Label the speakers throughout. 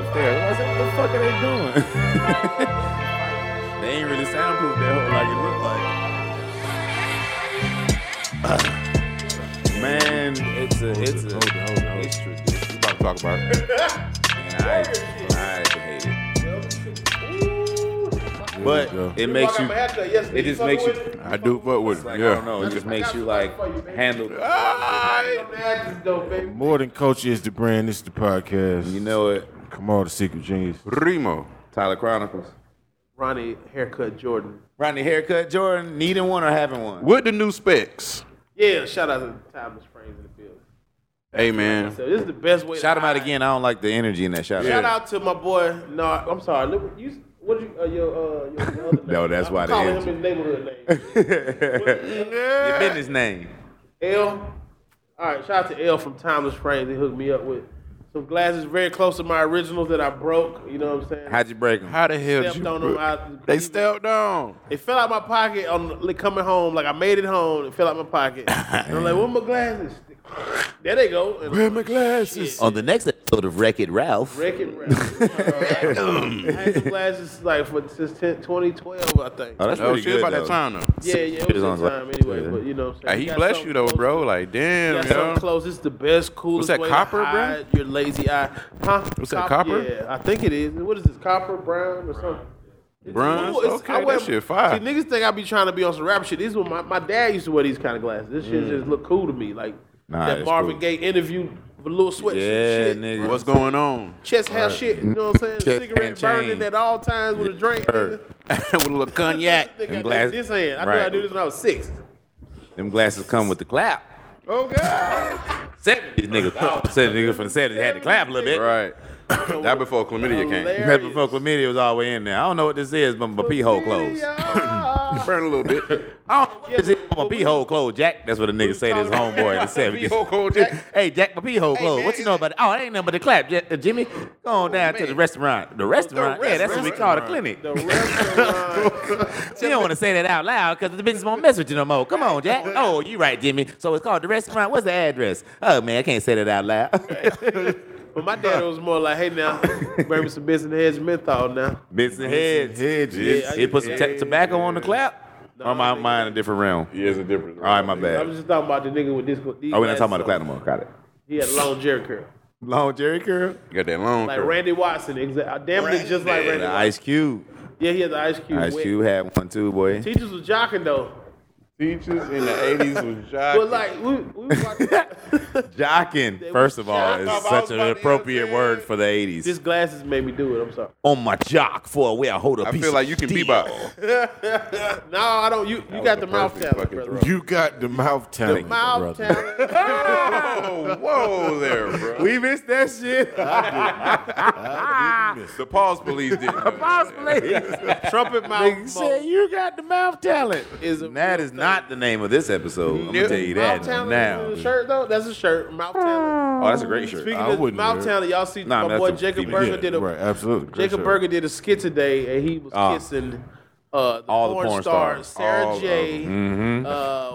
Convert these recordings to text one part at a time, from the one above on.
Speaker 1: upstairs. I said, what the fuck are they doing? they ain't really soundproof that hole like it looked like. Man, it's a, it's a,
Speaker 2: Hold it, hold it, hold it.
Speaker 1: it's tradition. We about to talk about it. And I, I hate it. But it makes you, it just makes you,
Speaker 2: I do fuck with
Speaker 1: it's
Speaker 2: it.
Speaker 1: like, I
Speaker 2: yeah.
Speaker 1: don't know, it just makes you like handle,
Speaker 2: More than culture is the brand. This is the podcast.
Speaker 1: you know it.
Speaker 2: Come on, the secret genius.
Speaker 3: Remo.
Speaker 1: Tyler Chronicles.
Speaker 4: Ronnie haircut Jordan.
Speaker 1: Rodney haircut, Jordan, needing one or having one?
Speaker 3: With the new specs.
Speaker 4: Yeah, shout out to Thomas Frames in the field.
Speaker 3: Hey man.
Speaker 4: So this is the best way. to
Speaker 1: Shout him out
Speaker 4: hide.
Speaker 1: again. I don't like the energy in that shout
Speaker 4: Shout
Speaker 1: out.
Speaker 4: out to my boy. No, I'm sorry. Look, you what you uh, your uh your other
Speaker 1: No,
Speaker 4: name.
Speaker 1: that's
Speaker 4: I'm
Speaker 1: why they
Speaker 4: calling
Speaker 1: is.
Speaker 4: him his neighborhood name.
Speaker 1: Your business name.
Speaker 4: L. All right, shout out to L from Timeless Frames. They hooked me up with some glasses very close to my originals that I broke. You know what I'm saying?
Speaker 1: How'd you break him?
Speaker 3: How the hell did
Speaker 4: Stepped
Speaker 3: you
Speaker 4: on
Speaker 3: put-
Speaker 4: them out-
Speaker 3: They stepped on.
Speaker 4: It fell out my pocket on like, coming home. Like I made it home, it fell out my pocket. and I'm like, where my glasses? There they go. And
Speaker 3: Where my glasses?
Speaker 1: On the next episode of Wreck It Ralph.
Speaker 4: Wreck it rap. I had some glasses like for since 10, 2012, I think.
Speaker 1: Oh, that's
Speaker 3: Oh
Speaker 1: pretty
Speaker 3: shit
Speaker 1: good.
Speaker 3: about
Speaker 1: Though.
Speaker 3: that time though.
Speaker 4: yeah, yeah,
Speaker 1: Shit
Speaker 4: it
Speaker 1: is
Speaker 4: was
Speaker 1: on
Speaker 4: on
Speaker 1: like-
Speaker 4: time anyway.
Speaker 1: yeah.
Speaker 4: But you know, what I'm
Speaker 3: Hey,
Speaker 4: saying?
Speaker 3: Ah, he
Speaker 4: got
Speaker 3: blessed
Speaker 4: something
Speaker 3: you though,
Speaker 4: close
Speaker 3: bro. Like
Speaker 4: to-
Speaker 3: damn,
Speaker 4: Got something
Speaker 3: yo.
Speaker 4: close. It's the best, coolest.
Speaker 3: What's that,
Speaker 4: way
Speaker 3: copper,
Speaker 4: to
Speaker 3: bro?
Speaker 4: hide Your lazy eye, huh?
Speaker 3: What's that,
Speaker 4: Cop-
Speaker 3: copper?
Speaker 4: Yeah, I think it is. What is this? Copper, brown, or something? It's
Speaker 3: Bronze?
Speaker 4: cool.
Speaker 3: Okay,
Speaker 4: I
Speaker 3: that
Speaker 4: wear-
Speaker 3: shit fire.
Speaker 4: See, niggas think I be trying to be on some rap shit. This is what my, my dad used to wear these kind of glasses. This
Speaker 3: Mm.
Speaker 4: shit just look cool to me. Like
Speaker 1: Nah,
Speaker 4: that
Speaker 1: it's
Speaker 4: Marvin
Speaker 1: cool.
Speaker 4: Gaye interview with Lil Sweat.
Speaker 1: Yeah,
Speaker 4: shit.
Speaker 1: nigga.
Speaker 3: What's going on?
Speaker 4: chest hair shit. You know what I'm saying?
Speaker 1: Chest
Speaker 4: Cigarette
Speaker 1: and chain.
Speaker 4: burning at all times with a drink.
Speaker 1: Heard.
Speaker 3: With a little cognac.
Speaker 4: Nigga,
Speaker 1: And
Speaker 4: I
Speaker 1: glass-
Speaker 4: did this hand. I
Speaker 1: Right.
Speaker 4: think I knew this when I was six.
Speaker 1: Them glasses come with the clap.
Speaker 4: Oh God!
Speaker 1: Seventies niggas. Seventies niggas from the seventies had to clap a little bit.
Speaker 3: Right. that before chlamydia came.
Speaker 4: Hilarious.
Speaker 1: Right before chlamydia was all the way in there. I don't know what this is, but my pee hole closed.
Speaker 4: Yeah.
Speaker 3: Burn a little bit.
Speaker 1: I don't know what this is, but my pee hole closed, Jack. That's what a nigga say to his homeboy in the
Speaker 3: Be
Speaker 1: seventies.
Speaker 3: whole cold, Jack.
Speaker 1: Hey, Jack, my pee hole closed.
Speaker 4: man,
Speaker 1: what you know about it? Oh, it ain't nothing but the clap. J- uh, Jimmy, go on down to the restaurant. The restaurant? yeah, that's what we call the clinic.
Speaker 4: The restaurant.
Speaker 1: She don't want to say that out loud because the bitches won't mess with you no more. Come on, Jack. Oh, you right, Jimmy. So it's called the restaurant. What's the address? Oh man, I can't say that out loud.
Speaker 4: but my dad was more like, "Hey, now, bring me some business heads menthol now."
Speaker 1: Bits and heads.
Speaker 2: Hedges.
Speaker 4: Yeah, I
Speaker 1: He put some ta- tobacco on the clap. Or my mind a different realm.
Speaker 3: Yeah, it's a difference.
Speaker 1: All right, my
Speaker 4: I
Speaker 1: bad.
Speaker 4: was just talking about the nigga with this. these
Speaker 1: Oh, we're not talking about the
Speaker 4: glasses
Speaker 1: clap
Speaker 4: on.
Speaker 1: no more. Got it.
Speaker 4: He had a long jerry curl,
Speaker 1: Long Jerry curl.
Speaker 3: Got that long.
Speaker 4: like
Speaker 3: curl.
Speaker 4: Randy Watson. Exactly, damn it, just like Randy.
Speaker 1: The
Speaker 4: Watson.
Speaker 1: Ice Cube.
Speaker 4: Yeah, he had the ice cube.
Speaker 1: Ice
Speaker 4: wet.
Speaker 1: Cube had one too, boy.
Speaker 4: Teachers was jocking though,
Speaker 3: Teachers in the eighties was
Speaker 4: but
Speaker 3: jocking.
Speaker 4: like we, we was watching.
Speaker 1: Jocking, first of all,
Speaker 4: Jock.
Speaker 1: is
Speaker 3: I was
Speaker 1: such
Speaker 3: about
Speaker 1: an
Speaker 3: to
Speaker 1: appropriate
Speaker 3: say.
Speaker 1: word for the
Speaker 4: This
Speaker 1: 80s.
Speaker 4: glasses made me do it. I'm sorry.
Speaker 1: On my jock for a way I hold a
Speaker 3: I
Speaker 1: piece
Speaker 3: feel like
Speaker 1: of
Speaker 3: you can
Speaker 1: steel.
Speaker 3: bebop.
Speaker 4: No, I don't. You you got
Speaker 3: the
Speaker 4: the, mouth
Speaker 3: perfect
Speaker 4: talent,
Speaker 3: fucking
Speaker 4: brother.
Speaker 3: throw.
Speaker 2: You got the mouth talent.
Speaker 4: Mouth
Speaker 2: brother.
Speaker 4: talent.
Speaker 3: Oh, whoa there, bro.
Speaker 1: We missed that shit.
Speaker 3: the pause police did.
Speaker 4: Trumpet
Speaker 1: Nigga
Speaker 4: mouth.
Speaker 1: said you got the mouth talent.
Speaker 4: Is a
Speaker 1: that
Speaker 4: real
Speaker 1: is not the name of this episode. I'm gonna
Speaker 3: Nope.
Speaker 1: tell you
Speaker 4: mouth
Speaker 1: that
Speaker 4: talent
Speaker 1: now.
Speaker 4: is a shirt though. That's a shirt. Mouth talent.
Speaker 1: Oh, that's a great shirt.
Speaker 4: Speaking
Speaker 2: I
Speaker 4: of
Speaker 2: wouldn't
Speaker 4: mouth
Speaker 2: wear it.
Speaker 4: talent, y'all see
Speaker 1: Nah,
Speaker 4: my
Speaker 1: that's
Speaker 4: boy
Speaker 1: a
Speaker 4: Jacob
Speaker 1: female.
Speaker 4: Burger
Speaker 2: Yeah,
Speaker 4: did a
Speaker 2: right, absolutely. Great
Speaker 4: Jacob
Speaker 2: show.
Speaker 4: Burger did a skit today, and he was kissing. Uh, the
Speaker 1: Ah. All the
Speaker 4: porn,
Speaker 1: porn stars.
Speaker 4: stars, Sarah
Speaker 3: All of
Speaker 4: J, uh,
Speaker 1: Mm-hmm.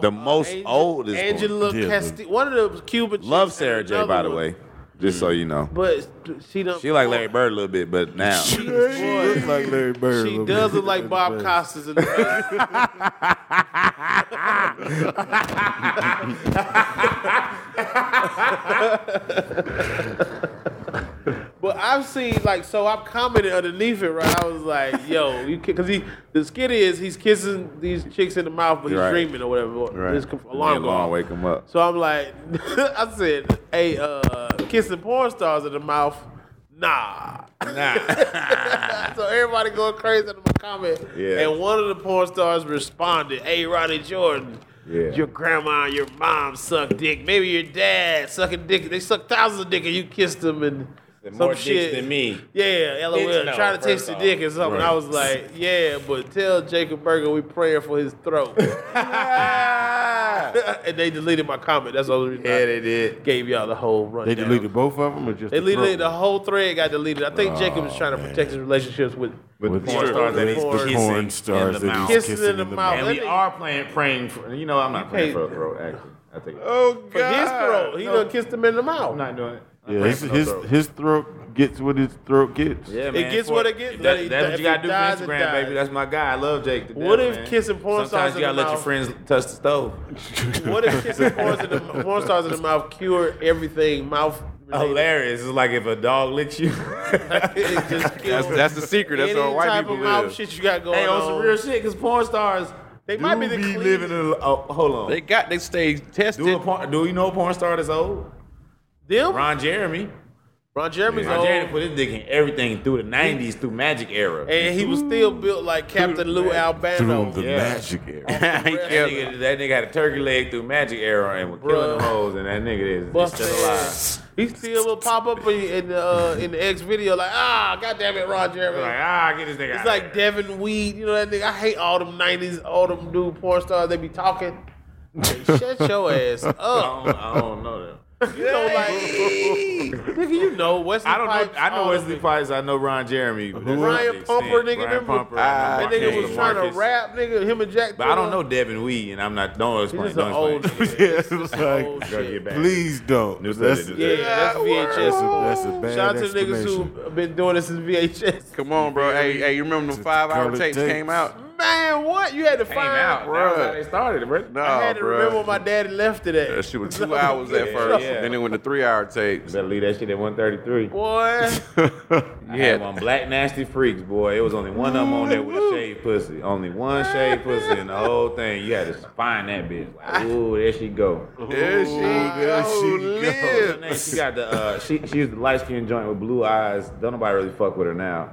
Speaker 1: The
Speaker 4: uh,
Speaker 1: most
Speaker 4: Ange-
Speaker 1: oldest one.
Speaker 4: Angela
Speaker 2: Yeah,
Speaker 4: Casti, one of the Cuban.
Speaker 1: Love
Speaker 4: chicks,
Speaker 1: Sarah
Speaker 4: and
Speaker 1: J, by
Speaker 4: another
Speaker 1: the
Speaker 4: one.
Speaker 1: way. Just so you know.
Speaker 4: But she done
Speaker 1: She like Larry Bird a little bit, but now.
Speaker 4: She,
Speaker 2: She
Speaker 4: boy,
Speaker 2: looks like Larry Bird. a
Speaker 4: She
Speaker 2: little
Speaker 4: does
Speaker 2: bit.
Speaker 4: look like Bob
Speaker 2: That's
Speaker 4: Costas in the face. But I've seen like so I've commented underneath it right. I was like, "Yo, you because he the skit is he's kissing these chicks in the mouth, but he's
Speaker 1: Right.
Speaker 4: dreaming or whatever. or
Speaker 1: Right.
Speaker 4: His
Speaker 1: Be
Speaker 4: alarm
Speaker 1: a
Speaker 4: go
Speaker 1: long
Speaker 4: off.
Speaker 1: wake him up.
Speaker 4: So I'm like, I said, "Hey, uh, kissing porn stars in the mouth, nah." so everybody going crazy in my comment.
Speaker 1: Yeah.
Speaker 4: And one of the porn stars responded, Hey Ronnie Jordan,
Speaker 1: Yeah.
Speaker 4: your grandma and your mom suck dick. Maybe your dad sucking dick. They suck thousands of dick and you kissed them and some
Speaker 5: more dicks
Speaker 4: shit.
Speaker 5: than me.
Speaker 4: Yeah, LOL.
Speaker 5: Bitch, no,
Speaker 4: trying to taste
Speaker 5: first
Speaker 4: your
Speaker 5: off.
Speaker 4: dick or something. I was like, Yeah, but tell Jacob Berger we praying for his throat. Ah. and they deleted my comment. That's the only reason I
Speaker 1: they did.
Speaker 4: gave y'all the whole run.
Speaker 2: They deleted both of them or just
Speaker 4: They
Speaker 2: the
Speaker 4: deleted
Speaker 2: throat?
Speaker 4: the whole thread. Got deleted. I think Jacob was trying to protect his relationships with
Speaker 2: With
Speaker 1: the
Speaker 2: the
Speaker 1: porn stars that
Speaker 2: the
Speaker 1: he's
Speaker 4: porn-
Speaker 2: porn
Speaker 5: kissing
Speaker 2: stars
Speaker 5: in the
Speaker 2: that he's
Speaker 5: mouth.
Speaker 4: Kissing in the mouth.
Speaker 5: And
Speaker 4: Let
Speaker 5: we
Speaker 4: me-
Speaker 5: are playing praying for you know I'm not
Speaker 4: Hey,
Speaker 5: praying for
Speaker 4: for
Speaker 5: a throat actually. I think
Speaker 3: Oh
Speaker 4: his throat. He done kissed him in the mouth.
Speaker 5: I'm not doing it. I'm
Speaker 2: Yeah,
Speaker 5: praying
Speaker 2: his
Speaker 5: for no
Speaker 2: his,
Speaker 5: throat.
Speaker 2: his throat
Speaker 6: gets what his throat gets.
Speaker 1: Yeah, man.
Speaker 4: It gets
Speaker 1: for-
Speaker 4: what it gets,
Speaker 1: That,
Speaker 4: but it-
Speaker 1: that's
Speaker 4: if
Speaker 1: what
Speaker 4: it
Speaker 1: you gotta do for
Speaker 4: dies, it
Speaker 1: Instagram,
Speaker 4: dies.
Speaker 1: baby. That's my guy. I love Jake. To
Speaker 4: What
Speaker 1: death,
Speaker 4: if
Speaker 1: man.
Speaker 4: kissing porn
Speaker 1: Sometimes
Speaker 4: stars
Speaker 1: you
Speaker 4: in
Speaker 1: gotta
Speaker 4: the
Speaker 1: let your
Speaker 4: mouth-
Speaker 1: friends touch the stove.
Speaker 4: What if kissing porn, in the, porn stars in the mouth cure everything mouth? related?
Speaker 1: Hilarious. It's like if a dog licks you.
Speaker 4: It just kills
Speaker 3: That's, that's the secret. That's
Speaker 4: any
Speaker 3: all white
Speaker 4: type
Speaker 3: people
Speaker 4: of mouth
Speaker 3: live.
Speaker 4: shit you got going
Speaker 1: hey, on
Speaker 4: on.
Speaker 1: some real shit, because porn stars
Speaker 4: They
Speaker 1: do
Speaker 4: might be the clean-
Speaker 1: living in. A, oh, hold on.
Speaker 3: They got they stay tested.
Speaker 1: do a porn, Do you know a porn star that's old?
Speaker 4: Them? Ron,
Speaker 1: Ron Jeremy.
Speaker 4: Jeremy's
Speaker 1: Ron
Speaker 4: old,
Speaker 1: Jeremy put his dick in everything through the '90s, through Magic era.
Speaker 4: and he was still built like Captain Lou Albano.
Speaker 6: the
Speaker 1: Yeah.
Speaker 6: magic era.
Speaker 1: that, nigga, that nigga had a turkey leg through Magic era and was killing
Speaker 4: Bruh.
Speaker 1: them hoes, and that nigga is
Speaker 4: Bust
Speaker 1: is still alive.
Speaker 4: ass. He still will pop up in, in the uh, in the X video like ah goddamn it Ron Jeremy.
Speaker 1: Like ah, get this nigga.
Speaker 4: It's
Speaker 1: out of
Speaker 4: like Devin Weed, you know that nigga. I hate all them '90s, all them new porn stars. They be talking. Hey, shut your ass up.
Speaker 1: I don't, I don't know that.
Speaker 4: You know, like nigga, you know Wesley.
Speaker 1: I don't know.
Speaker 4: Pipes,
Speaker 1: I know
Speaker 4: all
Speaker 1: Wesley
Speaker 4: them
Speaker 1: Pipes. I know Ron Jeremy. but that's
Speaker 4: Ryan
Speaker 1: about the
Speaker 4: Pumper,
Speaker 1: extent.
Speaker 4: nigga,
Speaker 1: Ryan
Speaker 4: them-
Speaker 1: Pumper.
Speaker 3: Ah,
Speaker 1: I know
Speaker 4: niggas. That nigga
Speaker 1: Marcus,
Speaker 4: was trying to
Speaker 1: Marcus.
Speaker 4: rap, nigga. Him and Jack.
Speaker 1: But I don't know Devin Weed, and I'm not. Don't
Speaker 4: He's
Speaker 1: explain.
Speaker 4: just an
Speaker 1: Don't
Speaker 4: old.
Speaker 1: explain.
Speaker 4: nigga.
Speaker 6: It was
Speaker 4: Old
Speaker 6: like,
Speaker 1: Gotta get
Speaker 4: shit.
Speaker 1: back.
Speaker 6: please don't.
Speaker 1: New
Speaker 6: That's,
Speaker 1: study, new
Speaker 4: Yeah,
Speaker 1: study.
Speaker 4: that's VHS.
Speaker 6: that's a bad
Speaker 4: Shout out to the niggas
Speaker 6: explanation.
Speaker 4: who been doing this since VHS.
Speaker 3: Come on, bro. Hey, hey, you remember them five hour
Speaker 6: colored
Speaker 3: tapes
Speaker 6: tapes.
Speaker 3: came out?
Speaker 4: Man, what? You had to
Speaker 1: Came
Speaker 4: find
Speaker 1: out. That was how
Speaker 3: bruh.
Speaker 1: they started, bro.
Speaker 3: No,
Speaker 4: I had to
Speaker 3: Oh, bro.
Speaker 4: remember what my daddy left today.
Speaker 3: That shit was two hours at
Speaker 1: Yeah,
Speaker 3: first.
Speaker 1: yeah.
Speaker 3: Then it went to three hour tapes.
Speaker 1: Better leave that shit at 133.
Speaker 4: Boy,
Speaker 1: Yeah,
Speaker 3: Yeah.
Speaker 1: one black nasty freaks, boy. It was only one of them on there with a shaved pussy. Only one shaved pussy in the whole thing. You had to find that bitch. Like, ooh, there she go.
Speaker 3: There she go,
Speaker 6: there she
Speaker 1: What's her
Speaker 3: live.
Speaker 1: name? She got the uh, she she was the light skinned joint with blue eyes. Don't nobody really fuck with her now.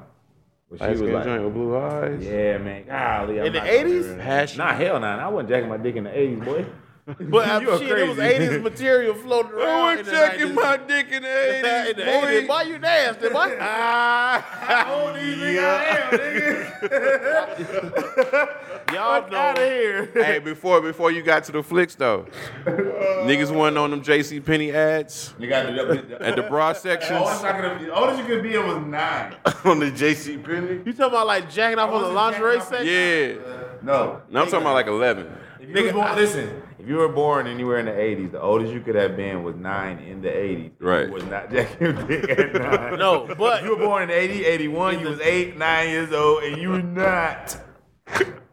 Speaker 1: But she
Speaker 3: Ice
Speaker 1: was
Speaker 3: cream
Speaker 1: like,
Speaker 3: joint with blue eyes.
Speaker 1: yeah, man, golly. I'm
Speaker 4: In the
Speaker 1: not gonna
Speaker 4: 80s?
Speaker 1: remember. Nah, hell nah. I wasn't jacking my dick in the eighties, boy.
Speaker 4: but I'm
Speaker 1: You are
Speaker 4: shit, it was
Speaker 1: crazy.
Speaker 4: 80s material floating around.
Speaker 3: I
Speaker 4: in
Speaker 3: was
Speaker 4: the
Speaker 3: checking
Speaker 4: 90s.
Speaker 3: my dick in the
Speaker 4: in the
Speaker 3: 80s.
Speaker 4: 80s. Why you nasty? Why?
Speaker 3: Ah.
Speaker 1: How old do you think I am, nigga?
Speaker 4: Y'all
Speaker 1: Out of
Speaker 4: know.
Speaker 1: here.
Speaker 3: hey, before before you got to the flicks though, niggas wasn't on them J.C. Penney ads
Speaker 1: You got the.
Speaker 3: at the bra sections.
Speaker 1: oh, oldest you could be in was nine.
Speaker 6: on the J.C. Penney.
Speaker 4: You talking about like jacking off on the
Speaker 1: wasn't
Speaker 4: lingerie
Speaker 1: jacking off-
Speaker 4: section?
Speaker 3: Yeah,
Speaker 1: No.
Speaker 3: no, I'm talking about like 11.
Speaker 1: If you was born, listen, if you were born anywhere in the 80s, the oldest you could have been was nine in the 80s.
Speaker 3: Right.
Speaker 1: You was not jacking your dick at nine.
Speaker 4: No, but-
Speaker 1: If you were born in 80, 81, you was eight, nine years old, and you were not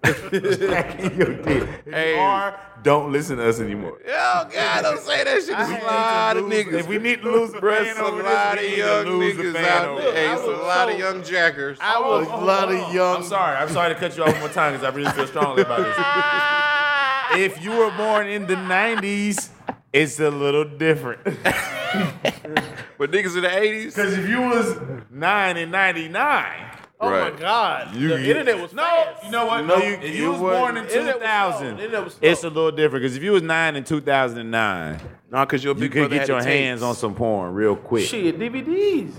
Speaker 1: jacking your dick. If
Speaker 3: Hey.
Speaker 1: you are, don't listen to us anymore.
Speaker 3: Oh God, don't say that shit. There's a lot of niggas.
Speaker 1: If we need to lose a
Speaker 3: Bruh,
Speaker 1: fan
Speaker 3: it's a
Speaker 1: over
Speaker 3: lot
Speaker 1: this,
Speaker 3: of
Speaker 1: we need to lose
Speaker 3: young
Speaker 1: a
Speaker 3: niggas
Speaker 1: fan
Speaker 3: out
Speaker 1: over
Speaker 3: there.
Speaker 1: this.
Speaker 3: Hey, it's a
Speaker 4: was
Speaker 3: lot
Speaker 4: so-
Speaker 3: of young jackers.
Speaker 4: I was.
Speaker 6: A lot of young.
Speaker 1: I'm sorry. I'm sorry to cut you off one more time because I really feel strongly about this. if you were born in the 90s, it's a little different.
Speaker 3: But niggas in the 80s,
Speaker 1: Because if you was nine in '99,
Speaker 4: Oh
Speaker 3: Right.
Speaker 4: my God.
Speaker 3: You-
Speaker 4: the internet was
Speaker 1: no,
Speaker 4: fast.
Speaker 1: you know what?
Speaker 6: No,
Speaker 1: If you, if
Speaker 6: it
Speaker 1: you was
Speaker 6: wasn't.
Speaker 1: born in
Speaker 4: Internet was
Speaker 1: 2000,
Speaker 4: slow. Internet was slow.
Speaker 1: it's a little different. Because if you was nine in 2009,
Speaker 3: nah, cause your big
Speaker 1: you could
Speaker 3: brother
Speaker 1: get
Speaker 3: had
Speaker 1: your
Speaker 3: the
Speaker 1: hands
Speaker 3: tapes.
Speaker 1: on some porn real quick.
Speaker 4: Shit, DVDs.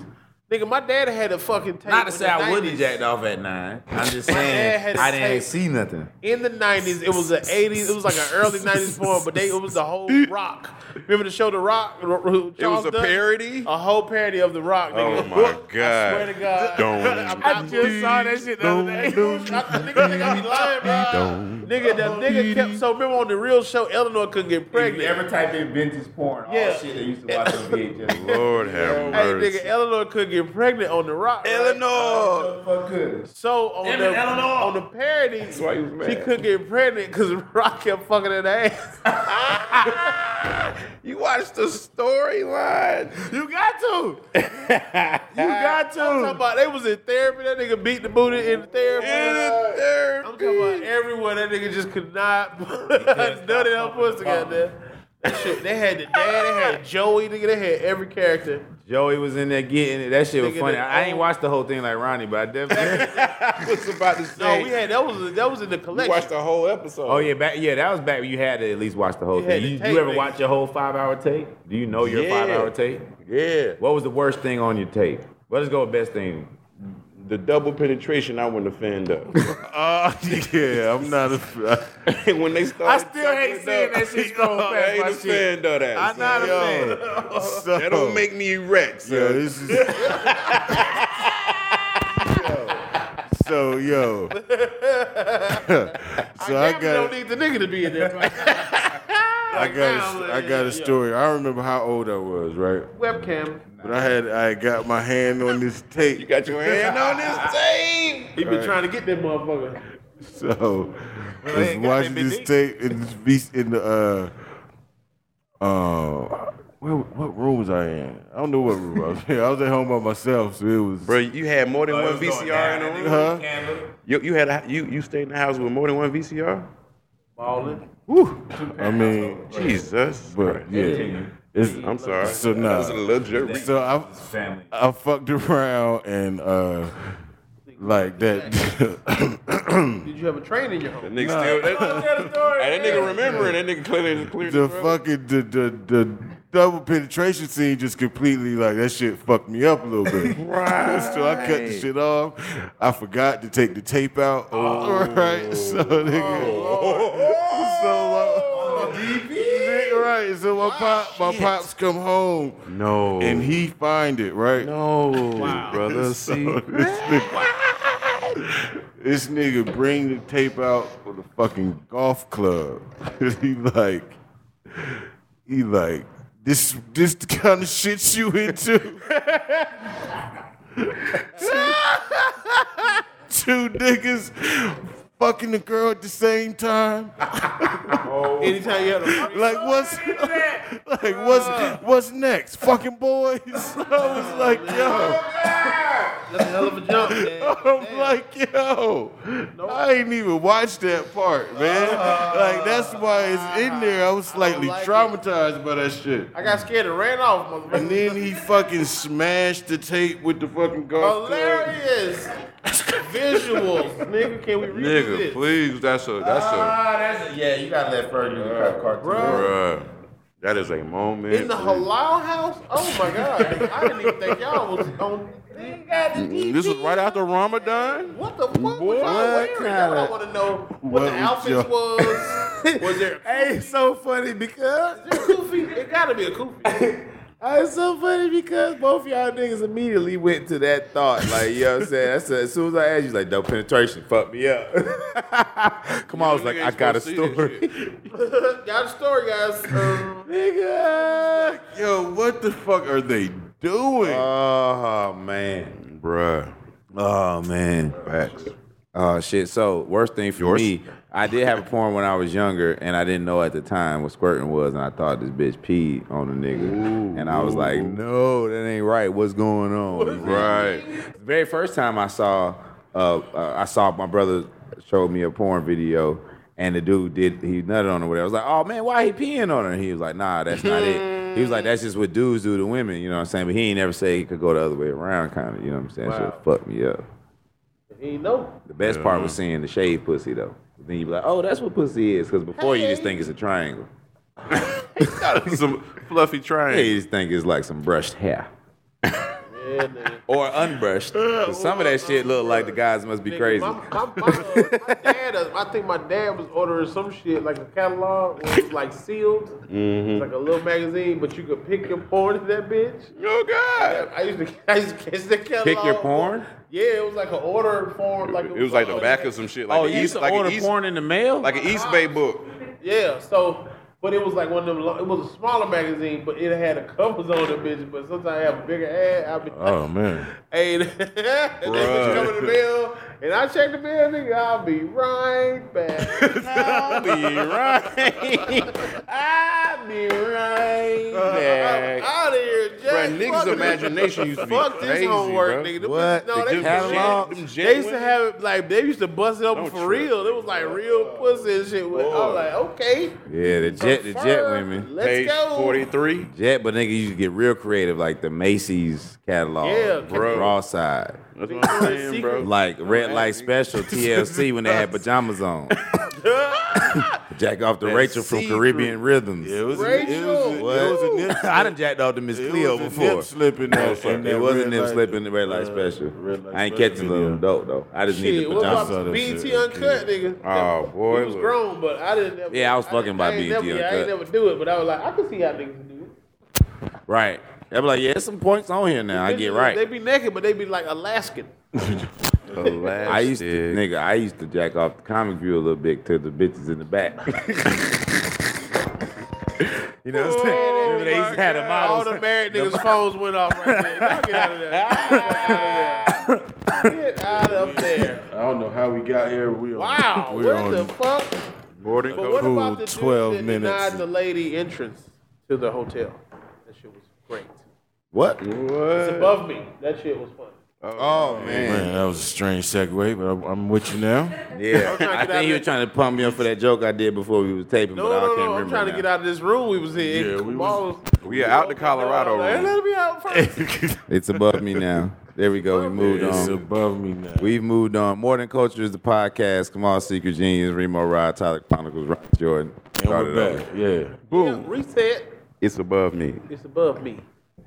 Speaker 4: Nigga, my dad had a fucking tape.
Speaker 1: Not to
Speaker 4: in
Speaker 1: say
Speaker 4: the
Speaker 1: I wouldn't
Speaker 4: 90s.
Speaker 1: jacked off at nine. I'm just
Speaker 4: dad
Speaker 1: saying
Speaker 4: had a
Speaker 1: I didn't
Speaker 4: tape.
Speaker 1: see nothing.
Speaker 4: in the nineties. It was the eighties. It was like an early nineties form, but they it was the whole Rock. Remember the show The Rock? Who- who-
Speaker 3: It was
Speaker 4: Charles
Speaker 3: a
Speaker 4: Dutton?
Speaker 3: parody.
Speaker 4: A whole parody of The Rock.
Speaker 3: Oh
Speaker 4: Nigga.
Speaker 3: my God.
Speaker 4: I swear to God.
Speaker 3: Don't
Speaker 4: I'm not bull-
Speaker 1: saw that shit the other day.
Speaker 4: I- nigga, think I be lying, bro. Nigga, that nigga kept. So remember on the real show, Eleanor couldn't get pregnant.
Speaker 1: Ever type in vintage porn, all
Speaker 4: Yeah.
Speaker 1: shit they used to watch on VHS.
Speaker 3: Lord have
Speaker 4: hey,
Speaker 3: mercy.
Speaker 4: nigga, Eleanor couldn't get pregnant on The Rock. right?
Speaker 3: Eleanor.
Speaker 1: Fuck good.
Speaker 4: So on
Speaker 1: Damn it,
Speaker 4: the
Speaker 1: Eleanor.
Speaker 4: on the parody,
Speaker 3: why he was mad.
Speaker 4: she couldn't get pregnant because Rock kept fucking her ass.
Speaker 3: You watched the storyline.
Speaker 1: You got to. you got to.
Speaker 4: I'm talking about they was in therapy. That nigga beat the booty in therapy.
Speaker 3: In there.
Speaker 4: I'm talking about everywhere that nigga just could not none of them pussy got there. That shit, they had the dad, they had Joey, nigga, they had every character.
Speaker 1: Joey was in there getting it. That shit was
Speaker 4: Nigga,
Speaker 1: funny.
Speaker 4: the
Speaker 1: I, I ain't
Speaker 4: old-
Speaker 1: watched the whole thing like Ronnie, but I definitely.
Speaker 3: What's about to
Speaker 4: No, we had that was that was in the collection.
Speaker 3: watched the whole episode.
Speaker 1: oh yeah, back yeah, that was back when you had to at least watch the whole
Speaker 4: You had
Speaker 1: thing.
Speaker 4: to
Speaker 1: You,
Speaker 4: tape,
Speaker 1: you ever
Speaker 4: nigga.
Speaker 1: watch your whole five hour tape? Do you know your
Speaker 3: Yeah.
Speaker 1: five hour tape?
Speaker 3: yeah.
Speaker 1: What was the worst thing on your tape? Well, let's go with best thing.
Speaker 3: The double penetration, I wouldn't offend up.
Speaker 6: Uh, yeah, I'm not a.
Speaker 3: when they started,
Speaker 1: I still hate seeing that shit scroll past
Speaker 3: I ain't
Speaker 1: my
Speaker 3: a fan
Speaker 1: shit.
Speaker 3: of that.
Speaker 1: I'm not a fan.
Speaker 6: so,
Speaker 3: That don't make me erect.
Speaker 6: Yo,
Speaker 3: son.
Speaker 6: this is. yo. So yo. so I,
Speaker 4: I
Speaker 6: got.
Speaker 4: don't need the nigga to be in there.
Speaker 6: I
Speaker 4: right
Speaker 6: got
Speaker 4: now.
Speaker 6: a, I got a story. I remember how old I was, right?
Speaker 4: Webcam.
Speaker 6: But I had I got my hand on this tape.
Speaker 3: You got your hand on this tape.
Speaker 4: He been trying to get that motherfucker.
Speaker 6: So I
Speaker 7: they
Speaker 6: was
Speaker 7: ain't got
Speaker 6: watching
Speaker 7: that
Speaker 6: this
Speaker 7: big
Speaker 6: tape in this beast in the uh uh where, what room was I in? I don't know what room I was in. I was at home by myself, so it was
Speaker 3: Bro, you had more than one
Speaker 7: it was going
Speaker 3: VCR in
Speaker 7: down.
Speaker 3: the room.
Speaker 6: huh?
Speaker 3: You, you had a, you you stayed in the house with more than one VCR.
Speaker 4: Balling.
Speaker 6: I mean,
Speaker 3: Jesus,
Speaker 6: but yeah, it's,
Speaker 3: I'm sorry.
Speaker 6: So, nah.
Speaker 3: that was a little jerk.
Speaker 6: so I
Speaker 1: Family.
Speaker 6: I fucked around and uh like that.
Speaker 4: Did you have a train in your home?
Speaker 3: That nigga still. That, and that nigga remembering. That nigga clearly clearly.
Speaker 6: the fucking the, the the double penetration scene just completely like that shit fucked me up a little bit.
Speaker 3: Right.
Speaker 6: so I cut the shit off. I forgot to take the tape out. All right, so nigga. so my, Nigga, right, so my pop, my pops come home
Speaker 3: No.
Speaker 6: and he find it right.
Speaker 3: no, brother. See,
Speaker 6: This nigga bring the tape out for the fucking golf club. he like, he like, this this the kind of shit you into. Two niggas fucking the girl at the same time.
Speaker 4: Anytime you had a
Speaker 6: Like what's like what's what's next? Fucking boys. I was like, yo.
Speaker 4: that's a hell of a jump, man.
Speaker 6: I'm like, yo, I ain't even watched that part, man. like that's why it's in there. I was slightly
Speaker 4: Uh-huh. like it.
Speaker 6: traumatized by that shit.
Speaker 4: I got scared and ran off, motherfucker.
Speaker 6: And then he fucking smashed the tape with the fucking golf club.
Speaker 4: Hilarious visuals, nigga. Can we read
Speaker 3: nigga,
Speaker 4: this?
Speaker 3: please. That's a that's
Speaker 4: Uh-huh.
Speaker 3: a.
Speaker 7: Ah, that's yeah. You gotta let Fergie do the cartoon.
Speaker 3: Bruh. That is a moment.
Speaker 4: In the halal house? Oh my god! nigga, I didn't even think y'all was on.
Speaker 3: This was right after Ramadan.
Speaker 4: What the fuck was y'all wearing? That's what I want to know. What,
Speaker 6: What
Speaker 4: the
Speaker 6: was
Speaker 4: outfit
Speaker 6: y'all-
Speaker 4: was. was there?
Speaker 7: Hey, it's so funny because
Speaker 4: Is there a kufi? It gotta be a kufi.
Speaker 7: it's so funny because both y'all niggas immediately went to that thought. Like, you know what I'm saying? That's as soon as I asked you, like, no penetration, fuck me up. Come on, I was like,
Speaker 3: Nigga
Speaker 7: I
Speaker 3: ain't
Speaker 7: got a
Speaker 3: supposed to see
Speaker 7: story.
Speaker 3: that shit.
Speaker 4: Got a story, guys. Um,
Speaker 7: Nigga.
Speaker 6: Yo, what the fuck are they doing?
Speaker 4: Uh,
Speaker 7: Oh man.
Speaker 3: Bruh.
Speaker 7: Oh man.
Speaker 3: Facts.
Speaker 1: Oh shit! So worst thing for me, I did have a porn when I was younger, and I didn't know at the time what squirting was, and I thought this bitch peed on a nigga, and I was like, "No, that ain't right. What's going on?"
Speaker 3: Right.
Speaker 1: The very first time I saw, uh, uh, I saw my brother showed me a porn video, and the dude did he nutted on her. Whatever. I was like, "Oh man, why he peeing on her?" And he was like, "Nah, that's not it." He was like, "That's just what dudes do to women," you know what I'm saying? But he ain't ever say he could go the other way around, kind of. You know what I'm saying? So
Speaker 4: Wow.
Speaker 1: it fucked me up.
Speaker 4: he know.
Speaker 1: The best part was seeing the shaved pussy though. Then you be like, oh, that's what pussy is, because before you just think it's a triangle.
Speaker 3: Some fluffy
Speaker 1: Now
Speaker 3: triangle.
Speaker 1: you just think it's like some brushed hair
Speaker 4: Yeah, nigga.
Speaker 1: or unbrushed. 'Cause some of that shit look like the guys must be
Speaker 4: Nigga,
Speaker 1: crazy.
Speaker 4: My, my, my, uh, my dad, uh, I think my dad was ordering some shit like a catalog, where it was like sealed,
Speaker 3: Mm-hmm.
Speaker 4: It's like a little magazine, but you could pick your porn in that bitch.
Speaker 3: Oh God.
Speaker 4: I used to, I used to catch the catalog.
Speaker 1: Pick your porn.
Speaker 4: Yeah, it was like an order form. Like
Speaker 3: It was like the back of some shit.
Speaker 1: Oh,
Speaker 3: Like the East, like an East,
Speaker 1: in the mail.
Speaker 3: like an East Bay book.
Speaker 4: Yeah, so. But it was like one of them. lo- It was a smaller magazine, but it had the covers on it, bitch. But sometimes I have a bigger ad. I'll be like,
Speaker 6: Oh man.
Speaker 4: hey, and that bitch
Speaker 3: Bruh.
Speaker 4: come in the mail, and I check the mail, nigga. I'll be right back. I'll be right back. out of Uh, here,
Speaker 3: Bro,
Speaker 4: Jack. Fuck
Speaker 3: niggas'
Speaker 4: it.
Speaker 3: imagination used to be
Speaker 4: Fuck
Speaker 3: crazy,
Speaker 4: this homework,
Speaker 3: bruh.
Speaker 4: nigga. Them
Speaker 7: What?
Speaker 4: bitches- No, they,
Speaker 3: Them
Speaker 4: used
Speaker 3: jet-
Speaker 7: catalog?
Speaker 4: to-
Speaker 3: them jet
Speaker 4: they used to
Speaker 3: women.
Speaker 4: have it like they used to bust it open
Speaker 3: Don't
Speaker 4: for
Speaker 3: trip.
Speaker 4: real. It was like real pussy and shit. With, I was like, okay,
Speaker 1: yeah, the jet, the jet
Speaker 4: Fur,
Speaker 1: women.
Speaker 4: Let's
Speaker 3: Page
Speaker 4: go.
Speaker 3: 43.
Speaker 1: Jet, but nigga, you should get real creative, like the Macy's catalog,
Speaker 4: Yeah,
Speaker 3: bro.
Speaker 1: raw side,
Speaker 3: That's what I'm saying, bro.
Speaker 1: like red light special TLC when they had pajamas on. Jack off the Rachel from
Speaker 3: see-through.
Speaker 1: Caribbean Rhythms.
Speaker 6: It was
Speaker 4: Rachel,
Speaker 6: it was a, it was a nip
Speaker 1: I done jacked off to Miss
Speaker 6: it
Speaker 1: Cleo
Speaker 6: was a nip
Speaker 1: before.
Speaker 6: slip in that- in that
Speaker 1: It wasn't
Speaker 6: red
Speaker 1: them
Speaker 6: light. Uh,
Speaker 1: slipping the red light special.
Speaker 6: red light
Speaker 1: I ain't
Speaker 6: special
Speaker 1: catching little
Speaker 6: video.
Speaker 1: dope though. I just need
Speaker 4: Shit,
Speaker 1: the
Speaker 4: what
Speaker 1: pajamas.
Speaker 6: saw
Speaker 4: about
Speaker 6: that
Speaker 4: BT
Speaker 6: shit.
Speaker 4: Uncut, nigga?
Speaker 3: Oh, boy,
Speaker 4: He was
Speaker 3: look.
Speaker 4: grown, but I didn't. Ever,
Speaker 1: Yeah, I was fucking
Speaker 4: didn't-
Speaker 1: by
Speaker 4: I ain't
Speaker 1: BET
Speaker 4: never, yeah, I ain't
Speaker 1: Uncut.
Speaker 4: never do it, but I was like, I can see how niggas do it.
Speaker 1: Right. I'd be like, yeah, there's some points on here now. I get
Speaker 4: Bitches,
Speaker 1: right.
Speaker 4: They be naked, but they be like Alaskan.
Speaker 1: I used to, nigga, I used to jack off the comic view a little bit to the bitches in the back. You know what I'm saying? Remember they used to have the
Speaker 4: All
Speaker 1: models.
Speaker 4: the married niggas' phones went off right there. Y'all Get out of there. Get out of there.
Speaker 6: I don't know how we got here. We on,
Speaker 4: Wow,
Speaker 6: we're
Speaker 4: what
Speaker 6: on
Speaker 4: the fuck?
Speaker 6: boarding
Speaker 4: But what about the
Speaker 6: cool twelve
Speaker 4: dude that
Speaker 6: minutes.
Speaker 4: denied the lady entrance to the hotel? That shit was great.
Speaker 1: What?
Speaker 4: It's above me. That shit was fun.
Speaker 1: Oh man.
Speaker 6: Man, that was a strange segue, but I'm, I'm with you now.
Speaker 1: Yeah. I
Speaker 4: trying to get out of
Speaker 1: think he was
Speaker 4: that-
Speaker 1: trying to pump me up for that joke I did before we was taping,
Speaker 4: No,
Speaker 1: but I
Speaker 4: no,
Speaker 1: can't
Speaker 4: no. I'm
Speaker 1: remember.
Speaker 4: trying to get out of this room we was in.
Speaker 6: Yeah, we
Speaker 4: Ball was-
Speaker 3: We are out to Colorado.
Speaker 4: Hey,
Speaker 3: room.
Speaker 4: Let me out first.
Speaker 1: It's above me now. There we go. We moved
Speaker 6: It's
Speaker 1: on.
Speaker 6: above me now.
Speaker 1: We've moved on. More than culture is the podcast. Kamal Secret Genius, Remo Rod, Tyler Chronicles, Ron Jordan.
Speaker 6: and
Speaker 1: Start
Speaker 6: we're
Speaker 1: it over.
Speaker 6: back. Yeah.
Speaker 4: Boom. Reset.
Speaker 3: It's above me.
Speaker 4: It's above me.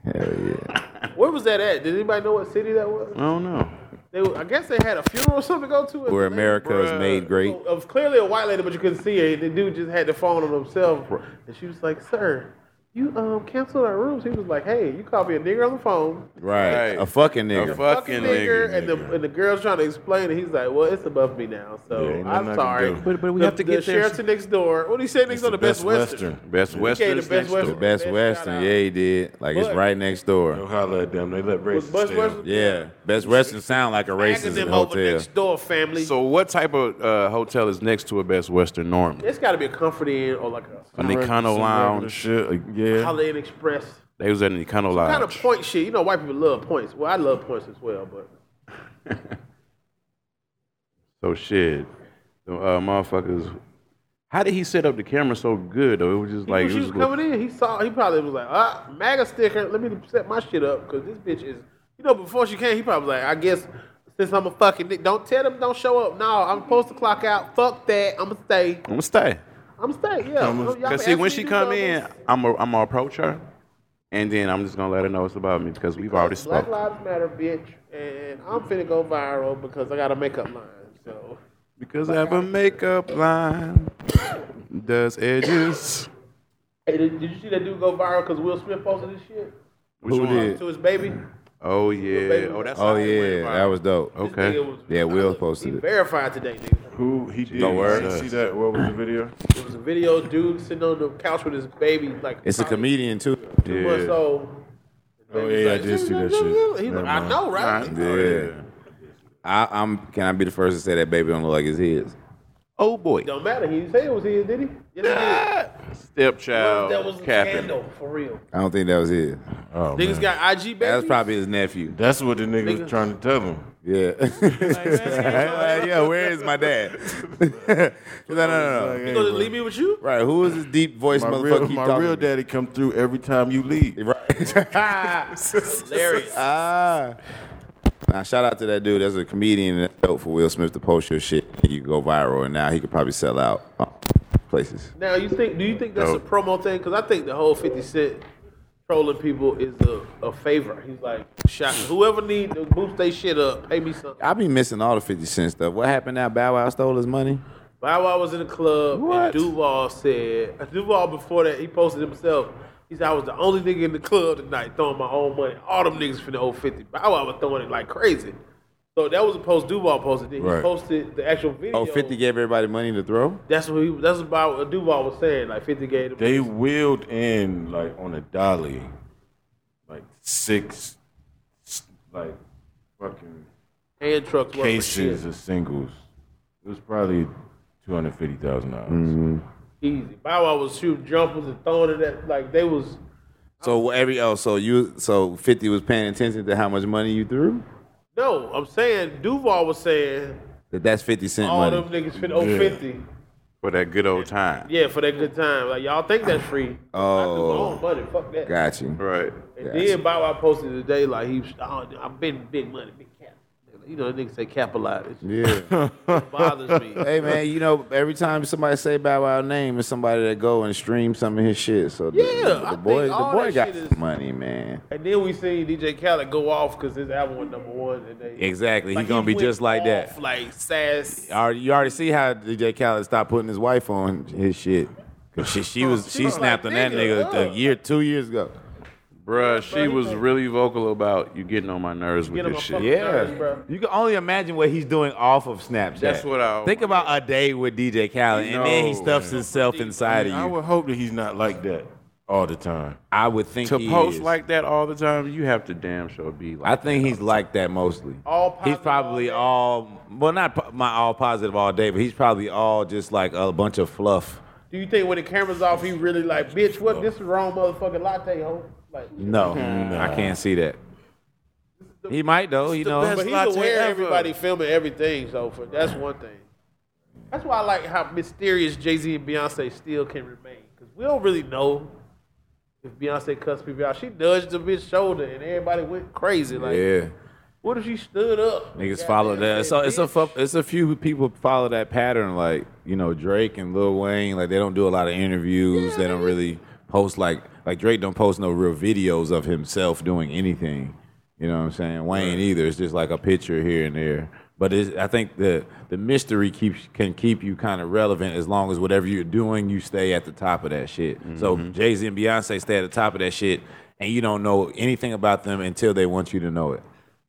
Speaker 1: Hell yeah.
Speaker 4: Where was that at? Did anybody know what city that was?
Speaker 3: I don't know.
Speaker 4: They, were- I guess they had a funeral or something to go to.
Speaker 1: Where America is made great.
Speaker 4: It was clearly a white lady, but you couldn't see her. The dude just had the phone on himself, and she was like, "Sir, you um canceled our rooms." He was like, "Hey, you called me a nigger on the phone,
Speaker 1: Right.
Speaker 3: Right.
Speaker 1: A fucking nigga.
Speaker 3: A Fucking nigger,
Speaker 4: and the and the girl's trying to explain it. He's like, "Well, it's above me now, so
Speaker 6: Yeah, ain't nothing I
Speaker 4: I'm
Speaker 6: can
Speaker 4: sorry."
Speaker 6: do. But-
Speaker 4: we have to get the Sheraton next door. What do you say? Next
Speaker 6: It's
Speaker 4: door, the best Western.
Speaker 3: Best
Speaker 4: gave
Speaker 3: Western.
Speaker 4: the Best Western.
Speaker 1: the best
Speaker 4: Best
Speaker 1: Western.
Speaker 4: shout-out.
Speaker 1: Yeah, he did. Like it's
Speaker 4: But-
Speaker 1: right next door.
Speaker 6: Don't holler at them. They let
Speaker 4: Was
Speaker 6: racists
Speaker 4: Best
Speaker 6: stay.
Speaker 4: Western.
Speaker 1: Yeah. Best Western sound like a
Speaker 4: Bagging
Speaker 1: racist
Speaker 4: them over
Speaker 1: hotel.
Speaker 4: next door, family.
Speaker 3: So, what type of uh, hotel is next to a Best Western normally?
Speaker 4: it's got to be a Comfort Inn or like a
Speaker 3: An
Speaker 6: Some
Speaker 3: Econo
Speaker 6: regular
Speaker 3: Lounge.
Speaker 6: Shit. like, Yeah.
Speaker 4: Holiday Inn Express.
Speaker 3: They was at an Econo
Speaker 4: Kind of
Speaker 3: Lounge.
Speaker 4: point shit. You know, white people love points. Well, I love points as well, but
Speaker 3: So shit, the uh, motherfuckers. How did he set up the camera so good though? It was just like
Speaker 4: when she was
Speaker 3: it was
Speaker 4: coming in, he saw. He probably was like, "Ah, MAGA sticker. Let me set my shit up because this bitch is." You know, before she came, he probably was like, "I guess since I'm a fucking nick, don't tell them don't show up. No, I'm supposed to clock out. Fuck that. I'ma stay.
Speaker 3: I'm gonna stay.
Speaker 4: I'ma stay. Yeah.
Speaker 6: I'ma-
Speaker 4: Y'all been
Speaker 3: Cause see, when
Speaker 4: asking
Speaker 3: she
Speaker 4: me to
Speaker 3: come
Speaker 4: do
Speaker 3: in,
Speaker 4: this.
Speaker 3: I'm a, I'm gonna approach her, and then I'm just gonna let her know it's about me because we've already
Speaker 4: Black
Speaker 3: spoken.
Speaker 4: Lives Matter, bitch, and I'm finna go viral because I got a makeup line. So.
Speaker 3: Because I have a makeup line, does edges.
Speaker 4: Hey, did, did you see that dude go viral because Will Smith posted this shit
Speaker 3: Which one?
Speaker 1: did?
Speaker 4: to his baby?
Speaker 3: Oh yeah. Oh that's.
Speaker 1: Oh
Speaker 3: how it went
Speaker 1: yeah, that
Speaker 3: viral.
Speaker 1: was dope.
Speaker 4: This
Speaker 3: Okay.
Speaker 4: nigga was-
Speaker 1: Yeah, Will
Speaker 4: look,
Speaker 1: posted
Speaker 4: he
Speaker 1: it.
Speaker 4: Verified today, nigga.
Speaker 6: Who he did?
Speaker 1: Don't worry.
Speaker 6: See that? What was the video?
Speaker 4: It was a video of dude sitting on the couch with his baby, like
Speaker 1: It's a
Speaker 4: probably
Speaker 1: comedian too.
Speaker 4: Two months
Speaker 3: Yeah.
Speaker 4: old.
Speaker 6: Oh yeah, I did see that shit.
Speaker 4: He's like,
Speaker 6: Never
Speaker 4: I
Speaker 6: mind.
Speaker 4: know, right?
Speaker 6: Oh,
Speaker 1: Yeah. I, I'm. Can I be the first to say that baby don't look like it's his?
Speaker 3: Oh boy.
Speaker 4: Don't matter. He didn't say it was his, did he? Yes, he did.
Speaker 3: Stepchild.
Speaker 4: that was a
Speaker 3: Captain.
Speaker 4: scandal for real.
Speaker 1: I don't think that was his.
Speaker 6: Oh,
Speaker 4: Niggas
Speaker 6: man.
Speaker 4: got IG baby.
Speaker 1: That's probably his nephew.
Speaker 6: That's what the nigga
Speaker 4: Nigga.
Speaker 6: was trying to tell him.
Speaker 1: Yeah. Like, yeah. Where is my dad? no, no, no, no.
Speaker 4: You gonna leave me with you?
Speaker 1: Right. Who is this deep voice
Speaker 6: My
Speaker 1: motherfucker?
Speaker 6: real,
Speaker 1: keep
Speaker 6: my
Speaker 1: talking
Speaker 6: real
Speaker 1: to me?
Speaker 6: daddy come through every time you leave.
Speaker 4: Hilarious.
Speaker 1: Ah. Now shout out to that dude. That's a comedian. That's dope for Will Smith to post your shit. and You go viral, and now he could probably sell out uh, places.
Speaker 4: Now you think? Do you think that's a promo thing? Because I think the whole Fifty Cent trolling people is a, a favor. He's like, shot whoever need to boost they shit up, pay me something.
Speaker 1: I be missing all the Fifty Cent stuff. What happened now? Bow Wow stole his money.
Speaker 4: Bow Wow was in the club,
Speaker 1: What?
Speaker 4: and Duval said, Duval before that, he posted himself. He said, I was the only nigga in the club tonight throwing my own money. All them niggas finna owe 50. Bow Wow was throwing it like crazy. So that was a post Duval posted. Then he
Speaker 6: Right.
Speaker 4: posted the actual video.
Speaker 1: Oh, 50 gave everybody money to throw?
Speaker 4: That's what he, that's about what Duval was saying. Like 50 gave him.
Speaker 6: They wheeled in like on a dolly, like six, s- like fucking
Speaker 4: hand trucks worth of shit.
Speaker 6: cases of singles. It was probably two hundred fifty thousand dollars.
Speaker 4: Easy. Bow Wow was shooting jumpers and throwing it at, like they was,
Speaker 1: So every oh, so you so 50 was paying attention to how much money you threw?
Speaker 4: no, I'm saying Duval was saying
Speaker 1: That that's 50 cent
Speaker 4: all
Speaker 1: money.
Speaker 4: them niggas finna owe
Speaker 6: Yeah.
Speaker 4: 50.
Speaker 3: For that good old time.
Speaker 4: Yeah, for that good time. Like y'all think that's free. I do my
Speaker 1: Oh.
Speaker 4: own money. Fuck that.
Speaker 1: Got you.
Speaker 3: Right.
Speaker 4: and
Speaker 1: gotcha.
Speaker 4: then Bow Wow posted today like he was, oh, I've been big money, big cap. You know, niggas say capitalize. It
Speaker 1: Yeah.
Speaker 4: bothers me.
Speaker 1: hey man, you know every time somebody say Bow Wow name, it's somebody that go and stream some of his shit. So the-
Speaker 4: Yeah,
Speaker 1: the,
Speaker 4: I
Speaker 1: the
Speaker 4: think
Speaker 1: boy, the
Speaker 4: all
Speaker 1: boy
Speaker 4: that
Speaker 1: got
Speaker 4: shit is-
Speaker 1: money, man.
Speaker 4: And then we seen DJ Khaled go off because his album was number one. And they,
Speaker 1: Exactly. He's
Speaker 4: Like, he
Speaker 1: gonna be
Speaker 4: went
Speaker 1: just like
Speaker 4: off,
Speaker 1: that.
Speaker 4: Like sass.
Speaker 1: Already- You already see how DJ Khaled stopped putting his wife on his shit. 'Cause She, she was she
Speaker 4: was
Speaker 1: snapped
Speaker 4: like,
Speaker 1: on that
Speaker 4: "Nigga,
Speaker 1: nigga a
Speaker 4: uh."
Speaker 1: year two years ago.
Speaker 3: Bruh, she was really vocal about you getting on my nerves with
Speaker 4: Get him a
Speaker 3: this shit.
Speaker 4: fucking nerves, bro.
Speaker 1: You can only imagine what he's doing off of Snapchat.
Speaker 3: That's what I-
Speaker 1: think about a day with DJ Khaled, and then he stuffs himself inside
Speaker 6: I
Speaker 1: of you.
Speaker 6: would hope that he's not like that. all the time.
Speaker 1: I would think
Speaker 3: To
Speaker 1: he
Speaker 3: post
Speaker 1: is.
Speaker 3: like that all the time, you have to damn sure be
Speaker 1: I
Speaker 3: like.
Speaker 1: think he's like that mostly.
Speaker 4: All
Speaker 1: He's
Speaker 4: positive
Speaker 1: probably all well, not po- my all positive all day, but he's probably all just like a bunch of fluff.
Speaker 4: Do you think when the camera's off, he really like, bitch, what? This is wrong motherfucking latte, ho. Like,
Speaker 1: No, I can't see that. He might though, you know.
Speaker 4: but he's aware of everybody filming everything, so for, that's one thing. That's why I like how mysterious Jay Z and Beyonce still can remain, because we don't really know if Beyonce cuts people out. She nudged the bitch shoulder, and everybody went crazy. Like,
Speaker 1: Yeah,
Speaker 4: what if she stood up?
Speaker 1: niggas
Speaker 4: Goddamn,
Speaker 1: follow that.
Speaker 4: said,
Speaker 1: So it's a
Speaker 4: "Bitch."
Speaker 1: fu- it's a few people follow that pattern, like you know Drake and Lil Wayne. Like they don't do a lot of interviews. They don't really post like like Drake don't post no real videos of himself doing anything. You know what I'm saying? Wayne either. It's just like a picture here and there. But it's, I think the the mystery keeps can keep you kind of relevant as long as whatever you're doing, you stay at the top of that shit. So Jay Z and Beyonce stay at the top of that shit, and you don't know anything about them until they want you to know it.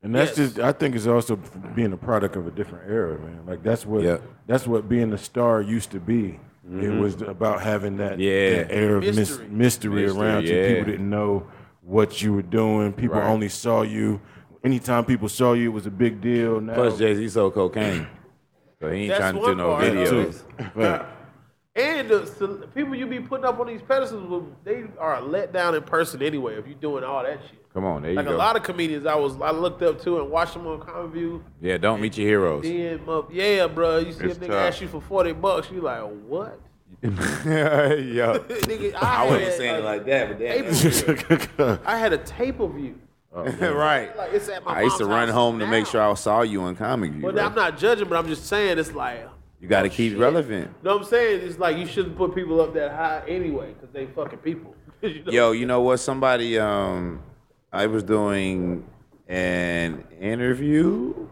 Speaker 6: And that's just I think it's also being a product of a different era, man. Like that's what
Speaker 1: Yeah. Mm-hmm.
Speaker 6: that's what being a star used to be. It was about having that,
Speaker 1: Yeah.
Speaker 6: that air of mystery,
Speaker 4: Mystery.
Speaker 6: mystery,
Speaker 1: Mystery,
Speaker 6: around you.
Speaker 1: yeah.
Speaker 6: People didn't know what you were doing. People
Speaker 1: Right.
Speaker 6: only saw you. Anytime people saw you, it was a big deal. Now,
Speaker 1: Plus, Jay Z sold cocaine. So he ain't
Speaker 4: That's
Speaker 1: trying to do
Speaker 4: one
Speaker 1: no
Speaker 4: part,
Speaker 1: videos.
Speaker 4: And the cel- the people you be putting up on these pedestals, they are let down in person anyway. If you're doing all that shit,
Speaker 1: Come on, there you
Speaker 4: like
Speaker 1: go.
Speaker 4: a lot of comedians, I was I looked up to and watched them on Common View.
Speaker 1: yeah, don't meet your heroes.
Speaker 4: Then, mo- yeah, bro, you see
Speaker 3: It's
Speaker 4: a nigga
Speaker 3: tough.
Speaker 4: ask you for forty bucks, you like what?
Speaker 1: yeah.
Speaker 4: nigga, I, wasn't saying it like that, but I had a tape of you.
Speaker 1: right.
Speaker 4: Like it's at my
Speaker 1: I used to
Speaker 4: mom's
Speaker 1: run
Speaker 4: house
Speaker 1: home to make
Speaker 4: now.
Speaker 1: sure I saw you on Comic View.
Speaker 4: But
Speaker 1: bro.
Speaker 4: I'm not judging, but I'm just saying it's like
Speaker 1: you got to keep
Speaker 4: shit.
Speaker 1: relevant.
Speaker 4: You know what I'm saying? It's like you shouldn't put people up that high anyway, because they fucking people. You know?
Speaker 1: Yo, you know what? Somebody, um, I was doing an interview,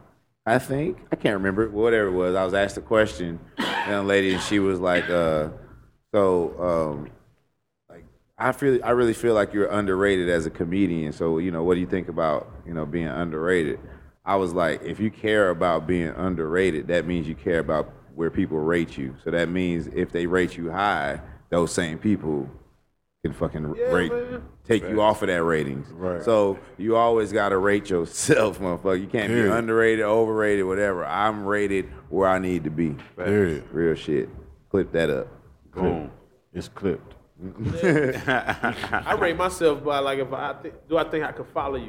Speaker 1: I think. I can't remember, whatever it was. I was asked a question, and a lady, and she was like, uh, so, um, like, I feel, I really feel like you're underrated as a comedian. So, you know, what do you think about, you know, being underrated? I was like, if you care about being underrated, that means you care about where people rate you. So that means if they rate you high, those same people can fucking
Speaker 4: Yeah,
Speaker 1: rate,
Speaker 4: man.
Speaker 1: take you off of that ratings.
Speaker 6: Right.
Speaker 1: So you always gotta rate yourself, motherfucker. You can't
Speaker 6: Period.
Speaker 1: be underrated, overrated, whatever. I'm rated where I need to be.
Speaker 6: Period.
Speaker 1: Real shit. Clip that up.
Speaker 3: Boom.
Speaker 6: It's clipped.
Speaker 4: I rate myself by like if I th- do I think I could follow you.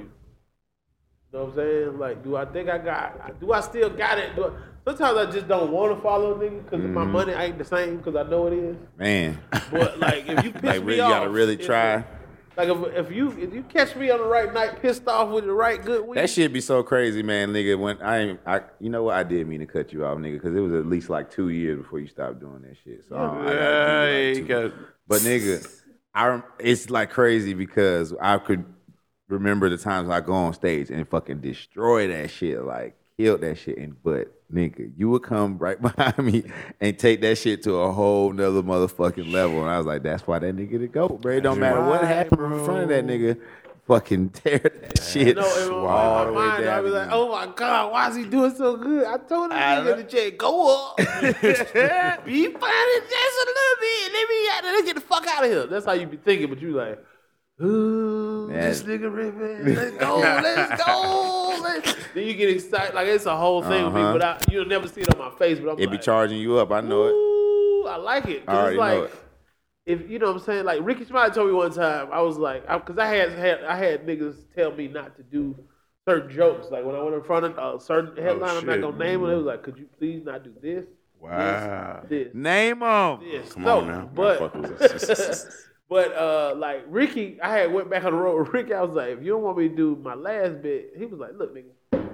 Speaker 4: You know what I'm saying? Like, do I think I got? Do I still got it? Do I, sometimes I just don't want to follow a nigga because
Speaker 1: Mm-hmm.
Speaker 4: my money ain't the same because I know it is.
Speaker 1: Man.
Speaker 4: But like, if you piss
Speaker 1: like
Speaker 4: me
Speaker 1: really
Speaker 4: off,
Speaker 1: gotta really
Speaker 4: if-
Speaker 1: try.
Speaker 4: Like if, if you if you catch me on the right night, pissed off with the right good weed,
Speaker 1: That shit be so crazy, man, nigga. When I, ain't- I, you know what? I did mean to cut you off, nigga, because it was at least like two years before you stopped doing that shit. So I don't- I gotta
Speaker 3: Yeah,
Speaker 1: give you, like,
Speaker 3: you
Speaker 1: two.
Speaker 3: got-
Speaker 1: But nigga, I rem- it's like crazy because I could remember the times I go on stage and fucking destroy that shit, like killed that shit. And but nigga, you would come right behind me and take that shit to a whole nother motherfucking level. And I was like, that's why that nigga the goat, bro. It don't matter what happened in front of that nigga. Fucking tear that shit
Speaker 4: No, in my-
Speaker 1: all
Speaker 4: in
Speaker 1: the
Speaker 4: my
Speaker 1: way
Speaker 4: mind,
Speaker 1: down.
Speaker 4: I'd be like,
Speaker 1: again.
Speaker 4: "Oh my god, why is he doing so good?" I told him nigga in the chat, "Go up, be funny just a little bit. Let me out. Let's get the fuck out of here." That's how you be thinking, but you like, "Ooh, this
Speaker 1: That-
Speaker 4: nigga ripping. Let's go, let's go." Let's. Then you get excited, like it's a whole thing with me.
Speaker 1: Uh-huh.
Speaker 4: But I, you'll never see it on my face. But I'm
Speaker 1: It be
Speaker 4: like,
Speaker 1: charging you up. I know it.
Speaker 4: Ooh, I like it.
Speaker 1: I
Speaker 4: Cause
Speaker 1: already
Speaker 4: it's
Speaker 1: know
Speaker 4: like,
Speaker 1: it.
Speaker 4: if you know what I'm saying, like Ricky Smiley told me one time, I was like, because I, had, had I had niggas tell me not to do certain jokes. Like when I went in front of a
Speaker 1: Oh,
Speaker 4: certain headline, I'm not
Speaker 3: shit.
Speaker 4: gonna name it. It was like, could you please not do this?
Speaker 3: Wow.
Speaker 4: This, this,
Speaker 1: Name them.
Speaker 4: this.
Speaker 3: Come
Speaker 4: no,
Speaker 3: on now.
Speaker 4: but. But uh, like Ricky, I had went back on the road with Ricky. I was like, if you don't want me to do my last bit, he was like, look, nigga,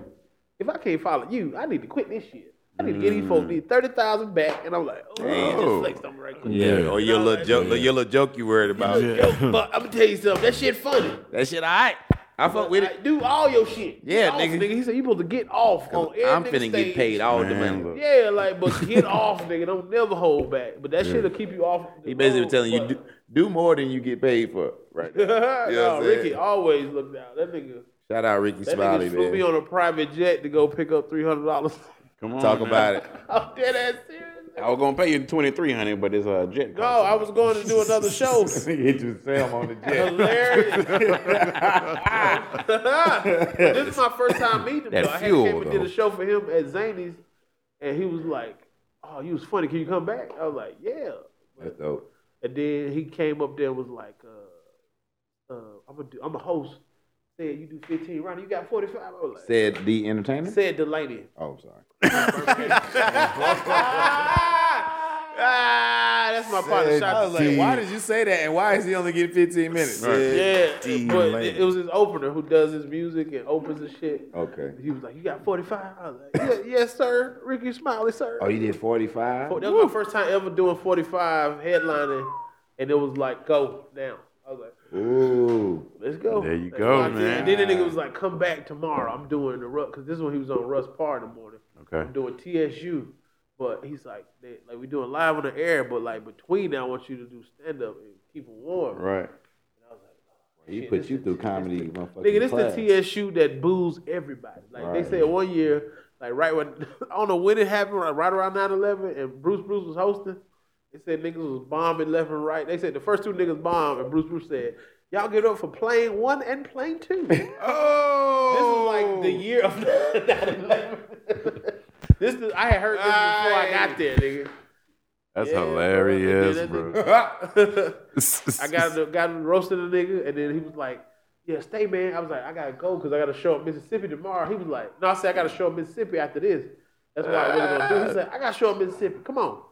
Speaker 4: if I can't follow you, I need to quit this shit. I need to get these
Speaker 1: Mm.
Speaker 4: folks these thirty thousand back. And I'm like, oh, just flexed on me right quick.
Speaker 1: Yeah. Or your little joke, your little joke you worried about.
Speaker 4: Yo, fuck, I'm gonna tell you something. That shit funny.
Speaker 1: That shit, all right. I fuck with it.
Speaker 4: Like, do all your shit. Get
Speaker 1: Yeah,
Speaker 4: off,
Speaker 1: nigga.
Speaker 4: He said you supposed to get off on every
Speaker 1: I'm
Speaker 4: nigga
Speaker 1: finna
Speaker 4: stage.
Speaker 1: get paid all the
Speaker 3: Man,
Speaker 1: money.
Speaker 3: look.
Speaker 4: Yeah, like, but get off, nigga. Don't never hold back. But that shit'll keep you off. the
Speaker 1: He basically
Speaker 4: road,
Speaker 1: telling you
Speaker 4: but-
Speaker 1: do, do more than you get paid for. Right. now. You know what
Speaker 4: no,
Speaker 1: I'm saying?
Speaker 4: Ricky always looked out. That nigga.
Speaker 1: Shout out Ricky
Speaker 4: That
Speaker 1: Smiley,
Speaker 4: nigga flew me
Speaker 1: man.
Speaker 4: on a private jet to go pick up three hundred dollars.
Speaker 3: Come on.
Speaker 1: Talk
Speaker 3: man.
Speaker 1: about it.
Speaker 4: I'm dead ass serious.
Speaker 3: I was gonna pay you twenty three hundred, but it's a jet.
Speaker 4: No, I was going to do another show.
Speaker 3: hit you Sam on the jet.
Speaker 4: Hilarious. this is my first time meeting him.
Speaker 8: That
Speaker 4: Though. I had
Speaker 8: fuel,
Speaker 4: came and did
Speaker 8: though.
Speaker 4: a show for him at Zany's, and he was like, "Oh, you was funny. Can you come back?" I was like, "Yeah."
Speaker 1: That's dope.
Speaker 4: And then he came up there and was like, uh, uh, "I'm gonna do. I'm a host." Said you do 15 rounds. You got 45. I was like,
Speaker 1: Said the entertainer.
Speaker 4: said the lady.
Speaker 1: Oh, I'm sorry.
Speaker 4: ah, that's my partner. Shout out to
Speaker 7: Like, why did you say that? And why is he only getting 15 minutes?
Speaker 4: Yeah, but it, it was his opener who does his music and opens and shit.
Speaker 3: Oh.
Speaker 1: Okay.
Speaker 4: He was like, "You got 45." I was like, yeah, "Yes, sir, Ricky Smiley, sir."
Speaker 1: Oh, you did 45.
Speaker 4: that was my first time ever doing 45 headlining, and it was like, "Go now." I was like,
Speaker 1: Ooh.
Speaker 4: "Let's go."
Speaker 3: There you
Speaker 4: That's
Speaker 3: go,
Speaker 4: what I did.
Speaker 3: man.
Speaker 4: And then the nigga was like, "Come back tomorrow. I'm doing the Russ because this is when he was on Russ Parr in the morning.
Speaker 3: Okay.
Speaker 4: I'm doing TSU." But he's like, they, like we doing live on the air, but like between that, I want you to do stand up and keep it warm.
Speaker 3: Right.
Speaker 1: You
Speaker 4: Shit,
Speaker 1: put
Speaker 4: this
Speaker 1: you
Speaker 4: the-
Speaker 1: through
Speaker 4: this the-
Speaker 1: comedy, motherfucking
Speaker 4: Nigga, this
Speaker 1: class.
Speaker 4: the TSU that boos everybody. Like they said one year, like right when I don't know when it happened, right, right around 9-11, and Bruce Bruce was hosting. They said niggas was bombing left and right. They said the first two niggas bombed, and Bruce Bruce said, "Y'all get up for plane one and plane two. This is
Speaker 6: Oh,
Speaker 4: like the year of 9-11. this is, I had heard this before I got there, nigga.
Speaker 3: That's
Speaker 4: Yeah, bro,
Speaker 3: hilarious,
Speaker 4: that
Speaker 3: bro.
Speaker 4: nigga- I got him, got him roasted a nigga, and then he was like, "Yeah, stay, man." I was like, "I gotta go because I gotta show up Mississippi tomorrow." He was like, "No, I said I gotta show up Mississippi after this. That's what I really gonna do." He said, "I gotta show up Mississippi. Come on."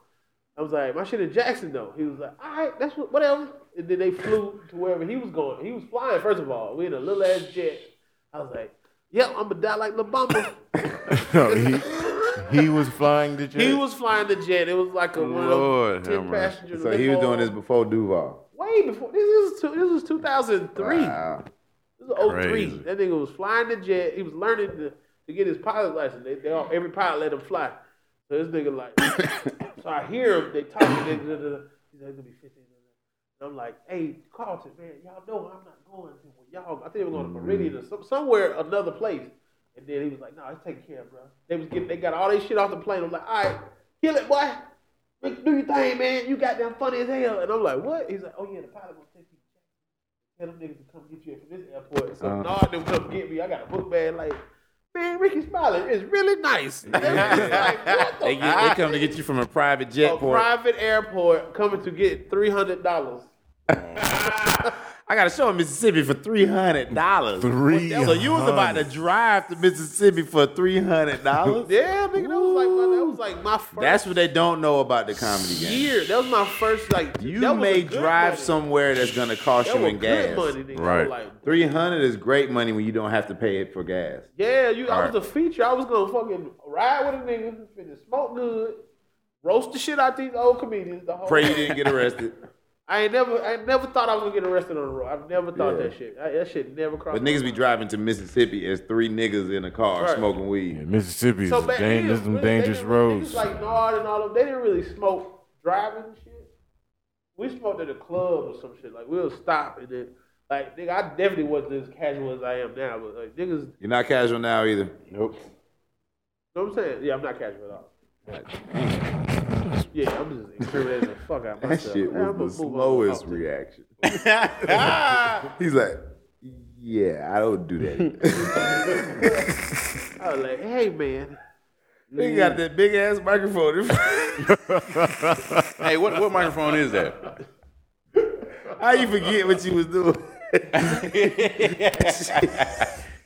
Speaker 4: I was like, "My shit in Jackson though." He was like, "All right, that's what, whatever." And then they flew to wherever he was going. He was flying first of all. We in a little ass jet. I was like, "Yep, I'm gonna die like La Bamba."
Speaker 6: no, he he was flying the jet.
Speaker 4: he was flying the jet. It was like a one of
Speaker 3: Lord,
Speaker 4: those ten
Speaker 3: Hammer.
Speaker 4: passengers.
Speaker 1: So he was doing this before Duval.
Speaker 4: way before. This is two, this was 2003.
Speaker 1: Wow.
Speaker 4: This was 03.
Speaker 3: Crazy.
Speaker 4: That nigga was flying the jet. He was learning to, to get his pilot license. They, they all, every pilot let him fly. So this nigga like, so I hear him. They talking. They, da, da, da. He's like, "It's gonna be 15. And I'm like, hey, Carlton, man, y'all know I'm not going to y'all. I think they were going to Meridian or some, somewhere, another place. And then he was like, no, nah, it's taken care of, bro. They was getting, they got all their shit off the plane. I'm like, all right, kill it, boy. Make- Do your thing, man. You goddamn funny as hell. And I'm like, what? He's like, oh yeah, the pilot gonna take you. Tell them niggas to come get you from this airport. So
Speaker 8: Uh-huh.
Speaker 4: uh, Nard them come get me. I got a book bag. Like, man, Ricky Smiley is really nice. It's like, what the
Speaker 8: They, get, they come to get you from a private jet
Speaker 4: a
Speaker 8: port.
Speaker 4: private airport coming to get three hundred dollars.
Speaker 8: I got a show in Mississippi for three hundred dollars.
Speaker 6: Three
Speaker 8: So you was about to drive to Mississippi for three hundred dollars?
Speaker 4: Yeah, nigga, that was like my, that was like my first
Speaker 8: That's what they don't know about the comedy game.
Speaker 4: year. That was my first like.
Speaker 8: You
Speaker 4: that was
Speaker 8: may
Speaker 4: a good
Speaker 8: drive
Speaker 4: money.
Speaker 8: somewhere that's gonna cost
Speaker 4: That
Speaker 8: you
Speaker 4: was
Speaker 8: in gas.
Speaker 4: good money, nigga. I
Speaker 3: Right.
Speaker 4: was like,
Speaker 1: 300 is great money when you don't have to pay it for gas.
Speaker 4: yeah, you. I was a feature. I was gonna fucking ride with a nigga, finna smoke good, roast the shit out these old comedians. The whole
Speaker 8: Pray you didn't get arrested.
Speaker 4: I ain't never, I ain't never thought I was gonna get arrested on the road. I've never thought that shit. I, that shit never crossed.
Speaker 1: But
Speaker 4: my
Speaker 1: niggas be
Speaker 4: mind.
Speaker 1: driving to Mississippi as three niggas in a car
Speaker 4: Right.
Speaker 1: smoking weed.
Speaker 6: Mississippi is
Speaker 4: So
Speaker 6: a
Speaker 4: back
Speaker 6: dang-
Speaker 4: then,
Speaker 6: there's some
Speaker 4: really, they
Speaker 6: dangerous
Speaker 4: didn't-
Speaker 6: roads.
Speaker 4: Niggas like Nard and all of them, they didn't really smoke driving and shit. We smoked at a club or some shit. Like we'll stop and then, like nigga, I definitely wasn't as casual as I am now. But like niggas, you
Speaker 1: You're not casual now either.
Speaker 3: Nope.
Speaker 4: know what I'm saying? Yeah, I'm not casual at all. Yeah, I'm just incriminating the fuck out
Speaker 1: That
Speaker 4: myself.
Speaker 1: shit
Speaker 4: Man, I'ma
Speaker 1: was the
Speaker 4: move on.
Speaker 1: slowest
Speaker 4: Oh,
Speaker 1: reaction. He's like, yeah, I don't do that.
Speaker 4: I was like, hey man,
Speaker 1: he got that big ass microphone.
Speaker 3: Hey, what, what microphone is that?
Speaker 1: How you forget what you was doing?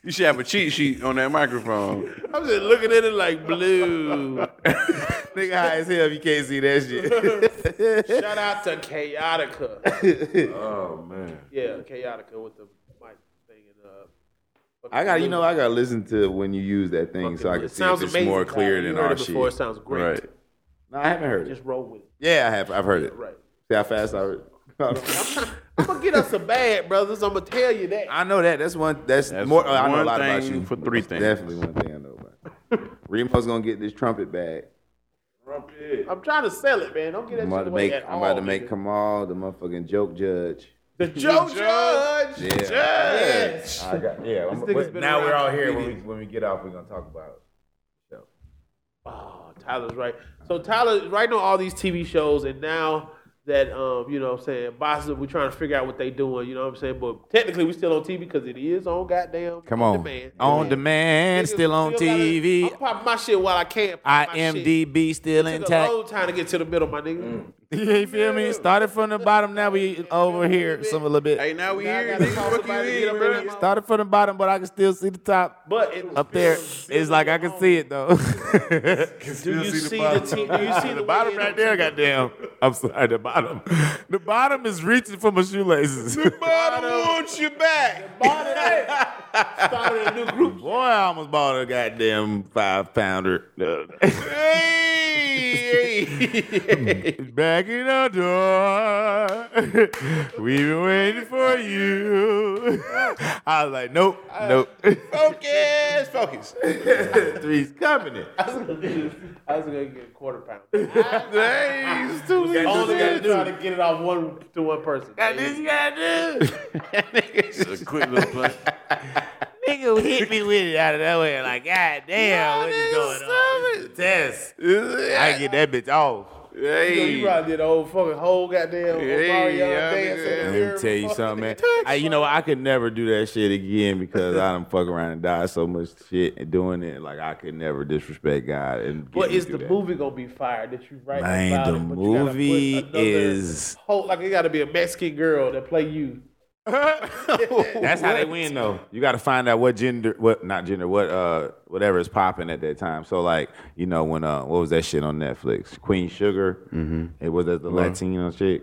Speaker 3: You should have a cheat sheet on that microphone.
Speaker 4: I'm just looking at it like blue.
Speaker 1: Nigga high as hell if you can't see that shit.
Speaker 4: Shout out to Chaotica.
Speaker 6: oh man,
Speaker 4: Yeah, Chaotica with the mic thing and uh.
Speaker 1: I got, you know, I got to listen to when you use that thing so I can
Speaker 4: it
Speaker 1: see if
Speaker 4: sounds
Speaker 1: it's
Speaker 4: amazing.
Speaker 1: more clear
Speaker 4: Tyler.
Speaker 1: than
Speaker 4: you heard
Speaker 1: our
Speaker 4: it before.
Speaker 1: shit.
Speaker 4: It sounds great.
Speaker 3: Right.
Speaker 1: No, I haven't heard it.
Speaker 4: Just roll with it.
Speaker 1: Yeah, I have. I've heard it.
Speaker 4: Right.
Speaker 1: See how fast I read.
Speaker 4: I'm, tryna- I'm gonna get us a bag, brothers. I'm gonna tell you that.
Speaker 1: I know that. That's one. That's,
Speaker 3: That's
Speaker 1: more. I know
Speaker 3: one
Speaker 1: a lot about
Speaker 3: thing
Speaker 1: you.
Speaker 3: for three things.
Speaker 1: Definitely one thing I know about. Remo's gonna get this trumpet bag.
Speaker 4: I'm trying to sell it, man. Don't get that
Speaker 1: I'm
Speaker 4: shit
Speaker 1: about to
Speaker 4: away
Speaker 1: make.
Speaker 4: at
Speaker 1: I'm
Speaker 4: all.
Speaker 1: about to make
Speaker 4: nigga.
Speaker 1: Kamal the motherfucking joke judge.
Speaker 4: the Joe Judge.
Speaker 1: Yeah.
Speaker 4: Judge.
Speaker 1: I got, yeah. I'm-
Speaker 4: nigga's
Speaker 1: but
Speaker 4: been
Speaker 1: now we're
Speaker 4: around
Speaker 1: all
Speaker 4: for
Speaker 1: here. When we,
Speaker 4: comedians.
Speaker 1: when we get off, we're gonna talk about.
Speaker 4: Oh, Tyler's right. So Tyler writing on all these TV shows, and now that um, you know, what I'm saying bosses, we're trying to figure out what they doing. You know what I'm saying? But technically, we still on TV because it is on goddamn.
Speaker 8: Come on.
Speaker 4: demand.
Speaker 8: On demand,
Speaker 4: Niggas
Speaker 8: still on
Speaker 4: gotta-
Speaker 8: TV.
Speaker 4: I'm popping my shit while I can. pop my shit.
Speaker 8: IMDb still
Speaker 4: Took
Speaker 8: intact.
Speaker 4: a long time to get to the middle, my nigga.
Speaker 8: you feel me? Started from the bottom, now we over here some a little
Speaker 7: Hey,
Speaker 8: bit.
Speaker 7: now we
Speaker 4: Now I
Speaker 7: here.
Speaker 4: gotta
Speaker 7: nigga.
Speaker 4: call
Speaker 7: What you
Speaker 4: somebody to
Speaker 7: mean,
Speaker 4: get up in
Speaker 7: bruh?
Speaker 4: that
Speaker 8: Started from the bottom, but I can still see the top
Speaker 4: But it was
Speaker 8: up there.
Speaker 4: built-
Speaker 8: It's like I can see it though.
Speaker 4: Do you see the team? Do you see the
Speaker 8: the bottom right there, goddamn. I'm sorry, the bottom. The bottom is reaching for my shoelaces.
Speaker 7: Bottom wants you back.
Speaker 4: Started a new group.
Speaker 8: Boy, I almost bought a goddamn five pounder. Uh, Back in our door. We've been waiting for you. I was like, nope, nope.
Speaker 7: Focus, focus.
Speaker 8: Three's company.
Speaker 4: I was gonna get- I was gonna get a quarter pound. Only
Speaker 8: Thanks to me.
Speaker 4: gotta try to get it off one to one person.
Speaker 8: This gotta do.
Speaker 6: A quick little play.
Speaker 8: Nigga hit me with it out of that way. Like, god damn, what is going on? This is a Test. I get that bitch off.
Speaker 4: You, know, you probably did the whole fucking whole goddamn Omarion dance. in the
Speaker 1: Let
Speaker 4: mirror.
Speaker 1: me tell you something, man. I, you know, I could never do that shit again because I done fuck around and die so much shit and doing it. Like I could never disrespect God and. get
Speaker 4: But
Speaker 1: me
Speaker 4: is
Speaker 1: through
Speaker 4: the
Speaker 1: that.
Speaker 4: movie gonna be fired that you write
Speaker 1: Man,
Speaker 4: about
Speaker 1: the
Speaker 4: it, but you gotta put
Speaker 1: movie
Speaker 4: another
Speaker 1: is-
Speaker 4: whole, like it gotta be a Mexican girl that play you.
Speaker 1: That's how they win, though. You got to find out what gender, what not gender, what uh, whatever is popping at that time. So like, you know, when uh, what was that shit on Netflix? Queen Sugar. Mm-hmm. It was that the Latino chick.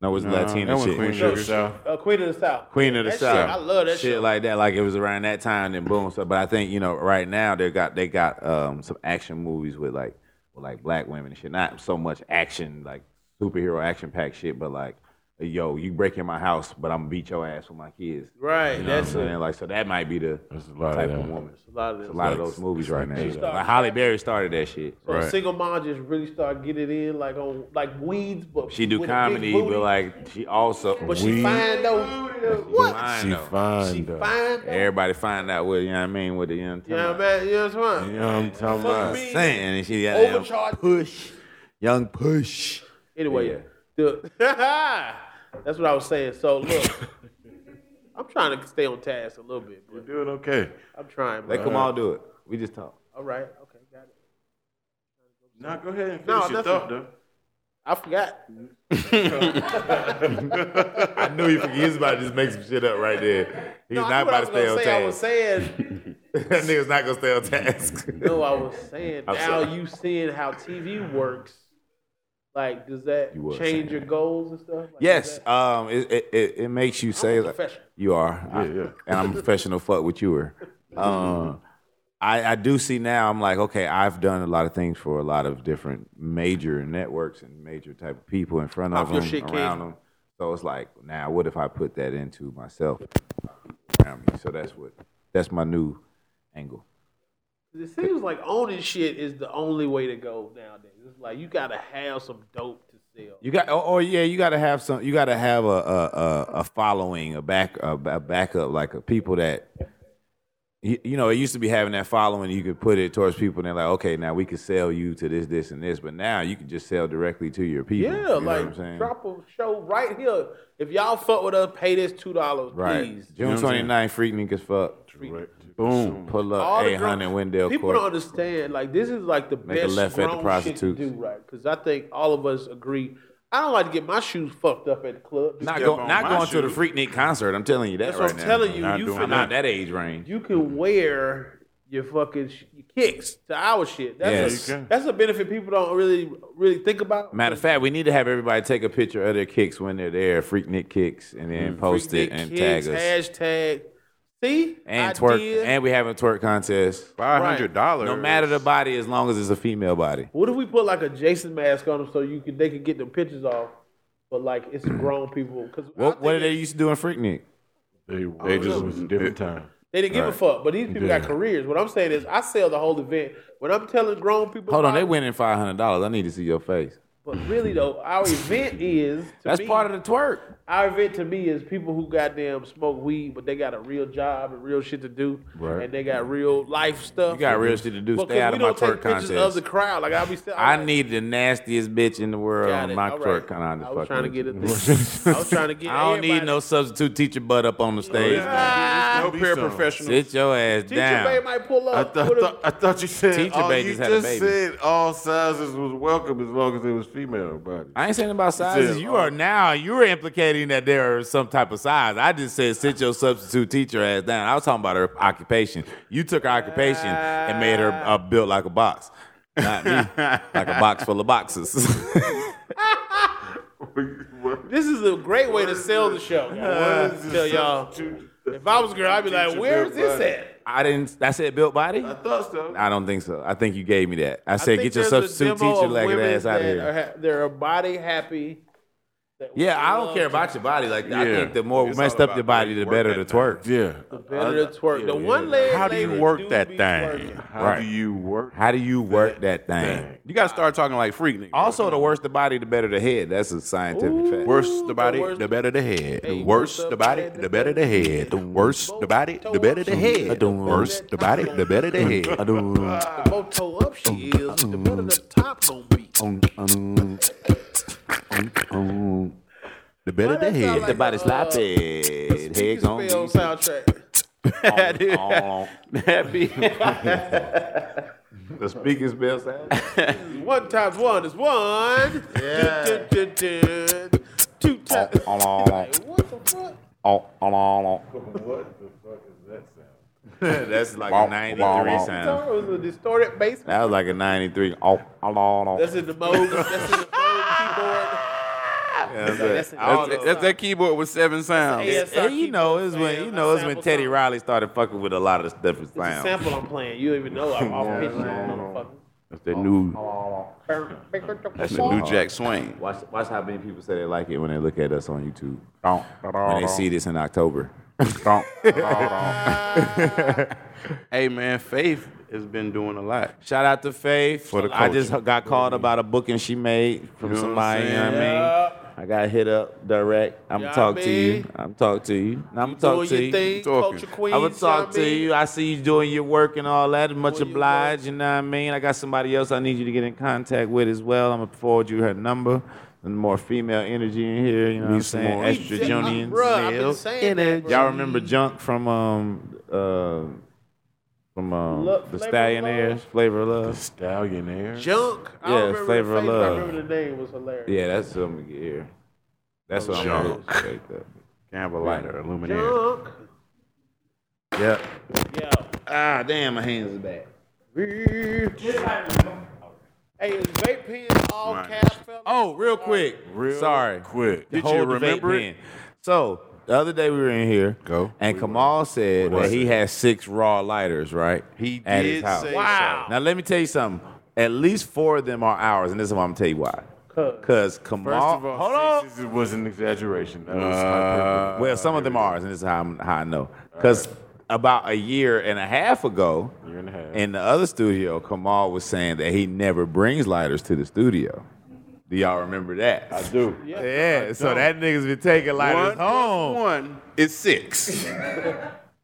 Speaker 1: No, it was Latina
Speaker 3: Uh, that was
Speaker 1: shit.
Speaker 3: Queen Sugar. South.
Speaker 4: Uh, Queen of the South.
Speaker 1: Queen of the
Speaker 4: That shit,
Speaker 1: South.
Speaker 4: I love that
Speaker 1: shit
Speaker 4: show.
Speaker 1: like that. Like it was around that time, then boom. So, but I think you know, right now they got they got um, some action movies with like with like black women and shit. Not so much action like superhero action packed shit, but like. Yo, you break in my house, but I'm gonna beat your ass with my kids.
Speaker 4: Right,
Speaker 1: you know
Speaker 4: that's
Speaker 1: what I'm saying. Like, so that might be the
Speaker 6: There's a lot
Speaker 1: type
Speaker 6: of
Speaker 1: of
Speaker 6: that.
Speaker 1: woman.
Speaker 4: a lot of
Speaker 1: It's
Speaker 4: this.
Speaker 1: a lot of those movies right now.
Speaker 4: started-
Speaker 1: Like Holly Berry started that shit.
Speaker 4: So a single mom just really start getting it in like on like weeds, but
Speaker 1: She do
Speaker 4: with a big
Speaker 1: comedy,
Speaker 4: booty.
Speaker 1: but like she also
Speaker 4: but she
Speaker 6: Weed.
Speaker 4: fine though. What?
Speaker 1: fine
Speaker 6: She
Speaker 1: though.
Speaker 6: fine
Speaker 4: She
Speaker 6: though.
Speaker 4: fine. though.
Speaker 1: Everybody find out what you know what I mean with the young.
Speaker 4: You know what I mean? You know what I'm
Speaker 6: You
Speaker 4: saying?
Speaker 6: know what I'm talking about?
Speaker 4: me.
Speaker 1: saying, and she got that
Speaker 4: Overcharged.
Speaker 1: push, young push.
Speaker 4: Anyway,
Speaker 1: Yeah.
Speaker 4: the, that's what I was saying. So look, I'm trying to stay on task a little bit, but
Speaker 6: Doing okay.
Speaker 4: I'm trying.
Speaker 1: They
Speaker 4: Bro.
Speaker 1: come all do it. We just talk.
Speaker 4: All right, okay, got it.
Speaker 6: Now go ahead and
Speaker 4: No,
Speaker 6: finish your
Speaker 4: nothing.
Speaker 6: thought though.
Speaker 4: I forgot.
Speaker 1: I knew he, he was about to just make some shit up right there. He's
Speaker 4: No, I
Speaker 1: not
Speaker 4: knew what
Speaker 1: about
Speaker 4: I
Speaker 1: to
Speaker 4: was
Speaker 1: stay
Speaker 4: gonna
Speaker 1: on
Speaker 4: say. I was
Speaker 1: task.
Speaker 4: saying.
Speaker 1: That nigga's not gonna stay on task.
Speaker 4: No, I was saying.
Speaker 1: I'm
Speaker 4: now
Speaker 1: sorry.
Speaker 4: you seeing how TV works. Like, does that
Speaker 1: were saying
Speaker 4: change your goals and stuff? Like, does
Speaker 1: yes,
Speaker 4: that-
Speaker 1: um, it, it, it, it makes you say like
Speaker 4: professional.
Speaker 1: you are, I-
Speaker 6: yeah.
Speaker 1: and I'm a professional. fuck with you are. Um, I, I do see now. I'm like, okay, I've done a lot of things for a lot of different major networks and major type of people in front of
Speaker 4: Off your
Speaker 1: them,
Speaker 4: shit, kid.
Speaker 1: around them. So it's like, now what if I put that into myself? around me? So that's what that's my new angle.
Speaker 4: It seems like owning shit is the only way to go nowadays. It's like you gotta have some dope to sell.
Speaker 1: You got, oh, oh, yeah, you got to have some. You got to have a a, a a following, a back a, ba- backup, like a people that. You, you know, it used to be having that following. You could put it towards people, and they're like, okay, now we can sell you to this, this, and this. But now you can just sell directly to your people. you
Speaker 4: Yeah,
Speaker 1: know what I'm
Speaker 4: like
Speaker 1: saying?
Speaker 4: drop a show right here. If y'all fuck with us, pay this two dollars,
Speaker 1: right.
Speaker 4: please.
Speaker 1: June
Speaker 3: You know what I'm
Speaker 1: 29th, freak niggas fuck.
Speaker 3: Boom.
Speaker 1: Pull up
Speaker 4: All the
Speaker 1: 800
Speaker 4: grown-
Speaker 1: Wendell
Speaker 4: People
Speaker 1: Court.
Speaker 4: don't understand. Like this is like the
Speaker 1: a
Speaker 4: best
Speaker 1: left at the
Speaker 4: grown
Speaker 1: prostitutes.
Speaker 4: shit to do, right? Because I think all of us agree. I don't like to get my shoes fucked up at the club.
Speaker 1: Not,
Speaker 6: step
Speaker 1: go,
Speaker 6: on
Speaker 1: not
Speaker 6: my
Speaker 1: going to the
Speaker 6: shoe.
Speaker 1: freak Nick concert. I'm telling you that
Speaker 4: That's
Speaker 1: right
Speaker 4: what I'm
Speaker 1: now.
Speaker 4: telling you.
Speaker 1: Not
Speaker 4: You
Speaker 1: doing
Speaker 4: finna-
Speaker 1: not that age range.
Speaker 4: you can wear your fucking sh- your kicks to our shit. That's
Speaker 1: Yes.
Speaker 4: a,
Speaker 1: You
Speaker 6: can.
Speaker 4: that's a benefit people don't really really think about.
Speaker 1: Matter of fact, we need to have everybody take a picture of their kicks when they're there, Freak Nick kicks, and then post
Speaker 4: Mm. Freak
Speaker 1: it
Speaker 4: Nick
Speaker 1: and
Speaker 4: Kicks,
Speaker 1: tag us.
Speaker 4: Hashtag. See,
Speaker 1: and
Speaker 4: I
Speaker 1: twerk,
Speaker 4: did.
Speaker 1: and we have a twerk contest.
Speaker 3: Five hundred dollars.
Speaker 1: No matter the body, as long as it's a female body.
Speaker 4: What if we put like a Jason mask on them so you could they could get the pictures off, but like it's grown people because
Speaker 1: What what did they used to do in Freak Nick?
Speaker 6: They, they just was a different time.
Speaker 4: they didn't give a fuck. But these people got
Speaker 6: Yeah.
Speaker 4: careers. What I'm saying is, I sell the whole event. When I'm telling grown people,
Speaker 1: Hold on,
Speaker 4: about
Speaker 1: they
Speaker 4: it,
Speaker 1: winning five hundred dollars. I need to see your face.
Speaker 4: But really though, our event is to
Speaker 1: That's
Speaker 4: me,
Speaker 1: part of the twerk.
Speaker 4: Our event to me is people who goddamn smoke weed, but they got a real job and real shit to do,
Speaker 1: Right.
Speaker 4: and they got real life stuff.
Speaker 1: You got real shit to do.
Speaker 4: But
Speaker 1: Stay
Speaker 4: 'cause
Speaker 1: out
Speaker 4: we
Speaker 1: of my
Speaker 4: don't take
Speaker 1: twerk
Speaker 4: pictures
Speaker 1: contest.
Speaker 4: Of the crowd, like I be. Still,
Speaker 1: I need the nastiest bitch in the world on my twerk contest.
Speaker 4: I was
Speaker 1: fuck
Speaker 4: trying to
Speaker 1: with
Speaker 4: get
Speaker 1: you.
Speaker 4: it. I was trying to get.
Speaker 1: I don't need
Speaker 4: everybody-
Speaker 1: no substitute teacher butt up on the stage.
Speaker 6: No
Speaker 1: Sit your ass
Speaker 4: Teacher
Speaker 1: down.
Speaker 4: Bay might pull
Speaker 6: I,
Speaker 4: up.
Speaker 6: th- I,
Speaker 4: with a-
Speaker 6: thought- I thought you said
Speaker 1: Teacher
Speaker 6: all,
Speaker 1: Bay
Speaker 6: you
Speaker 1: just had a
Speaker 6: just
Speaker 1: baby.
Speaker 6: said all sizes was welcome as long as it was female body.
Speaker 1: I ain't saying about sizes.
Speaker 6: said,
Speaker 1: You are now you're implicating that there are some type of size. I just said sit your substitute teacher ass down. I was talking about her occupation. You took her occupation and made her uh, built like a box, not me, like a box full of boxes.
Speaker 4: This is a great way to sell the show. tell y'all. If I was a girl, I'd be like, "Where is this at?"
Speaker 1: I didn't. I said built body.
Speaker 6: I thought so.
Speaker 1: I don't think so. I think you gave me that. I said
Speaker 4: I think
Speaker 1: get your
Speaker 4: there's a
Speaker 1: substitute
Speaker 4: demo
Speaker 1: teacher
Speaker 4: of
Speaker 1: legged
Speaker 4: women
Speaker 1: ass out of
Speaker 4: that
Speaker 1: here.
Speaker 4: are ha- they're a body happy. that
Speaker 1: Yeah, I don't
Speaker 4: love
Speaker 1: care about your body. Like I
Speaker 3: Yeah.
Speaker 1: think the more
Speaker 3: It's
Speaker 1: messed
Speaker 3: all
Speaker 1: up your
Speaker 3: about how
Speaker 1: body,
Speaker 3: you
Speaker 1: the
Speaker 3: work
Speaker 1: better the
Speaker 3: that
Speaker 1: twerk.
Speaker 6: yeah.
Speaker 4: Better to twerk. The one leg.
Speaker 3: How do you
Speaker 4: ladies
Speaker 3: work
Speaker 4: do
Speaker 3: that
Speaker 4: be
Speaker 3: thing?
Speaker 4: twerking.
Speaker 6: How do you work?
Speaker 1: How do you work that thing?
Speaker 3: You gotta start talking like freak. Nigga.
Speaker 1: Also, the worse the body, the better the head. That's a scientific fact.
Speaker 3: Worse the body,
Speaker 4: The
Speaker 3: the,
Speaker 4: worse-
Speaker 3: better the head.
Speaker 4: Hey,
Speaker 3: the worse
Speaker 4: what's
Speaker 3: the
Speaker 4: up,
Speaker 3: body,
Speaker 4: man?
Speaker 3: the better the head. The worse the body, the better the
Speaker 4: I
Speaker 3: head. The
Speaker 4: don't want-
Speaker 3: worse the body, the better the head.
Speaker 4: The more toe up she is, the better the top gonna be.
Speaker 3: The better
Speaker 4: Why
Speaker 3: the
Speaker 4: that sound
Speaker 3: head.
Speaker 4: like
Speaker 1: The body
Speaker 4: uh,
Speaker 1: sloppy. Head
Speaker 4: Speaker's
Speaker 1: gone.
Speaker 4: Bell soundtrack.
Speaker 3: That be-
Speaker 1: The speaker's bell sound.
Speaker 4: One times one is one. Dun, dun, dun, dun. Two
Speaker 1: Oh,
Speaker 4: times. Like, what the fuck?
Speaker 1: That's like a 93 sound.
Speaker 4: It was a distorted bass.
Speaker 1: That was like a 93. Oh, oh, oh, oh.
Speaker 4: That's in the mode. That's in the mode keyboard. That's in the
Speaker 3: That's,
Speaker 4: mode.
Speaker 3: that's that keyboard with seven sounds.
Speaker 4: Hey,
Speaker 1: It's- and you know, it's when you know it's when
Speaker 4: Sample
Speaker 1: Teddy
Speaker 4: song.
Speaker 1: Riley started fucking with a lot of the different
Speaker 4: It's a
Speaker 1: sounds.
Speaker 4: sample I'm playing. You don't even know I'm off pitch.
Speaker 3: That's that new, that's that new
Speaker 4: motherfucker.
Speaker 3: Jack Swing.
Speaker 1: Watch, watch how many people say they like it when they look at us on YouTube. When they see this in October.
Speaker 3: Hey man, Faith has been doing a lot.
Speaker 1: Shout out to Faith.
Speaker 3: For the
Speaker 1: I just got called about a booking she made from
Speaker 3: You know what I'm
Speaker 1: somebody. You know what I mean?
Speaker 4: Uh,
Speaker 1: I got hit up direct. I'm
Speaker 4: Yeah,
Speaker 1: gonna talk to you.
Speaker 4: man.
Speaker 1: I'm talk to you. I'm gonna
Speaker 4: Doing
Speaker 1: talk to
Speaker 4: your
Speaker 1: you.
Speaker 4: thing,
Speaker 3: Talking.
Speaker 4: culture queen.
Speaker 1: I'm gonna talk to you. I see you doing your work and all that. Much
Speaker 4: Doing your
Speaker 1: obliged. You know what I mean? I got somebody else I need you to get in contact with as well. I'm gonna forward you her number. And more female energy in here. You know what I'm
Speaker 3: some
Speaker 1: saying?
Speaker 3: more
Speaker 1: Estrogenians.
Speaker 4: Bruh, I've been saying that.
Speaker 1: Y'all
Speaker 4: bruh.
Speaker 1: remember Junk from um uh from um
Speaker 4: Look,
Speaker 1: the
Speaker 4: Flavor of
Speaker 1: Stallionaires,
Speaker 4: Love?
Speaker 1: Flavor of Love.
Speaker 6: Stallionaire.
Speaker 4: Junk. I
Speaker 1: Yeah,
Speaker 4: don't remember
Speaker 1: Flavor
Speaker 4: the
Speaker 1: of
Speaker 4: face, but I
Speaker 1: Love.
Speaker 4: remember the name was hilarious.
Speaker 1: Yeah, that's what I'm gonna get here. That's what I'm gonna get. Right
Speaker 3: Gamble lighter, Illuminator.
Speaker 4: Junk.
Speaker 1: there. Yep.
Speaker 4: Yo.
Speaker 1: Ah, damn, my hands are back.
Speaker 4: Hey, is vape pen all caps? fellas?
Speaker 1: Oh, real quick.
Speaker 6: Real
Speaker 1: Sorry.
Speaker 6: quick.
Speaker 1: The
Speaker 6: Did you
Speaker 1: whole debate
Speaker 6: remember it?
Speaker 1: pen. So the other day we were in here,
Speaker 6: Go.
Speaker 1: and Kamal said
Speaker 6: What
Speaker 1: that
Speaker 6: was
Speaker 1: he
Speaker 6: it?
Speaker 1: has six raw lighters, right?
Speaker 3: He
Speaker 1: At his
Speaker 3: did
Speaker 1: house.
Speaker 3: say
Speaker 4: Wow.
Speaker 1: Now let me tell you something. At least four of them are ours, and this is why I'm gonna tell you why. Cause Kamal,
Speaker 6: First of all,
Speaker 1: hold on.
Speaker 6: six is- it was an exaggeration. That was
Speaker 3: Uh,
Speaker 6: hyperbole.
Speaker 1: Well, some of them are, and this is how, I'm, how I know. Because about a year and a half ago,
Speaker 6: Year and a half.
Speaker 1: in the other studio, Kamal was saying that he never brings lighters to the studio. Do y'all remember that? I
Speaker 6: do.
Speaker 1: Yeah, so that nigga's been taking lighters
Speaker 3: One
Speaker 1: home.
Speaker 3: plus one is six.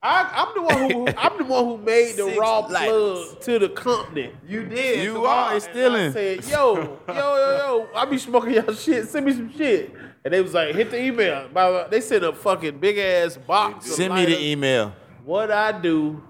Speaker 4: I, I'm the one who I'm the one who made the
Speaker 1: Six
Speaker 4: raw
Speaker 1: lights.
Speaker 4: plug to the company. You did.
Speaker 1: You are, it's stealing.
Speaker 4: I said, yo, yo, yo, yo, I be smoking y'all shit. Send me some shit. And they was like, hit the email. Blah, blah. They sent a fucking big ass box. of
Speaker 1: Send me
Speaker 4: lighters.
Speaker 1: the email.
Speaker 4: What I do,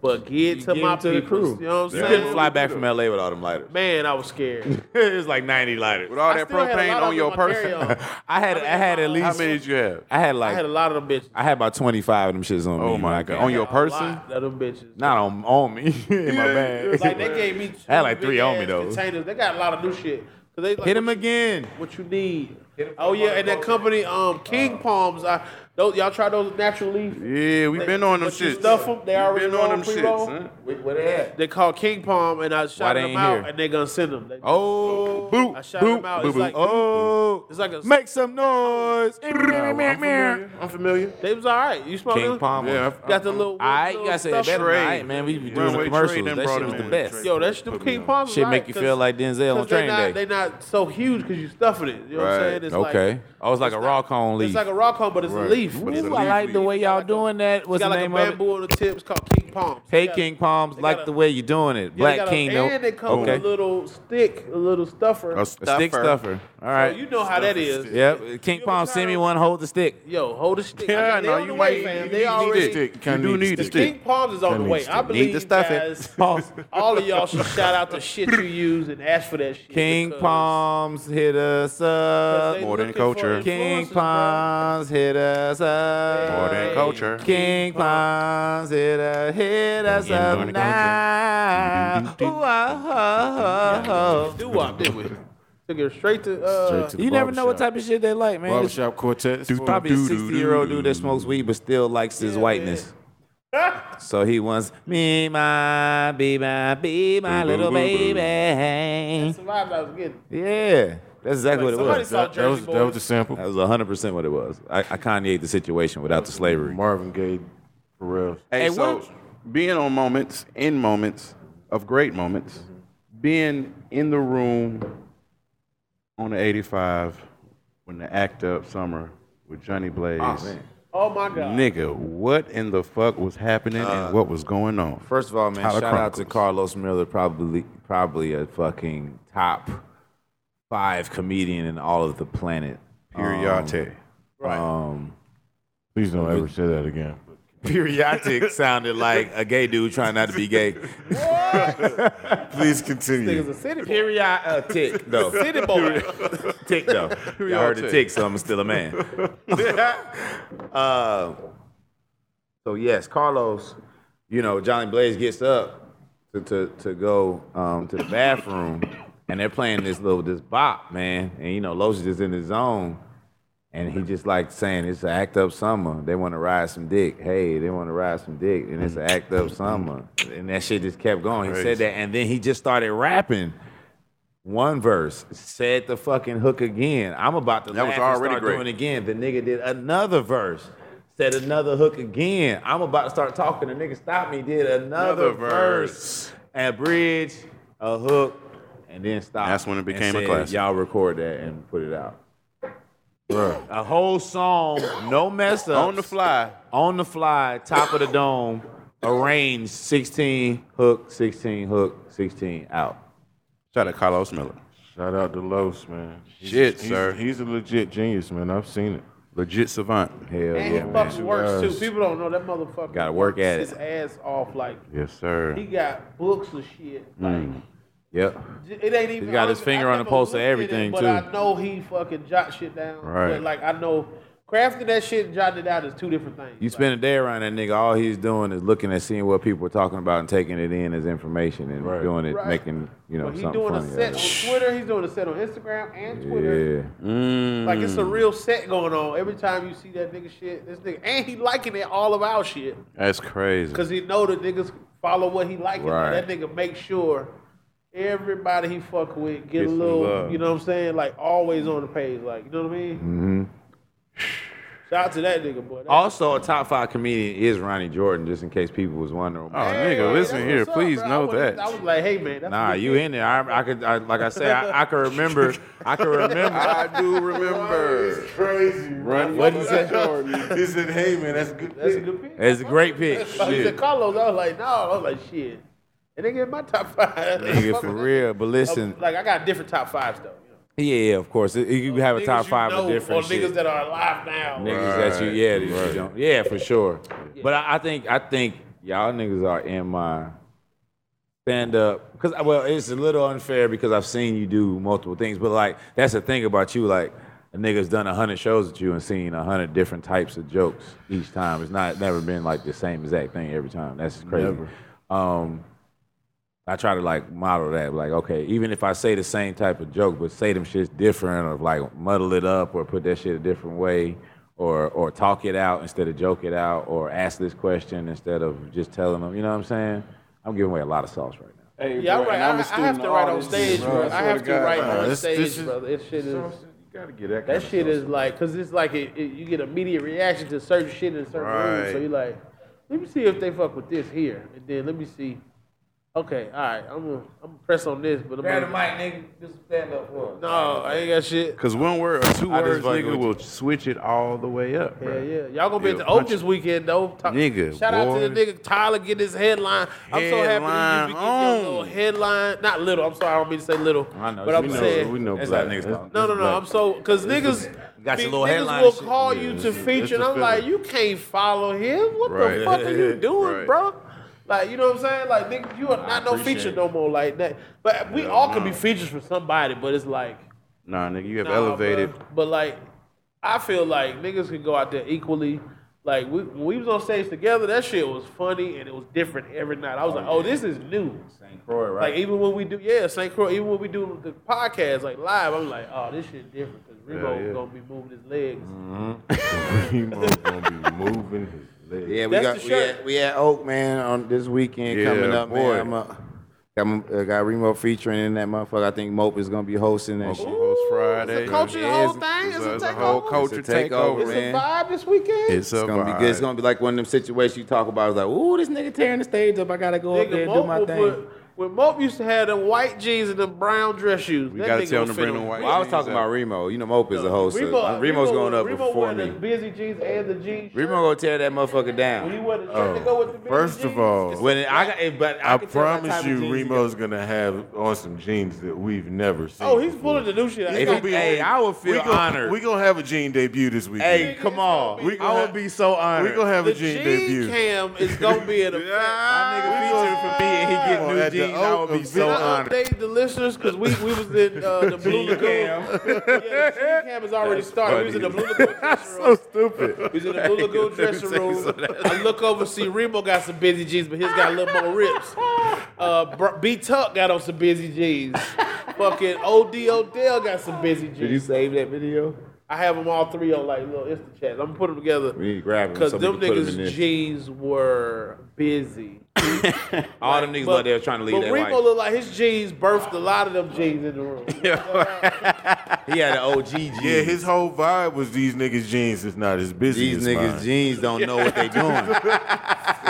Speaker 4: but get to
Speaker 1: Give
Speaker 4: my
Speaker 1: it to the
Speaker 4: peoples.
Speaker 1: crew.
Speaker 4: You know what I'm
Speaker 1: You
Speaker 4: saying?
Speaker 1: couldn't fly back from LA with all them lighters.
Speaker 4: Man, I was scared.
Speaker 1: it was like 90 lighters.
Speaker 3: With all
Speaker 4: I
Speaker 3: that
Speaker 4: still had a
Speaker 3: propane
Speaker 4: lot
Speaker 3: on
Speaker 4: of
Speaker 3: your
Speaker 4: them on
Speaker 3: person.
Speaker 4: carry-on.
Speaker 1: I had I had at least
Speaker 3: How many did you have?
Speaker 1: I had
Speaker 4: I
Speaker 1: like I
Speaker 4: had a
Speaker 1: had,
Speaker 4: lot of them bitches.
Speaker 1: about 25 of them shits on me.
Speaker 3: Oh
Speaker 1: when I
Speaker 3: my
Speaker 1: got
Speaker 3: god. On
Speaker 1: back.
Speaker 3: your
Speaker 4: A
Speaker 3: person?
Speaker 4: lot of them bitches.
Speaker 1: not on on me in my bag.
Speaker 4: Like they gave me. Two
Speaker 1: I had like three
Speaker 4: big
Speaker 1: on me,
Speaker 4: ass
Speaker 1: though.
Speaker 4: Containers. They got a lot of new shit. 'Cause they like,
Speaker 1: Hit him again.
Speaker 4: What you need? Oh yeah, and that company, um,
Speaker 3: Uh,
Speaker 4: King Palms. I those y'all try those natural leaf.
Speaker 3: Yeah, we been on them
Speaker 4: But you
Speaker 3: shits.
Speaker 4: stuff 'em, they
Speaker 3: We
Speaker 4: already
Speaker 3: been on
Speaker 4: rolled
Speaker 3: them
Speaker 4: pre-roll?
Speaker 3: shits. Huh?
Speaker 4: They call King Palm, and I shot
Speaker 1: they
Speaker 4: them
Speaker 1: ain't
Speaker 4: out,
Speaker 1: here?
Speaker 4: and they gonna send them. They-
Speaker 1: Oh,
Speaker 3: Boop,
Speaker 4: I shot
Speaker 3: boop,
Speaker 4: him out.
Speaker 3: boop,
Speaker 4: It's
Speaker 3: boop.
Speaker 4: like-
Speaker 1: oh,
Speaker 4: It's like a.
Speaker 1: make some noise.
Speaker 6: I'm familiar. I'm familiar.
Speaker 4: They was all right. You smell
Speaker 1: King
Speaker 4: them?
Speaker 1: Palmer.
Speaker 6: Yeah,
Speaker 4: Got the little.
Speaker 1: All right, you
Speaker 4: little
Speaker 1: gotta say it
Speaker 4: stuff.
Speaker 1: better. All right, man, we be doing the
Speaker 3: Runway
Speaker 1: commercials.
Speaker 3: Trade done
Speaker 1: That
Speaker 3: brought
Speaker 1: shit was
Speaker 3: him
Speaker 1: the
Speaker 3: in.
Speaker 1: best.
Speaker 4: Yo, that's the King Palms.
Speaker 1: Shit
Speaker 4: all
Speaker 1: make
Speaker 4: right,
Speaker 1: you
Speaker 4: 'cause-
Speaker 1: feel like Denzel on
Speaker 4: 'cause they
Speaker 1: Training
Speaker 4: not,
Speaker 1: Day.
Speaker 4: They not so huge because you stuffing it. You know what I'm
Speaker 3: Right.
Speaker 4: saying? it's
Speaker 3: Okay.
Speaker 4: like
Speaker 3: Oh, it's like a rock on leaf.
Speaker 4: it's like a rock home, but it's a leaf.
Speaker 3: But
Speaker 4: It's
Speaker 3: it's a
Speaker 8: Ooh, I
Speaker 3: leaf
Speaker 8: like the
Speaker 3: leaf.
Speaker 8: way y'all doing that. What's
Speaker 4: got
Speaker 8: the
Speaker 4: like a
Speaker 8: name of it?
Speaker 4: bamboo on the tips called king palms.
Speaker 8: Hey,
Speaker 4: They got-
Speaker 8: King Palms,
Speaker 4: they
Speaker 8: like
Speaker 4: got
Speaker 8: the
Speaker 4: a-
Speaker 8: way you're doing it.
Speaker 4: yeah, they
Speaker 8: Black
Speaker 4: got a-
Speaker 8: Kingdom.
Speaker 4: And they come
Speaker 8: Okay.
Speaker 4: with a little stick, a little stuffer.
Speaker 6: A
Speaker 8: A stick stuffer. All
Speaker 4: So
Speaker 8: right.
Speaker 4: you know how that is.
Speaker 8: Yep. King
Speaker 4: ever
Speaker 8: Palm,
Speaker 4: try
Speaker 8: send me
Speaker 4: to-
Speaker 8: one. Hold the stick.
Speaker 4: Yo, hold the stick.
Speaker 3: Yeah,
Speaker 4: I mean, they
Speaker 3: no,
Speaker 4: on
Speaker 3: you
Speaker 4: the way,
Speaker 3: might-
Speaker 4: fam.
Speaker 3: you
Speaker 4: They already
Speaker 6: Stick.
Speaker 3: You do
Speaker 6: Kinda needs
Speaker 3: need the
Speaker 6: to
Speaker 3: stick.
Speaker 4: King Palms is on the
Speaker 6: Kinda
Speaker 4: way.
Speaker 6: needs
Speaker 4: I
Speaker 6: to-
Speaker 4: believe
Speaker 7: to stuff it.
Speaker 4: guys,
Speaker 8: Pause.
Speaker 4: all of y'all should shout out the shit you use and ask for that shit.
Speaker 8: King
Speaker 4: because-
Speaker 8: Palms, hit us
Speaker 4: because
Speaker 8: up.
Speaker 4: they
Speaker 3: Modern
Speaker 4: looking for
Speaker 3: culture.
Speaker 8: King
Speaker 4: influencers, bro.
Speaker 8: Palms, hit us up.
Speaker 3: Modern
Speaker 4: Hey.
Speaker 3: culture.
Speaker 8: King Ponds, hit, uh, hit us
Speaker 3: Yeah,
Speaker 8: up
Speaker 3: doing it, Coach.
Speaker 8: now. Ooh, ah, ah, ah, ah.
Speaker 4: Do what, did we? Took it straight to. Uh,
Speaker 8: You never know what type of shit they like, man. It's
Speaker 6: barbershop quartet.
Speaker 8: probably a 60 year old dude that smokes weed but still likes his whiteness. so he wants me, my, be my, be my little baby.
Speaker 4: That's the vibe I was getting.
Speaker 8: Yeah, that's exactly what it
Speaker 4: Somebody
Speaker 8: was.
Speaker 4: saw
Speaker 6: That, that was
Speaker 4: Jersey
Speaker 6: that was the
Speaker 4: Boys.
Speaker 6: sample.
Speaker 8: That was 100% what it was. I, I Kanye'd the situation without the slavery.
Speaker 6: Marvin Gaye, for real.
Speaker 3: Hey,
Speaker 8: Hey,
Speaker 3: so
Speaker 8: what-
Speaker 3: being on moments, in moments of great moments, being in the room on the 85 when the act up summer with Johnny Blaze.
Speaker 4: Oh my god.
Speaker 3: Nigga, what in the fuck was happening and what was going on?
Speaker 1: First of all, man,
Speaker 3: Tyler
Speaker 1: shout out to
Speaker 3: Chronicles.
Speaker 1: Carlos Miller, probably probably a fucking top five comedian in all of the planet. Um,
Speaker 3: Periate.
Speaker 6: Please don't ever say that again.
Speaker 1: Periodic sounded like a gay dude trying not to be gay.
Speaker 6: Please
Speaker 4: Nigga's
Speaker 6: continue.
Speaker 4: a city boy.
Speaker 1: Periodic though.
Speaker 4: City boy.
Speaker 1: Tick though. Y'all heard the tick, so I'm still a man. Uh, so yes, Carlos, you know, Johnny Blaze gets up to to, to go um, to the bathroom, and they're playing this little this bop, man, and you know, Los is just in his zone, and he just like saying it's an act up summer. They want to ride some dick. Hey, they want to ride some dick, and it's an act up summer, and that shit just kept going. He said that, and then he just started rapping. One verse said the fucking hook again. I'm about to
Speaker 3: That was
Speaker 1: laugh and
Speaker 3: already
Speaker 1: start
Speaker 3: great.
Speaker 1: doing it again. The nigga did another verse, said another hook again. I'm about to start talking. The nigga stopped me, did another,
Speaker 3: Another verse.
Speaker 1: verse, a bridge, a hook, and then stopped.
Speaker 3: That's when it
Speaker 1: and
Speaker 3: became a
Speaker 1: said,
Speaker 3: classic.
Speaker 1: Y'all record that and put it out. A whole song, no mess up,
Speaker 3: On the fly.
Speaker 1: on the fly, top of the dome, arranged 16 hook, 16 hook, 16 out.
Speaker 3: Shout out to Carlos Miller.
Speaker 6: Shout out to Los, man. He's-
Speaker 3: Shit,
Speaker 6: he's-
Speaker 3: sir.
Speaker 6: He's a legit genius, man. I've seen it.
Speaker 3: Legit savant.
Speaker 1: Hell
Speaker 4: And
Speaker 1: yeah,
Speaker 4: he
Speaker 1: man.
Speaker 4: fucks works too. People don't know that motherfucker.
Speaker 1: Gotta work at
Speaker 4: his
Speaker 1: it.
Speaker 4: ass off like
Speaker 3: Yes, sir.
Speaker 4: he got books of shit. Like
Speaker 1: Mm. Yep.
Speaker 4: j- it ain't even.
Speaker 1: He got his
Speaker 4: I-
Speaker 1: finger
Speaker 4: I
Speaker 1: on the
Speaker 4: never
Speaker 1: pulse of
Speaker 4: looked at
Speaker 1: everything,
Speaker 4: it, but
Speaker 1: too.
Speaker 4: I know he fucking jot shit down.
Speaker 3: Right.
Speaker 4: But like I know crafting that shit and jotting it down is two different things.
Speaker 1: You spend a day around that nigga, all he's doing is looking and seeing what people are talking about and taking it in as information and
Speaker 6: Right.
Speaker 1: doing it,
Speaker 4: Right.
Speaker 1: making, you know,
Speaker 4: Like, he's
Speaker 1: something
Speaker 4: doing
Speaker 1: funny.
Speaker 4: a set
Speaker 1: out
Speaker 4: on
Speaker 1: of
Speaker 4: Twitter. He's doing a set on Instagram and Twitter.
Speaker 1: it. Yeah.
Speaker 3: Mm,
Speaker 1: Mm.
Speaker 4: Like it's a real set going on every time you see that nigga shit. This nigga and he liking it all of our shit.
Speaker 3: That's crazy.
Speaker 4: Cause he know the niggas follow what he like.
Speaker 1: Right.
Speaker 4: That nigga make sure everybody he fuck with get
Speaker 3: Get
Speaker 4: a
Speaker 3: some
Speaker 4: little,
Speaker 3: love.
Speaker 4: you know what I'm saying? Like always on the page, like you know what I mean? Mm-hmm. Shout out to that nigga, boy. That-
Speaker 1: Also, a top five comedian is Ronnie Jordan, just in case people was wondering.
Speaker 3: Oh,
Speaker 4: Hey,
Speaker 3: nigga,
Speaker 4: that's
Speaker 3: listen
Speaker 4: what's
Speaker 3: here.
Speaker 4: up,
Speaker 3: Please
Speaker 4: bro. I
Speaker 3: know
Speaker 4: wouldn't-
Speaker 3: that.
Speaker 4: I was like, hey man, that's
Speaker 1: Nah,
Speaker 4: a good
Speaker 1: you
Speaker 4: thing.
Speaker 1: in there. I, I could, I, like I said, I, I can remember. I can remember.
Speaker 3: I do remember.
Speaker 6: Crazy. Run.
Speaker 1: What'd you say?
Speaker 6: he said, "Hey, man, that's a good."
Speaker 4: That's a
Speaker 6: pick."
Speaker 4: good pick.
Speaker 1: It's a great pick.
Speaker 4: Like, he said
Speaker 1: Shit.
Speaker 4: Carlos, I was like, no, I was like, shit. And they get my top five.
Speaker 1: Nigga, for real. But listen,
Speaker 4: Like I got different top fives though. you know.
Speaker 1: yeah, of course. You- You have a
Speaker 4: Niggas
Speaker 1: top
Speaker 4: you
Speaker 1: five of
Speaker 4: know
Speaker 1: different
Speaker 4: or
Speaker 1: shit.
Speaker 4: niggas that are alive now.
Speaker 1: niggas that you yeah that you don't- yeah for sure. But I, I think I think y'all niggas are in my stand up because well it's a little unfair because I've seen you do multiple things, but like that's the thing about you like. A nigga's done a hundred shows with you and seen a hundred different types of jokes each time. It's not never been like the same exact thing every time. That's crazy. Um, I try to like model that, like okay, even if I say the same type of joke, but say them shits different, or like muddle it up, or put that shit a different way, or or talk it out instead of joke it out, or ask this question instead of just telling them. You know what I'm saying? I'm giving away a lot of sauce right now.
Speaker 4: Yeah, I, write, I, I have to write on stage, bro. I have to write
Speaker 6: Nah,
Speaker 4: on
Speaker 6: this-
Speaker 4: stage,
Speaker 6: this is-
Speaker 4: brother. This shit is.
Speaker 6: gotta get that.
Speaker 4: That shit is like, cause it's like it, it- you get immediate reaction to certain shit in certain rooms. So
Speaker 3: Right.
Speaker 4: you're like, let me see if they fuck with this here, and then let me see Okay, all right. I'm gonna, I'm gonna press on this, but I'm gonna,
Speaker 8: nigga. Just stand up for
Speaker 4: no, I ain't got shit.
Speaker 3: Cause one word or two words,
Speaker 1: fucking
Speaker 3: nigga,
Speaker 1: with
Speaker 3: will switch it all the way up,
Speaker 4: Yeah,
Speaker 3: bruh.
Speaker 4: yeah. Y'all gonna be at
Speaker 3: Yeah,
Speaker 4: the Oak
Speaker 3: punch-
Speaker 4: this weekend though. Ta-
Speaker 3: Nigga,
Speaker 4: Shout out to the
Speaker 3: boy.
Speaker 4: nigga Tyler getting his headline. I'm so happy that you be getting your
Speaker 3: Headline
Speaker 4: little
Speaker 3: on.
Speaker 4: headline. Not little. I'm sorry. I don't mean to say little.
Speaker 1: I know.
Speaker 4: But I'm
Speaker 1: we know,
Speaker 4: saying.
Speaker 1: we know
Speaker 7: That's
Speaker 1: black
Speaker 7: how niggas
Speaker 1: niggas.
Speaker 7: talk.
Speaker 1: talk.
Speaker 4: No, no, no. I'm so because niggas,
Speaker 8: Got your
Speaker 4: be-
Speaker 8: little
Speaker 4: niggas
Speaker 8: headline
Speaker 4: will
Speaker 8: shit.
Speaker 4: call you to feature, and I'm like, you can't follow him. What the
Speaker 3: Right.
Speaker 4: fuck are you doing,
Speaker 3: Right.
Speaker 4: bro? Like, you know what I'm saying? Like, nigga, you are not no feature no more like that. But we all can be features for somebody, but it's like
Speaker 3: Nah, nigga, you have
Speaker 4: nah,
Speaker 3: elevated.
Speaker 4: bruh. But like, I feel like niggas can go out there equally. Like we, when we was on stage together, that shit was funny and it was different every night. I was like, oh, this is new.
Speaker 1: St. Croix, right?
Speaker 4: Like even when we do, yeah, St. Croix. Even when we do the podcast, like live, I'm like, oh, this shit different because Remo
Speaker 3: yeah.
Speaker 4: gonna be moving his legs.
Speaker 6: Primo's gonna be moving his legs.
Speaker 1: Yeah, we
Speaker 4: That's
Speaker 1: got
Speaker 4: the
Speaker 1: we
Speaker 4: shirt.
Speaker 1: at, we at Oak man on this weekend
Speaker 3: Yeah,
Speaker 1: coming up,
Speaker 3: boy.
Speaker 1: man. I'm a, got, m- uh, got Remo featuring in that motherfucker. I think Mope is gonna be hosting that. shit.
Speaker 3: Host Friday.
Speaker 4: It's a culture
Speaker 1: it
Speaker 4: whole
Speaker 1: is.
Speaker 4: thing. It's,
Speaker 3: It's a- it's
Speaker 4: a
Speaker 3: a
Speaker 4: takeover.
Speaker 3: whole culture
Speaker 1: It's a takeover,
Speaker 3: takeover,
Speaker 4: It's
Speaker 1: man.
Speaker 4: a vibe this weekend.
Speaker 3: It's
Speaker 1: It's
Speaker 3: a
Speaker 1: gonna be good. It's
Speaker 3: vibe.
Speaker 1: gonna be like one of them situations you talk about. It's like, ooh, this nigga tearing the stage up. I gotta go up there
Speaker 4: nigga,
Speaker 1: and
Speaker 4: Mope
Speaker 1: do my
Speaker 4: will
Speaker 1: thing.
Speaker 4: put. When Mope used to have them white jeans and them brown dress shoes,
Speaker 3: We
Speaker 4: that
Speaker 3: gotta
Speaker 4: nigga
Speaker 3: tell
Speaker 4: would
Speaker 3: him to
Speaker 4: fit
Speaker 3: bring
Speaker 4: on
Speaker 3: them white
Speaker 1: Well, I was talking
Speaker 3: Remo-
Speaker 1: about Remo. You know, Mope is a host. so
Speaker 4: Remo,
Speaker 1: Remo's
Speaker 4: Remo
Speaker 1: going up
Speaker 4: Remo
Speaker 1: before
Speaker 4: wearing the
Speaker 1: me.
Speaker 4: busy jeans and the jeans. shirt.
Speaker 1: Remo gonna tear that motherfucker
Speaker 4: When he
Speaker 1: down.
Speaker 4: wore the shirt to go with the busy
Speaker 6: First
Speaker 4: jeans.
Speaker 6: of all,
Speaker 1: When it, I, got- eh, but I,
Speaker 6: I
Speaker 1: can tell by the
Speaker 6: promise
Speaker 1: type of
Speaker 6: you,
Speaker 1: jeans he
Speaker 6: Remo's gonna have on some jeans that we've never seen.
Speaker 4: oh, he's
Speaker 6: before.
Speaker 4: pulling the new shit. out.
Speaker 1: If
Speaker 4: He's
Speaker 1: he- hey, I would feel
Speaker 6: we gonna,
Speaker 1: honored.
Speaker 6: We gonna have a jean debut this weekend.
Speaker 1: Hey, come on.
Speaker 6: We gonna
Speaker 1: I
Speaker 6: have-
Speaker 1: would be so
Speaker 6: we
Speaker 1: honored.
Speaker 6: gonna have
Speaker 4: the
Speaker 6: a jean, debut.
Speaker 4: jean cam is gonna be an effect.
Speaker 1: My nigga featuring for me and he
Speaker 6: Come
Speaker 1: get
Speaker 6: on,
Speaker 1: new
Speaker 6: at the
Speaker 1: jeans. I
Speaker 6: Oak
Speaker 1: would be
Speaker 6: of
Speaker 1: so uh,
Speaker 4: Can I
Speaker 1: honored.
Speaker 4: update the listeners because we, we was in uh, the Blue Lagoon. yeah, the Jean Cam has already started. We was in the Blue Lagoon dressing room.
Speaker 1: stupid.
Speaker 4: We was in the Blue Lagoon dressing room. I look over, see Remo got some busy jeans, but his got a little more rips. Uh, Br- B Tuck got on some busy jeans. Fucking OD Odell got some busy jeans.
Speaker 1: save that video?
Speaker 4: I have them all three on like little Insta chats. I'm gonna put them together.
Speaker 1: We need to grab 'em
Speaker 4: Because
Speaker 1: so we
Speaker 4: them
Speaker 1: can put 'em in
Speaker 4: niggas'
Speaker 1: this.
Speaker 4: jeans were busy.
Speaker 1: All them niggas
Speaker 4: But-
Speaker 1: out there trying to leave
Speaker 4: But
Speaker 1: their
Speaker 4: Remo
Speaker 1: wife.
Speaker 4: looked like his jeans birthed a lot of them jeans in the room.
Speaker 1: He had an OG jeans.
Speaker 6: Yeah, his whole vibe was these niggas' jeans is not as busy
Speaker 1: These
Speaker 6: as
Speaker 1: niggas'
Speaker 6: mine.
Speaker 1: jeans don't know what they doing.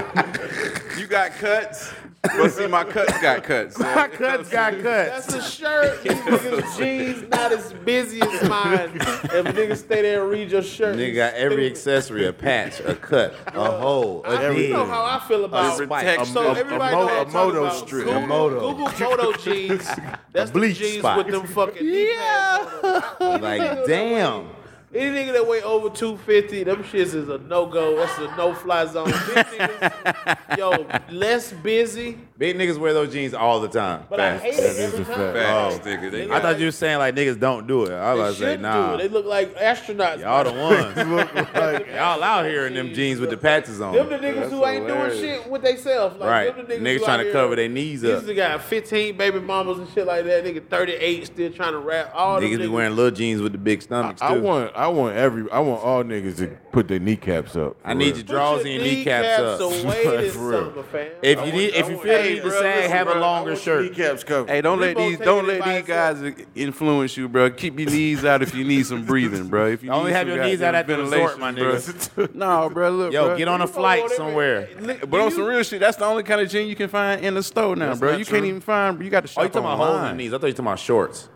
Speaker 3: You got cuts? Go see my cuts got cuts.
Speaker 6: My cuts got cut.
Speaker 4: That's a shirt. These niggas' jeans not as busy as mine. If niggas stay there and read your shirt,
Speaker 1: Nigga
Speaker 4: you
Speaker 1: got every
Speaker 4: stupid.
Speaker 1: accessory, a patch, a cut, a hole, a
Speaker 4: I, you
Speaker 1: dig.
Speaker 4: know how I feel about
Speaker 1: spike.
Speaker 4: protection. So
Speaker 6: A- a-
Speaker 4: everybody
Speaker 6: a
Speaker 4: know
Speaker 6: mo-
Speaker 4: what I'm
Speaker 6: a
Speaker 4: talking
Speaker 6: moto
Speaker 4: about.
Speaker 6: strip.
Speaker 4: Google,
Speaker 6: A moto.
Speaker 4: Google moto jeans. That's the
Speaker 1: bleach
Speaker 4: jeans
Speaker 1: spot.
Speaker 4: with them fucking yeah.
Speaker 1: Like, damn.
Speaker 4: Any nigga that weigh over 250, them shits is a no go. That's a no fly zone. Big niggas, yo, less busy,
Speaker 1: Big niggas wear those jeans all the time.
Speaker 4: but
Speaker 1: Facts.
Speaker 4: I hate
Speaker 6: That
Speaker 4: it
Speaker 6: is
Speaker 4: every
Speaker 6: a
Speaker 4: time.
Speaker 6: fact.
Speaker 3: Facts, nigga. They
Speaker 1: I thought you were saying like niggas don't do it. I
Speaker 4: They
Speaker 1: was
Speaker 4: should
Speaker 1: like, nah,
Speaker 4: do. They look like astronauts.
Speaker 1: y'all the ones.
Speaker 6: Look like
Speaker 1: y'all out here in them jeans with the patches on.
Speaker 4: Them the niggas who ain't
Speaker 3: Oh, hilarious.
Speaker 4: doing shit with themselves. Like,
Speaker 1: right,
Speaker 4: Them the niggas,
Speaker 1: niggas
Speaker 4: who out
Speaker 1: trying to
Speaker 4: here-
Speaker 1: cover their knees
Speaker 4: These
Speaker 1: up.
Speaker 4: niggas got 15 baby mamas and shit like that. Nigga 38 still trying to rap. All them
Speaker 1: Niggas be wearing little jeans with the big stomachs too.
Speaker 6: I want, I want every, I want all niggas to put their kneecaps up.
Speaker 1: I need your
Speaker 6: for real.
Speaker 1: draws and your kneecaps up.
Speaker 4: away
Speaker 6: Like,
Speaker 4: this
Speaker 6: for real.
Speaker 4: son of a fam.
Speaker 1: If you need, if you feel the need to
Speaker 6: bro,
Speaker 1: sag,
Speaker 6: listen,
Speaker 1: have
Speaker 6: bro,
Speaker 1: a
Speaker 6: I
Speaker 1: longer
Speaker 6: want
Speaker 1: shirt.
Speaker 6: Kneecaps covered.
Speaker 3: Hey, don't let
Speaker 4: Remo
Speaker 3: these
Speaker 4: taking
Speaker 3: don't
Speaker 4: it
Speaker 3: let
Speaker 4: by
Speaker 3: these guys influence you, bro. Keep your knees out if you need some breathing, bro. If you
Speaker 1: Only
Speaker 3: need
Speaker 1: have
Speaker 3: some
Speaker 1: your knees out
Speaker 3: goddamn
Speaker 1: at the resort,
Speaker 3: ventilation,
Speaker 1: my
Speaker 3: bro.
Speaker 1: nigga.
Speaker 3: No, bro. Look,
Speaker 1: Yo,
Speaker 3: bro.
Speaker 1: get on a flight somewhere.
Speaker 3: But on some real shit, that's the only kind of jean you can find in the store now, bro.
Speaker 1: not
Speaker 3: You
Speaker 1: true.
Speaker 3: can't even find. You got to shop
Speaker 1: Oh, you talking about holes in your
Speaker 3: online.
Speaker 1: knees? I thought you talking about shorts.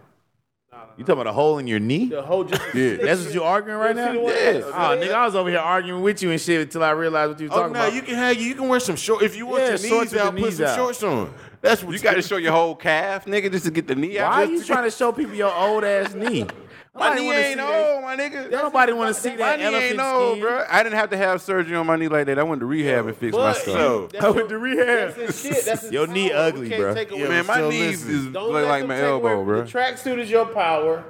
Speaker 1: You talking about a hole in your knee?
Speaker 4: The whole just
Speaker 6: Yeah.
Speaker 1: That's what you arguing right now?
Speaker 4: the one-
Speaker 1: Yeah. Oh, nigga, I was over here arguing with you and shit until I realized what you were
Speaker 6: Oh
Speaker 1: talking
Speaker 6: no,
Speaker 1: about.
Speaker 6: you can have you can wear some shorts if you want
Speaker 1: Yeah,
Speaker 6: your
Speaker 1: shorts with
Speaker 6: knees
Speaker 1: the
Speaker 6: out. Put
Speaker 1: knees
Speaker 6: some
Speaker 1: out.
Speaker 6: shorts on. That's what
Speaker 3: You got to show your whole calf, nigga, just to get the knee out.
Speaker 1: Why are
Speaker 3: Just
Speaker 1: you
Speaker 3: to-
Speaker 1: trying to show people your old ass knee?
Speaker 3: My
Speaker 1: Nobody
Speaker 3: knee
Speaker 1: wanna see
Speaker 3: ain't
Speaker 1: that.
Speaker 3: old, my nigga.
Speaker 1: Don't nobody want to see
Speaker 3: My
Speaker 1: that
Speaker 3: knee ain't
Speaker 1: elephant
Speaker 3: old,
Speaker 1: skin.
Speaker 3: bro. I didn't have to have surgery on my knee like that. I went to rehab and fixed my
Speaker 4: But
Speaker 3: stuff.
Speaker 6: So-
Speaker 4: that's
Speaker 1: I
Speaker 4: your-
Speaker 1: went to rehab.
Speaker 4: That's his shit. That's his
Speaker 1: Your knee
Speaker 4: power. We
Speaker 1: ugly,
Speaker 4: can't
Speaker 1: bruh.
Speaker 4: take away-
Speaker 6: Yeah,
Speaker 3: Man, my
Speaker 6: Still
Speaker 3: knees
Speaker 6: listen.
Speaker 3: is
Speaker 4: Don't
Speaker 3: look
Speaker 4: let
Speaker 3: like
Speaker 4: them
Speaker 3: my
Speaker 4: take away-
Speaker 3: elbow, bro.
Speaker 4: The tracksuit is your power.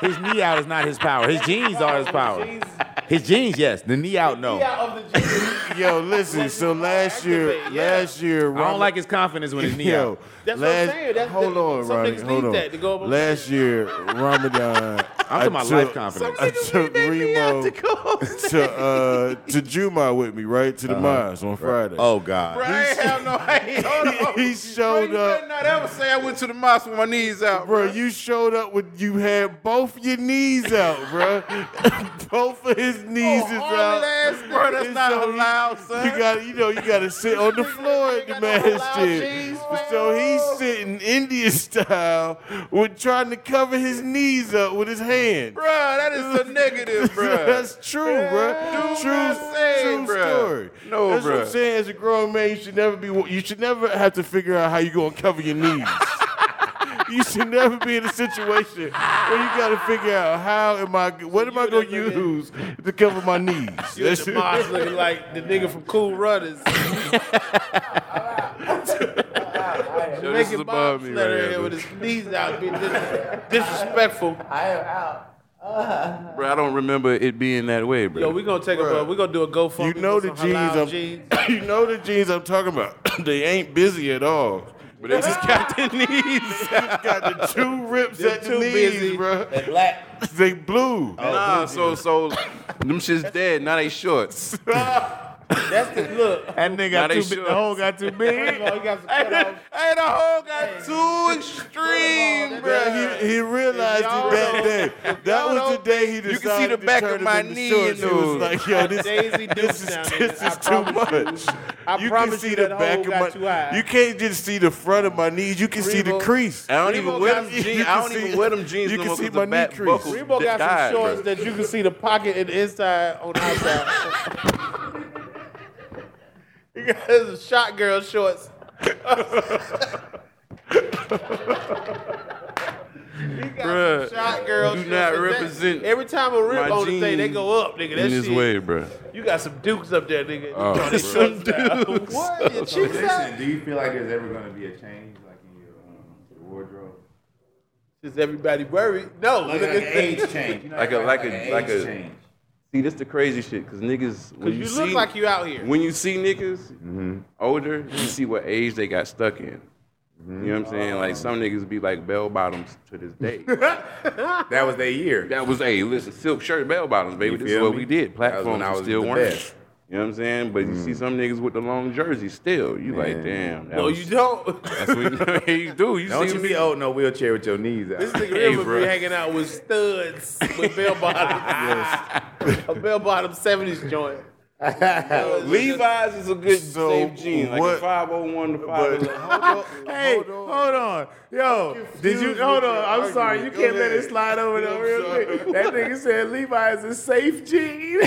Speaker 1: His knee out is not his power. His jeans are his power.
Speaker 4: Jeans-
Speaker 1: His jeans, yes. The knee out, Oh. no.
Speaker 4: Knee out of the jeans.
Speaker 6: Yo, listen. so last year,
Speaker 4: Activate, yeah.
Speaker 6: last year,
Speaker 1: I don't like his confidence when his knee
Speaker 6: Yo,
Speaker 1: out.
Speaker 4: That's what I'm
Speaker 6: last,
Speaker 4: saying. That's-
Speaker 6: hold
Speaker 4: that-
Speaker 6: on,
Speaker 4: some
Speaker 6: Ronnie.
Speaker 4: niggas
Speaker 6: Hold
Speaker 4: need
Speaker 6: on.
Speaker 4: that to go up on-
Speaker 6: last year, Ramadan,
Speaker 1: I'm talking about
Speaker 6: took-
Speaker 1: life confidence.
Speaker 6: I took Remo to uh, to Juma with me, Uh-huh. right to the mines on Friday.
Speaker 1: Oh God.
Speaker 3: I ain't have no. I ain't, hold on.
Speaker 6: he showed
Speaker 3: you better
Speaker 6: up,
Speaker 3: not ever say I went to the mosque with my knees out,
Speaker 6: bro. You showed up when you had both your knees out, bro. both of his knees
Speaker 3: Oh,
Speaker 6: is out.
Speaker 3: ass, bro. That's
Speaker 6: And
Speaker 3: not
Speaker 6: so he-
Speaker 3: allowed, son.
Speaker 6: You got, you know, you got to sit on the floor at the man's shit. So he's sitting Indian style, with trying to cover his knees up with his hand.
Speaker 3: Bruh, that is a negative, bruh.
Speaker 6: That's true, bro.
Speaker 3: Do
Speaker 6: True,
Speaker 3: not say,
Speaker 6: true
Speaker 3: bruh.
Speaker 6: story.
Speaker 3: No,
Speaker 6: That's what I'm
Speaker 3: bruh.
Speaker 6: saying. As a grown man, you should never be. You should never have to figure out how you gonna cover your knees. you should never be in a situation where you gotta figure out how am I, what am I gonna use to cover my knees. That's-
Speaker 4: Mars looking like the nigga from Cool Runners.
Speaker 3: Yo, this is
Speaker 4: Making
Speaker 3: above
Speaker 4: Bob
Speaker 3: me
Speaker 4: me
Speaker 3: right here,
Speaker 4: with
Speaker 3: bruh.
Speaker 4: his knees out, being dis- disrespectful.
Speaker 3: Bruh, I don't remember it being that way, bro.
Speaker 4: Yo, we gonna take a, we gonna do a GoFundMe.
Speaker 6: You know
Speaker 4: for
Speaker 6: the
Speaker 4: some
Speaker 6: jeans.
Speaker 4: halal
Speaker 6: I'm,
Speaker 4: jeans.
Speaker 6: You know the jeans I'm talking about. they ain't busy at all. But they just got the knees. got the two rips at the
Speaker 4: too
Speaker 6: knees,
Speaker 4: busy.
Speaker 6: bro.
Speaker 8: Black.
Speaker 6: They
Speaker 4: Oh,
Speaker 6: blue.
Speaker 3: nah, so so them shits dead. Now they shorts.
Speaker 4: That's the look.
Speaker 8: That nigga
Speaker 3: Now
Speaker 8: got
Speaker 3: they
Speaker 8: too big.
Speaker 3: sure.
Speaker 8: The hole got too big.
Speaker 4: Oh, he got some cut-offs.
Speaker 3: Hey, the whole got too extreme,
Speaker 6: Bruh, he, he realized it that day. That was the day he decided
Speaker 3: can see the
Speaker 6: to
Speaker 3: back
Speaker 6: turn
Speaker 3: of
Speaker 6: him
Speaker 3: my
Speaker 6: into
Speaker 3: knee
Speaker 6: shorts.
Speaker 3: in
Speaker 6: He was
Speaker 3: those.
Speaker 6: like, yo, this,
Speaker 4: Daisy
Speaker 6: this
Speaker 4: Dukes
Speaker 6: is
Speaker 4: down there.
Speaker 6: this
Speaker 4: I
Speaker 6: is too
Speaker 4: promise
Speaker 6: much.
Speaker 4: I
Speaker 6: You can
Speaker 4: promise
Speaker 6: see
Speaker 4: you
Speaker 6: the
Speaker 4: that
Speaker 6: back
Speaker 4: hole
Speaker 6: of
Speaker 4: got
Speaker 6: my.
Speaker 4: too high.
Speaker 6: You can't just see the front of my knees. You can see the
Speaker 4: Reebok-
Speaker 6: crease.
Speaker 3: I don't even
Speaker 4: Reebok
Speaker 3: wear
Speaker 4: got
Speaker 3: them
Speaker 4: some
Speaker 3: jeans.
Speaker 4: jeans.
Speaker 3: I don't even wear them jeans
Speaker 6: You
Speaker 3: no
Speaker 6: can
Speaker 3: more
Speaker 6: see
Speaker 3: 'cause
Speaker 6: my
Speaker 3: the
Speaker 6: knee
Speaker 3: back
Speaker 6: crease.
Speaker 3: buckles
Speaker 4: Rebo got
Speaker 3: died,
Speaker 4: some
Speaker 3: bruh.
Speaker 4: shorts that you can see the pocket and the inside on the outside. he got his shot girl shorts. He got
Speaker 3: Bruh,
Speaker 4: some shot girl
Speaker 3: do
Speaker 4: shorts.
Speaker 3: not
Speaker 4: And that-
Speaker 3: represent
Speaker 4: every time a rip
Speaker 3: my
Speaker 4: on the thing, they
Speaker 3: jeans
Speaker 4: go up, nigga. That
Speaker 3: in this
Speaker 4: shit,
Speaker 3: way, Oh, bro.
Speaker 4: you got some dukes up there, nigga. some dukes. What? Your cheeks out?
Speaker 7: Listen, do you feel like there's ever going to be a change, like in your um, your wardrobe?
Speaker 4: Is everybody worried? No,
Speaker 7: Like,
Speaker 4: look at
Speaker 7: an
Speaker 4: this thing.
Speaker 7: age change. You know,
Speaker 3: Like a-
Speaker 7: everybody
Speaker 3: like
Speaker 7: has,
Speaker 3: a-
Speaker 7: an
Speaker 3: like
Speaker 7: age
Speaker 3: a-
Speaker 7: change.
Speaker 3: See, this the crazy shit, cause niggas. When
Speaker 4: Cause you
Speaker 3: see,
Speaker 4: look like you out here.
Speaker 3: When you see niggas
Speaker 7: Mm-hmm.
Speaker 3: older, you see what age they got stuck in. You know what I'm saying? Like some niggas be like bell bottoms to this day.
Speaker 7: That was their year.
Speaker 3: that was hey, listen, silk shirt, bell bottoms, baby.
Speaker 7: You
Speaker 3: This is
Speaker 7: feel
Speaker 3: what
Speaker 7: me?
Speaker 3: we
Speaker 7: That
Speaker 3: did.
Speaker 7: was
Speaker 3: Platforms
Speaker 7: when I
Speaker 3: were
Speaker 7: was
Speaker 3: still
Speaker 7: the
Speaker 3: weren't.
Speaker 7: best. Mm.
Speaker 3: You know what I'm saying? But you see some niggas with the long jersey still. You like, damn. That
Speaker 4: No,
Speaker 3: was,
Speaker 4: you don't.
Speaker 3: That's what you, you do. You
Speaker 7: Don't
Speaker 3: see
Speaker 7: you
Speaker 3: me.
Speaker 7: be old in a wheelchair with your knees out.
Speaker 4: This nigga
Speaker 3: Hey,
Speaker 4: remember
Speaker 3: bro.
Speaker 4: be hanging out with studs with bell bottoms. A bell bottom 70s joint.
Speaker 3: Levi's is a good
Speaker 6: So,
Speaker 3: safe jean, like a
Speaker 6: what-
Speaker 3: 501 to oh
Speaker 6: But
Speaker 3: 511.
Speaker 6: hold on,
Speaker 8: Hey,
Speaker 6: hold on.
Speaker 8: Yo,
Speaker 6: did you- hold on, I'm sorry, you can't let it
Speaker 8: slide over
Speaker 6: there real quick.
Speaker 8: That nigga said Levi's is safe jean.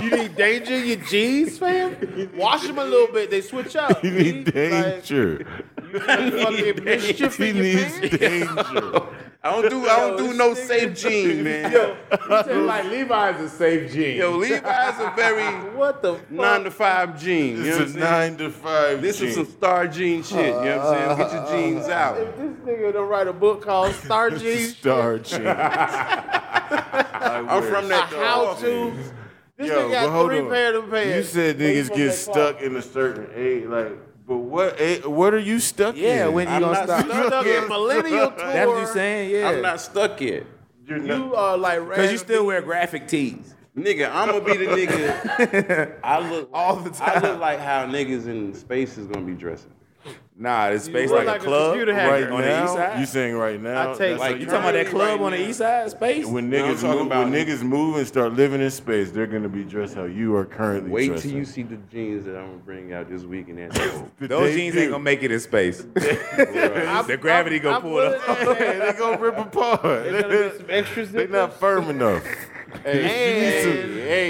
Speaker 4: You need danger in your jeans, fam? Wash them a little bit. They switch up.
Speaker 6: He needs danger.
Speaker 4: Like, fucking mischief
Speaker 6: He
Speaker 4: in your
Speaker 6: needs
Speaker 4: pants.
Speaker 6: danger.
Speaker 3: I don't do I don't
Speaker 4: Yo,
Speaker 3: do
Speaker 4: this
Speaker 3: no
Speaker 4: nigga-
Speaker 3: safe jean, man. Yo,
Speaker 4: Yo,
Speaker 8: like Levi's is safe jean.
Speaker 3: Levi's a very
Speaker 4: what the fuck?
Speaker 3: nine to five jean. You know what I'm
Speaker 6: It's a
Speaker 3: saying?
Speaker 6: nine to five.
Speaker 3: This
Speaker 6: jean.
Speaker 3: is some star jean shit. You know what I'm saying? Get
Speaker 1: Uh,
Speaker 3: your jeans out.
Speaker 4: If this nigga don't write a book called Star Jeans,
Speaker 6: star jean.
Speaker 3: I'm from
Speaker 4: a
Speaker 3: that.
Speaker 4: how to. This
Speaker 6: Yo,
Speaker 4: nigga
Speaker 6: but
Speaker 4: got
Speaker 6: hold
Speaker 4: three
Speaker 6: on.
Speaker 4: pair of them pants.
Speaker 6: You said niggas get stuck in a certain age, like. But what eh, what are you stuck in?
Speaker 8: Yeah, when you gonna stop?
Speaker 4: Stuck in millennial tour.
Speaker 8: That's what you saying, yeah.
Speaker 3: I'm not stuck yet.
Speaker 6: You're not-
Speaker 4: You are like
Speaker 8: Cause
Speaker 4: random.
Speaker 8: you still wear graphic tees.
Speaker 3: Nigga, I'm gonna be the nigga. I look
Speaker 8: All the
Speaker 3: I look like how niggas in space is gonna be dressing.
Speaker 7: nah, this space
Speaker 4: look
Speaker 7: like,
Speaker 4: like
Speaker 7: a
Speaker 4: a
Speaker 7: club.
Speaker 4: computer hacker.
Speaker 6: right
Speaker 4: on
Speaker 8: the east
Speaker 6: now.
Speaker 8: side?
Speaker 6: You saying right now?
Speaker 4: I take-
Speaker 6: that's
Speaker 3: Like,
Speaker 6: what
Speaker 8: You
Speaker 3: you're
Speaker 8: talking about that
Speaker 3: Currently
Speaker 8: club
Speaker 3: right
Speaker 8: on the
Speaker 3: now-
Speaker 8: east side space?
Speaker 6: when
Speaker 3: No, I'm
Speaker 6: niggas
Speaker 3: talking
Speaker 6: move,
Speaker 3: about-
Speaker 6: when niggas move and start living in space, they're gonna be dressed how you are currently
Speaker 3: Wait
Speaker 6: dressed.
Speaker 3: till you see the jeans that I'm gonna bring out this week and that's all.
Speaker 7: Those jeans ain't gonna make it in space. the gravity gonna
Speaker 4: I'm
Speaker 7: pull it
Speaker 4: willing-
Speaker 7: up.
Speaker 6: they gonna rip apart.
Speaker 4: Gotta be some extras in
Speaker 6: They're
Speaker 4: there.
Speaker 6: not firm enough. you need some,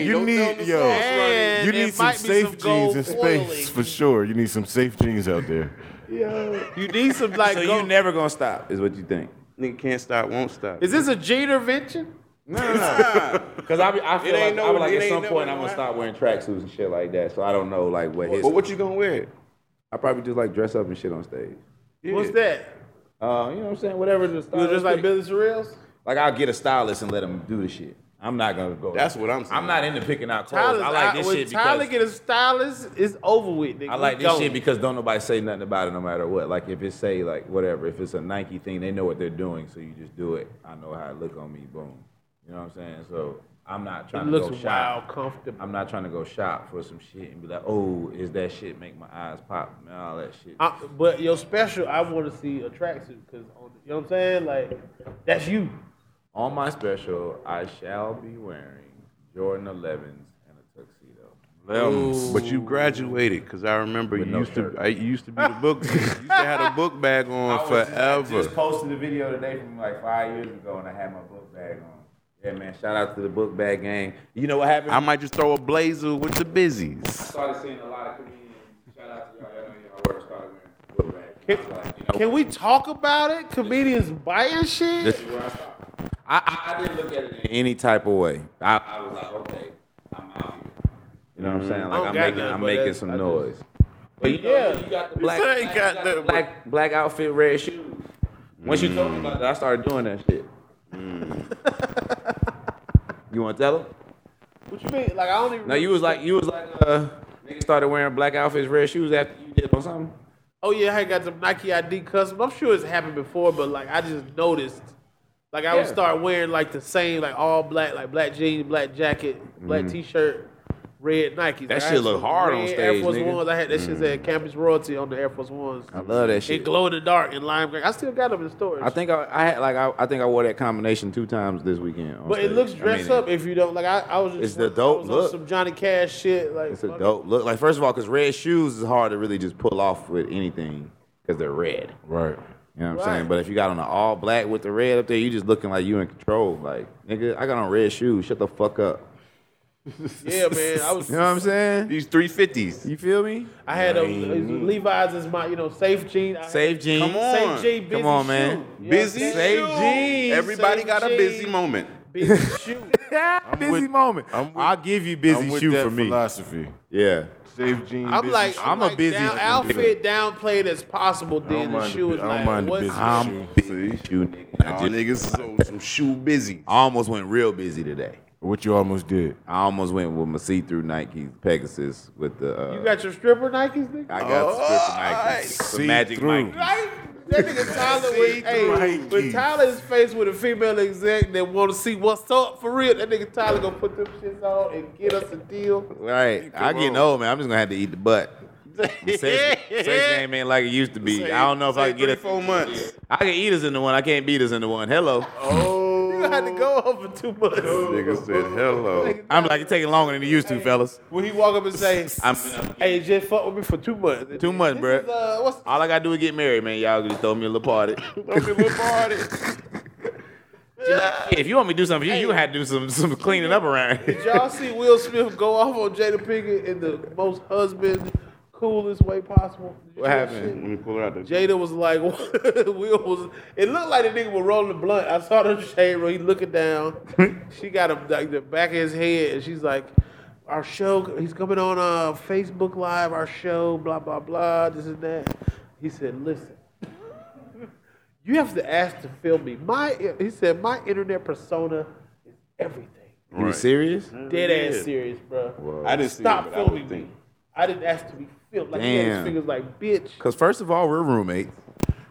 Speaker 6: you need yo,
Speaker 4: sauce,
Speaker 6: you
Speaker 4: Ronnie.
Speaker 6: need
Speaker 4: It
Speaker 6: some
Speaker 4: might be
Speaker 6: safe
Speaker 4: some
Speaker 6: jeans
Speaker 4: gold
Speaker 6: in space
Speaker 4: foiling.
Speaker 6: for sure. You need some safe jeans out there.
Speaker 4: You need some like.
Speaker 8: so
Speaker 4: go-
Speaker 8: you never gonna stop.
Speaker 7: Is what you think?
Speaker 3: Nigga can't stop, won't stop.
Speaker 4: is this a Gene intervention?
Speaker 8: Cause I, be, I feel like,
Speaker 3: ain't no-
Speaker 8: I would like
Speaker 3: it
Speaker 8: at
Speaker 3: ain't
Speaker 8: some
Speaker 3: no-
Speaker 8: point I'm gonna stop wearing tracksuits and shit like that. So I don't know like what his.
Speaker 3: but what you gonna wear?
Speaker 7: I probably just like dress up and shit on stage.
Speaker 4: What's that?
Speaker 8: Uh, you know what I'm saying? Whatever the style.
Speaker 4: You just like Billy Sorrells?
Speaker 8: like I'll get a stylist and let him do the shit.
Speaker 1: I'm not gonna go.
Speaker 3: That's what I'm saying.
Speaker 1: I'm not into picking out clothes.
Speaker 4: Tyler's
Speaker 1: I like
Speaker 4: out-
Speaker 1: this
Speaker 4: when
Speaker 1: shit
Speaker 4: Tyler
Speaker 1: because
Speaker 4: get a stylist, it's over with. Nigga.
Speaker 1: I like
Speaker 4: We
Speaker 1: this
Speaker 4: going.
Speaker 1: shit because don't nobody say nothing about it no matter what. Like if it's say like whatever, if it's a Nike thing, they know what they're doing, so you just do it. I know how it look on me, boom. You know what I'm saying? So I'm not
Speaker 4: It
Speaker 1: trying to go
Speaker 4: looks
Speaker 1: shop.
Speaker 4: wild, comfortable.
Speaker 1: I'm not trying to go shop for some shit and be like, oh, is that shit make my eyes pop and all that shit.
Speaker 4: I, but your special, I want to see a tracksuit because you know what I'm saying. Like that's you.
Speaker 1: On my special, I shall be wearing Jordan 11s and a tuxedo.
Speaker 3: But you graduated because I remember you
Speaker 1: um, no
Speaker 3: used
Speaker 1: shirt.
Speaker 3: to. I you used to be the book. you used to have a book bag on
Speaker 1: I
Speaker 3: forever.
Speaker 1: just posted a video today from like five years ago, and I had my book bag on. Yeah, man. Shout out to the book bag gang. You know what happened?
Speaker 3: I might just throw a blazer with the busies.
Speaker 1: started seeing a lot of comedians. Shout out to y'all. Y'all know y'all were started wearing book bags. I was like, you know,
Speaker 4: Can we talk about it? Comedians buying shit.
Speaker 1: I, I didn't look at it in any type of way. I, I was like, okay, I'm out here. You know what I'm saying? Like
Speaker 4: Mm-hmm. don't
Speaker 1: I'm
Speaker 4: got
Speaker 1: making,
Speaker 4: nothing
Speaker 1: I'm
Speaker 4: but
Speaker 1: making
Speaker 4: that's-
Speaker 1: some
Speaker 4: I just-
Speaker 1: noise. But you know,
Speaker 4: Yeah.
Speaker 1: you got the black,
Speaker 6: ain't
Speaker 1: black,
Speaker 6: got
Speaker 1: you the
Speaker 6: nothing but-
Speaker 1: black, black outfit, red shoes. Once you told me about that, I started doing that shit. Mm. you want to tell him?
Speaker 4: What you mean? Like I don't even.
Speaker 1: No, you was like, you was like, uh, nigga started wearing black outfits, red shoes after you did on something.
Speaker 4: Oh yeah, I got some Nike ID custom. I'm sure it's happened before, but like I just noticed. Like I would
Speaker 1: Yeah.
Speaker 4: start wearing like the same, like all black, like black jeans, black jacket, black T-shirt, red Nikes. That
Speaker 1: Mm-hmm. shit look hard on
Speaker 4: Air
Speaker 1: stage,
Speaker 4: Force
Speaker 1: nigga. Mm.
Speaker 4: Ones. I had that shit said Campus Royalty on the Air Force Ones.
Speaker 1: I love that
Speaker 4: It
Speaker 1: shit.
Speaker 4: glow in the dark in lime green. I still got them in storage.
Speaker 1: I think I, I had like I, I think I wore that combination two times this weekend. on
Speaker 4: but it
Speaker 1: stage.
Speaker 4: looks
Speaker 1: I mean,
Speaker 4: dressed
Speaker 1: it-
Speaker 4: up if you don't. Like I, I was just.
Speaker 1: It's the
Speaker 4: I was
Speaker 1: dope
Speaker 4: on
Speaker 1: look.
Speaker 4: Some Johnny Cash shit. Like
Speaker 1: It's a dope look. Like first of all, because red shoes is hard to really just pull off with anything because they're red.
Speaker 6: Right.
Speaker 1: You know what I'm
Speaker 4: Right.
Speaker 1: saying? But if you got on an all black with the red up there, you just looking like you in control. Like nigga, I got on red shoes. Shut the fuck up.
Speaker 4: Yeah, man. I was.
Speaker 1: You know what I'm saying?
Speaker 3: These 350s.
Speaker 1: You feel me?
Speaker 4: I had a, Levi's as my, you know, safe jean. I had-
Speaker 1: Save jeans.
Speaker 3: Come on.
Speaker 4: Safe G, busy
Speaker 1: Come on, man.
Speaker 4: shoe. You know
Speaker 3: Busy
Speaker 4: what I'm
Speaker 1: Save
Speaker 4: saying?
Speaker 3: shoe.
Speaker 1: jeans,
Speaker 3: Everybody
Speaker 4: save
Speaker 3: got a busy
Speaker 4: jeans.
Speaker 3: moment.
Speaker 4: Busy shoe.
Speaker 1: busy
Speaker 6: with-
Speaker 1: moment. i
Speaker 6: I'm with-
Speaker 1: will give you busy
Speaker 6: I'm with
Speaker 1: shoe
Speaker 6: that
Speaker 1: for me.
Speaker 6: philosophy.
Speaker 1: Yeah.
Speaker 6: Save jeans.
Speaker 4: I'm like, I'm,
Speaker 1: I'm a
Speaker 4: a
Speaker 1: busy
Speaker 4: busy down,
Speaker 1: shoe.
Speaker 4: outfit downplayed as possible. Then the
Speaker 6: mind the
Speaker 4: shoe
Speaker 6: bu-
Speaker 4: is
Speaker 6: I don't
Speaker 4: like,
Speaker 6: mind the
Speaker 4: what's
Speaker 6: business.
Speaker 1: I'm busy shoe nigga. I,
Speaker 3: Y'all
Speaker 1: just,
Speaker 3: niggas is on some shoe busy.
Speaker 1: I almost went real busy today.
Speaker 6: what you almost did.
Speaker 1: I almost went with my see-through Nike Pegasus with the. Uh,
Speaker 4: you got your stripper Nikes, nigga?
Speaker 1: I got
Speaker 3: Alright.
Speaker 1: the stripper Nikes, the magic
Speaker 6: See-through.
Speaker 1: Nike.
Speaker 4: Right? That nigga Tyler was, hey,
Speaker 6: Nikes.
Speaker 4: when Tyler is faced with a female exec that want to see what's up for real, that nigga Tyler gonna put them shits on and get us a deal.
Speaker 1: Right, I'm getting old, man. I'm just gonna have to eat the butt. My sex, sex game ain't like it used to be. I don't know if I can get
Speaker 3: three,
Speaker 1: it.
Speaker 3: four months.
Speaker 1: I can eat us into one. I can't beat us into one. Hello.
Speaker 4: You had to go over two months.
Speaker 3: Nigga said hello.
Speaker 1: I'm like, it's taking longer than it used to, fellas.
Speaker 4: When he walk up and say,
Speaker 1: I'm
Speaker 4: "Hey, just fuck with me for two months."
Speaker 1: Two months,
Speaker 4: This is,
Speaker 1: bruh.
Speaker 4: uh, what's
Speaker 1: all I gotta do is get married, man. Y'all just throw me a little party. if you want me to do something, for you you had to do some some cleaning up around. here.
Speaker 4: Did y'all see Will Smith go off on Jada Pinkett in the most husband coolest way possible? Did you
Speaker 1: What
Speaker 4: see that
Speaker 1: happened?
Speaker 3: Let me pull it out.
Speaker 4: shit? Jada was like, Will was. It looked like the nigga was rolling the blunt. I saw the shade room. He looking down. she got him like the back of his head, and she's like, "Our show. He's coming on uh, Facebook Live. Our show. Blah blah blah. This and that." He said, "Listen." You have to ask to film me. My, he said, my internet persona is everything.
Speaker 1: You serious?
Speaker 4: Dead ass serious, bro.
Speaker 3: I didn't see
Speaker 4: Stop
Speaker 3: it, but I
Speaker 4: filming
Speaker 3: would
Speaker 4: me.
Speaker 3: think.
Speaker 4: I didn't ask to be filmed. Like he had his
Speaker 1: Damn.
Speaker 4: fingers like, bitch.
Speaker 1: Because first of all, we're roommates.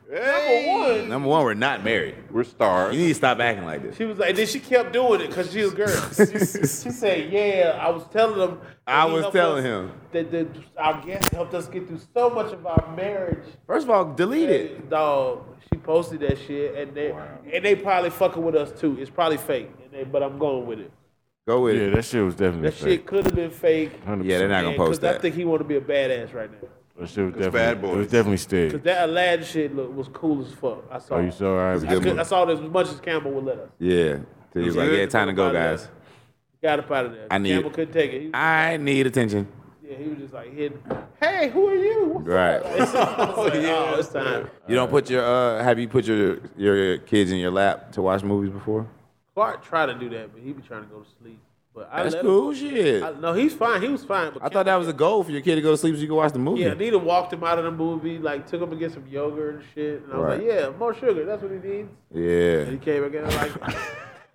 Speaker 4: Number one.
Speaker 1: Number one, we're not married.
Speaker 3: We're stars.
Speaker 1: You need to stop acting like this.
Speaker 4: She was like, and then she kept doing it because she was a girl. she said, yeah, I was telling him.
Speaker 1: I
Speaker 4: that he
Speaker 1: was
Speaker 4: helped
Speaker 1: telling
Speaker 4: us-
Speaker 1: him.
Speaker 4: That the, our guest helped us get through so much of our marriage.
Speaker 1: First of all, delete it.
Speaker 4: Dog, she posted that shit, and they and they probably fucking with us too. It's probably fake, and they, but I'm going with it.
Speaker 1: Go with
Speaker 6: Yeah,
Speaker 1: it.
Speaker 6: that shit was definitely
Speaker 4: That shit could have been fake.
Speaker 1: Yeah, they're not gonna
Speaker 4: Because
Speaker 1: post
Speaker 4: I
Speaker 1: that.
Speaker 4: think he want to be a badass right now.
Speaker 6: That shit was
Speaker 3: It's
Speaker 6: definitely.
Speaker 3: Bad
Speaker 6: It was
Speaker 3: Boys.
Speaker 6: definitely staged.
Speaker 4: Cause that Aladdin shit look, was cool as fuck. I saw.
Speaker 6: Are Oh, you so all
Speaker 4: I,
Speaker 6: right?
Speaker 1: good.
Speaker 4: could, I saw it as much as Campbell would let us.
Speaker 1: Yeah. So he was like, yeah, time to go, guys.
Speaker 4: Got up out of there.
Speaker 1: I need
Speaker 4: Campbell
Speaker 1: it.
Speaker 4: couldn't take it. He,
Speaker 1: I need attention.
Speaker 4: yeah, he was just like hitting. Hey, who are you? What's
Speaker 1: Right.
Speaker 4: up? Like, oh, it's time.
Speaker 1: You don't put your uh have you put your your kids in your lap to watch movies before?
Speaker 4: Clark tried to do that, but he be trying to go to sleep. But I
Speaker 1: That's
Speaker 4: let
Speaker 1: cool
Speaker 4: Him.
Speaker 1: shit.
Speaker 4: I,
Speaker 1: I,
Speaker 4: no, he's fine. He was fine. But
Speaker 1: thought that was a goal for your kid to go to sleep so you could watch the movie.
Speaker 4: Yeah, Anita walked him out of the movie. Like took him to get some yogurt and shit. And I was
Speaker 1: Right.
Speaker 4: like, yeah, more sugar. That's what he needs.
Speaker 1: Yeah.
Speaker 4: And he came again like.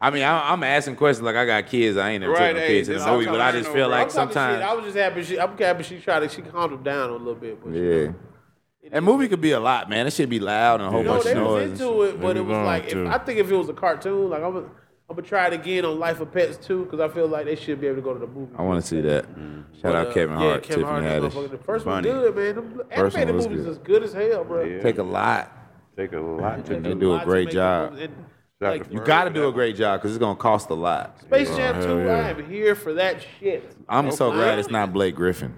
Speaker 8: I mean, I, I'm asking questions like I got kids. I ain't never
Speaker 3: Right,
Speaker 8: taking
Speaker 3: hey,
Speaker 8: no kids to
Speaker 3: this
Speaker 8: the
Speaker 3: is
Speaker 8: movie,
Speaker 3: what
Speaker 8: but
Speaker 3: I'm
Speaker 8: I just
Speaker 3: talking
Speaker 8: feel
Speaker 3: about.
Speaker 8: like
Speaker 4: I'm talking shit.
Speaker 8: sometimes
Speaker 4: I was just happy she. I'm happy she tried to. She calmed him down a little bit. But yeah.
Speaker 1: Yeah.
Speaker 8: that movie could be a lot, man. It should be loud and a whole
Speaker 4: No,
Speaker 8: bunch
Speaker 4: they
Speaker 8: of
Speaker 4: was
Speaker 8: noise. and shit.
Speaker 4: into it, but
Speaker 6: They
Speaker 4: it
Speaker 6: was
Speaker 4: was
Speaker 6: on
Speaker 4: like if,
Speaker 6: too.
Speaker 4: I think if it was a cartoon, like I'm. I'm gonna try it again on Life of Pets too, because I feel like they should be able to go to the movie.
Speaker 1: I want to see that. Shout out
Speaker 4: Uh,
Speaker 1: Kevin
Speaker 4: yeah,
Speaker 1: Hart, Tiffany
Speaker 4: Kevin Hart, that
Speaker 1: Haddish.
Speaker 4: motherfucker. The first
Speaker 3: Bunny.
Speaker 4: one good, man. Them
Speaker 1: First one
Speaker 4: animated
Speaker 1: was
Speaker 4: movies
Speaker 1: good.
Speaker 4: is good as hell, bro.
Speaker 3: Yeah.
Speaker 1: Take a lot.
Speaker 3: Take a lot to
Speaker 4: They
Speaker 1: They
Speaker 3: do.
Speaker 1: do a
Speaker 4: lot to
Speaker 1: great
Speaker 4: make the
Speaker 1: job.
Speaker 4: movies. And,
Speaker 3: Shout out
Speaker 4: like,
Speaker 3: to
Speaker 4: you
Speaker 3: Ferg
Speaker 1: Got to
Speaker 3: for
Speaker 1: do
Speaker 3: that.
Speaker 1: a great job because it's gonna cost a lot.
Speaker 4: Space Jam
Speaker 6: hell
Speaker 4: 2,
Speaker 6: yeah.
Speaker 4: I am here for that shit.
Speaker 1: I'm so glad it's not Blake Griffin,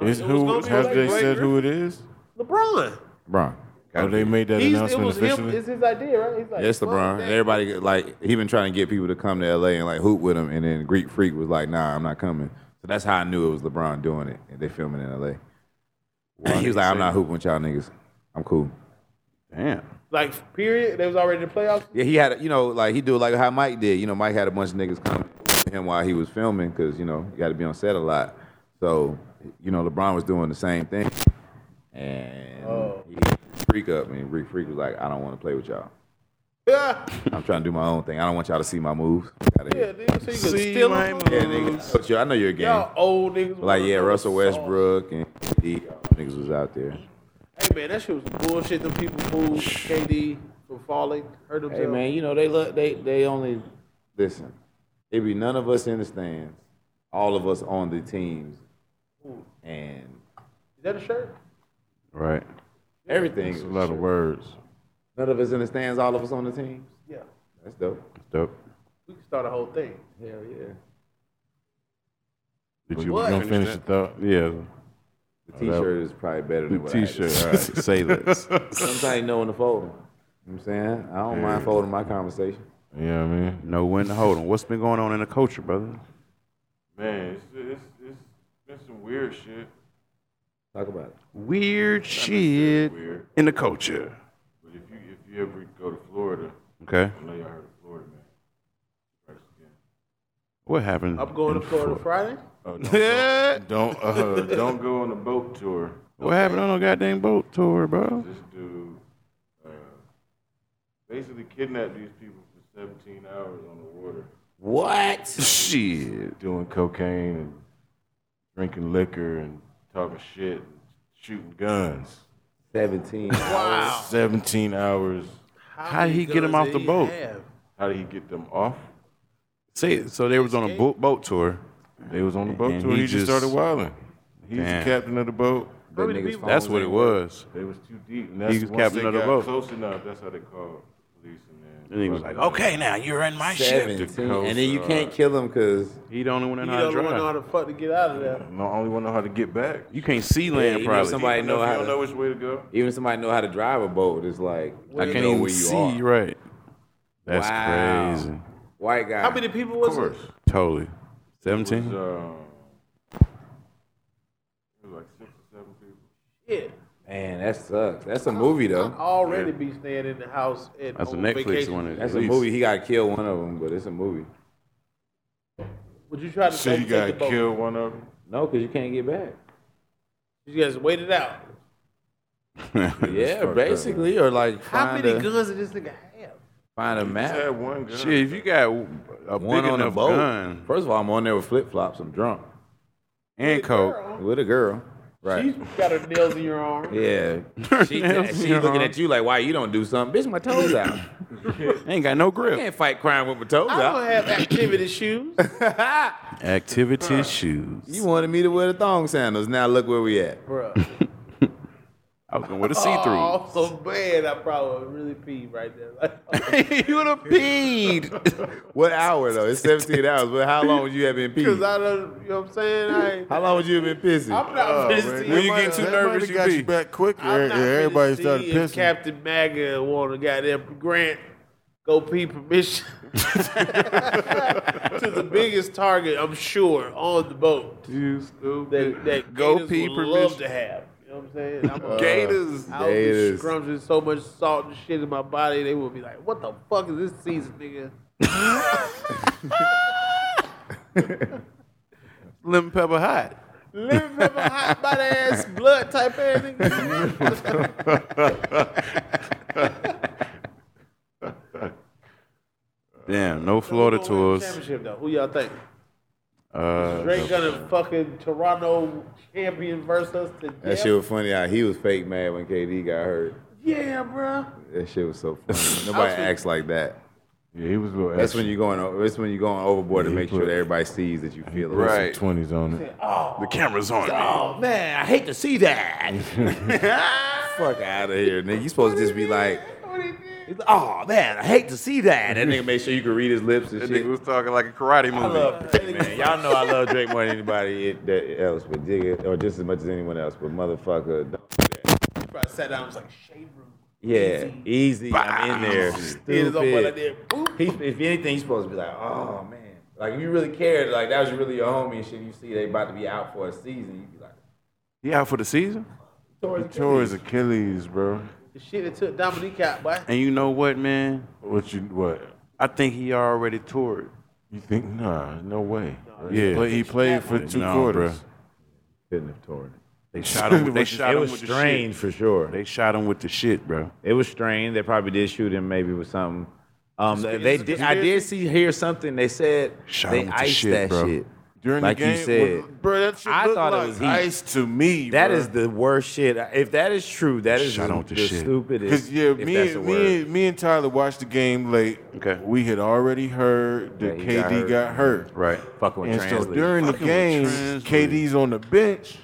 Speaker 6: Is who
Speaker 4: gonna be
Speaker 6: have
Speaker 4: like
Speaker 6: they
Speaker 4: Blake
Speaker 6: said who it is?
Speaker 4: LeBron.
Speaker 1: bro.
Speaker 6: Oh, they made that
Speaker 4: He's, it
Speaker 6: announcement
Speaker 4: was him.
Speaker 6: officially.
Speaker 4: It's his idea, right? He's like,
Speaker 1: It's
Speaker 4: fuck
Speaker 1: LeBron.
Speaker 4: that.
Speaker 1: Everybody like he been trying to get people to come to LA and like hoop with him, and then Greek Freak was like, "Nah, I'm not coming." So that's how I knew it was LeBron doing it. And they filming in LA. he was like, "I'm not hooping with y'all niggas. I'm cool."
Speaker 3: Damn.
Speaker 4: Like, period. They was already in the playoffs.
Speaker 1: Yeah, he had, a- you know, like he do like how Mike did. You know, Mike had a bunch of niggas come to him while he was filming because you know you got to be on set a lot. So, you know, LeBron was doing the same thing, and
Speaker 4: Oh.
Speaker 1: he freak up and Rick Freak was like, "I don't want to play with y'all.
Speaker 4: Yeah,
Speaker 1: I'm trying to do my own thing. I don't want y'all to see my moves." Outta
Speaker 4: yeah,
Speaker 1: here.
Speaker 4: nigga. So you can
Speaker 6: See
Speaker 4: steal
Speaker 6: my
Speaker 4: them.
Speaker 6: move.
Speaker 1: Yeah, nigga, but you- I know you're a game.
Speaker 4: Y'all old niggas.
Speaker 1: Like
Speaker 4: wanna
Speaker 1: yeah,
Speaker 4: know
Speaker 1: Russell
Speaker 4: what's up.
Speaker 1: Westbrook and KD, y'all niggas was out there.
Speaker 4: Hey man, that shit was bullshit. Them people moved KD from falling, hurt himself.
Speaker 1: Hey man, you know they look they they only listen. It be none of us in the stands, all of us on the teams, and
Speaker 4: Is that a shirt?
Speaker 3: Right.
Speaker 1: everything.
Speaker 6: It's a lot of words.
Speaker 1: None of us in the stands, all of us on the teams.
Speaker 4: Yeah,
Speaker 1: That's dope.
Speaker 3: Dope.
Speaker 4: we can start a whole thing.
Speaker 1: Hell yeah.
Speaker 6: Did you
Speaker 4: What?
Speaker 6: gonna finish the thought? Yeah.
Speaker 1: The T-shirt is probably better than what I had.
Speaker 3: T-shirt. All right. Say this.
Speaker 1: Sometimes you know when to fold 'em. You know what I'm saying I don't mind folding my conversation.
Speaker 6: Yeah, man.
Speaker 3: No when to hold on. What's been going on in the culture, brother?
Speaker 6: Man, it's, it's, it's been some weird shit.
Speaker 1: Talk about it.
Speaker 3: Weird shit
Speaker 6: Weird.
Speaker 3: in the culture.
Speaker 6: But if you if you ever go to Florida,
Speaker 3: Okay.
Speaker 6: I know y'all heard of Florida, man.
Speaker 3: What happened?
Speaker 4: I'm going
Speaker 3: in
Speaker 4: to Florida Friday.
Speaker 6: Oh,
Speaker 3: Yeah.
Speaker 6: Don't uh, don't go on the boat tour.
Speaker 3: What happened on a goddamn boat tour, bro?
Speaker 6: This dude uh, basically kidnapped these people for 17 hours on the water,
Speaker 8: What?
Speaker 3: Shit.
Speaker 6: doing cocaine and drinking liquor and talking shit, and shooting guns.
Speaker 1: Seventeen.
Speaker 6: 17 hours.
Speaker 3: How did he get him off the boat?
Speaker 6: How did he get them off?
Speaker 3: Say it. So they was on a bo- boat tour.
Speaker 6: They was on the boat
Speaker 3: And
Speaker 6: tour.
Speaker 3: he
Speaker 6: He, just
Speaker 3: just-
Speaker 6: started wilding. He's
Speaker 3: Damn.
Speaker 6: the captain of the boat.
Speaker 3: That's
Speaker 1: Oh,
Speaker 3: what it was.
Speaker 6: They was too deep. And that's
Speaker 3: was
Speaker 6: once
Speaker 3: captain
Speaker 6: they
Speaker 3: of the
Speaker 6: got
Speaker 3: boat.
Speaker 6: Close enough. That's how they called police and
Speaker 3: And
Speaker 6: then.
Speaker 3: he was like, okay, now you're in my ship.
Speaker 1: Seventeen. And then
Speaker 3: uh,
Speaker 1: you can't kill him because
Speaker 3: He the only one that
Speaker 4: He
Speaker 3: know how to
Speaker 4: doesn't want to know how
Speaker 3: drive.
Speaker 4: the fuck to get out of there.
Speaker 3: "Oh."
Speaker 6: No, I only want to know how to get back.
Speaker 3: You can't see
Speaker 1: Yeah,
Speaker 3: land
Speaker 1: even if
Speaker 3: probably.
Speaker 1: somebody know
Speaker 6: if you
Speaker 1: how
Speaker 6: don't know
Speaker 1: to,
Speaker 6: which way to go.
Speaker 1: even somebody know how to drive a boat is like
Speaker 3: I
Speaker 1: you
Speaker 3: can't
Speaker 1: know
Speaker 3: even
Speaker 1: where you
Speaker 3: see.
Speaker 1: are.
Speaker 3: Right. That's
Speaker 1: Wow.
Speaker 3: crazy.
Speaker 1: White guy.
Speaker 4: How many people was
Speaker 6: Of course.
Speaker 4: it?
Speaker 3: Totally. Seventeen.
Speaker 6: Um, it was like six or seven people.
Speaker 4: Yeah.
Speaker 1: Man, that sucks. That's a movie though.
Speaker 4: Already be staying in the house and
Speaker 3: That's a
Speaker 4: on
Speaker 3: Netflix
Speaker 4: vacation.
Speaker 3: one. at
Speaker 1: Oh, That's a
Speaker 3: least.
Speaker 1: movie. He got to kill one of them, but it's a movie.
Speaker 4: Would you try to
Speaker 6: So you
Speaker 4: overtake the
Speaker 6: got
Speaker 4: boat?
Speaker 6: killed one of them.
Speaker 1: No, because you can't get back.
Speaker 4: You guys wait it out.
Speaker 1: Yeah, basically, or like
Speaker 4: How
Speaker 1: find
Speaker 4: many
Speaker 1: a
Speaker 4: guns did this nigga have?
Speaker 1: find a
Speaker 6: Just
Speaker 1: map.
Speaker 6: had one gun.
Speaker 3: Shit, if you got a
Speaker 1: One
Speaker 3: big
Speaker 1: on a
Speaker 3: enough
Speaker 1: boat.
Speaker 3: gun
Speaker 1: First of all, I'm on there with flip flops. I'm drunk
Speaker 3: and coke,
Speaker 4: Girl,
Speaker 1: with a girl. Right.
Speaker 4: You got her nails in your arm.
Speaker 1: yeah. She,
Speaker 3: nails in
Speaker 1: she
Speaker 3: your
Speaker 1: looking
Speaker 3: arm.
Speaker 1: at you like, why you don't do something? Bitch, my toes out. I
Speaker 3: ain't got no grip.
Speaker 1: can't fight crime with my toes
Speaker 4: I don't
Speaker 1: out.
Speaker 4: have activity shoes.
Speaker 3: Activity shoes.
Speaker 1: You wanted me to wear the thong sandals. Now look where we at.
Speaker 4: Bruh.
Speaker 3: I was going with a see through.
Speaker 4: Oh man, I probably would really peed right there.
Speaker 3: you would have peed.
Speaker 1: What hour though? It's 17 hours. But how long would you have been
Speaker 4: Because
Speaker 1: peeing?
Speaker 4: I don't, you know what I'm saying? I, ain't-
Speaker 1: How long would you have been pissing?
Speaker 4: I'm not finna see.
Speaker 6: When
Speaker 3: Oh, you get too
Speaker 6: That
Speaker 3: nervous,
Speaker 6: might've
Speaker 3: you
Speaker 6: got
Speaker 3: be.
Speaker 6: you back quicker.
Speaker 4: I'm
Speaker 6: and
Speaker 4: not
Speaker 6: Everybody
Speaker 4: finna see
Speaker 6: started
Speaker 4: if
Speaker 6: pissing.
Speaker 4: Captain MAGA want to goddamn grant go pee permission to the biggest target, I'm sure, on the boat
Speaker 6: you stupid.
Speaker 4: that, that
Speaker 3: Go
Speaker 4: Gators
Speaker 3: pee
Speaker 4: would love
Speaker 3: permission. Uh,
Speaker 4: to have. You know what I'm saying? I'm a,
Speaker 3: Gators.
Speaker 4: I would be
Speaker 1: Gators.
Speaker 4: scrumptious so much salt and shit in my body, they would be like, what the fuck is this season, nigga?
Speaker 3: Lemon pepper hot.
Speaker 4: Living from a hot butt ass blood type ass nigga.
Speaker 3: Damn, no Florida
Speaker 4: Who gonna win the
Speaker 3: tours.
Speaker 4: Championship though. Who y'all think?
Speaker 3: Uh,
Speaker 4: Drake gonna fucking Toronto champion versus us to
Speaker 1: That
Speaker 4: death?
Speaker 1: shit was funny how he was fake mad when KD got hurt.
Speaker 4: Yeah, bro.
Speaker 1: That shit was so funny. Nobody acts like that.
Speaker 6: Yeah, he was a little
Speaker 1: That's when you're going. o- That's when you're going overboard to
Speaker 6: He
Speaker 1: make sure
Speaker 6: put-
Speaker 1: that everybody sees that you feel it.
Speaker 3: Right.
Speaker 6: twenties on it.
Speaker 3: the camera's on.
Speaker 1: Oh man, I hate to see that. Fuck out of here, nigga. You supposed to just be like, oh man, I hate to see that. That nigga make sure you can read his lips and
Speaker 3: That
Speaker 1: shit.
Speaker 3: nigga was talking like a karate
Speaker 1: I
Speaker 3: movie.
Speaker 1: love Drake, man. Y'all know I love Drake more than anybody it- that else, but nigga, or just as much as anyone else. But motherfucker, don't do that.
Speaker 4: Probably sat down and was like, shade room.
Speaker 1: Yeah, easy. I'm in there.
Speaker 4: He ended up
Speaker 1: Stupid.
Speaker 4: like that. Boop.
Speaker 1: He, if anything, he's supposed to be like, oh man, like if you really cared, like that was really your homie and shit. You see, they about to be out for a season. You be like,
Speaker 3: He out for the season?
Speaker 6: He tore his Achilles, bro.
Speaker 4: The shit that took Dominique out, boy.
Speaker 3: And you know what, man?
Speaker 6: What you what?
Speaker 3: I think he already tore it.
Speaker 6: You think? Nah, no way.
Speaker 3: Yeah.
Speaker 6: but he played for two
Speaker 3: Nah,
Speaker 6: quarters.
Speaker 3: bruh.
Speaker 1: couldn't have torn it.
Speaker 3: They shot him. They shot
Speaker 1: it
Speaker 3: him
Speaker 1: was
Speaker 3: with
Speaker 1: strained
Speaker 3: the
Speaker 1: for
Speaker 3: shit.
Speaker 1: sure.
Speaker 3: They shot him with the shit, bro.
Speaker 1: It was strained. They probably did shoot him maybe with something. Um, they, they did. I did see hear something. They said
Speaker 3: Shot
Speaker 1: they
Speaker 3: him with the
Speaker 1: iced
Speaker 3: shit,
Speaker 1: that
Speaker 3: bro.
Speaker 1: shit.
Speaker 6: During
Speaker 1: like
Speaker 6: the game,
Speaker 1: you said,
Speaker 6: well, bro, that shit
Speaker 1: I
Speaker 6: looked
Speaker 1: thought it
Speaker 6: like
Speaker 1: was heat.
Speaker 6: ice to me.
Speaker 1: that
Speaker 6: bro.
Speaker 1: is the worst shit. If that is true, that is
Speaker 3: Shot
Speaker 1: the,
Speaker 3: him with the
Speaker 1: the
Speaker 3: shit.
Speaker 1: stupidest.
Speaker 6: Cause yeah,
Speaker 1: if
Speaker 6: me
Speaker 1: that's a
Speaker 6: and,
Speaker 1: word.
Speaker 6: me and me and Tyler watched the game late.
Speaker 3: Okay.
Speaker 6: We had already heard that
Speaker 1: he
Speaker 6: KD
Speaker 1: got hurt.
Speaker 6: got hurt.
Speaker 3: Right.
Speaker 1: fucking with
Speaker 6: And so
Speaker 1: translate.
Speaker 6: during the game,
Speaker 3: translate.
Speaker 6: KD's on the bench,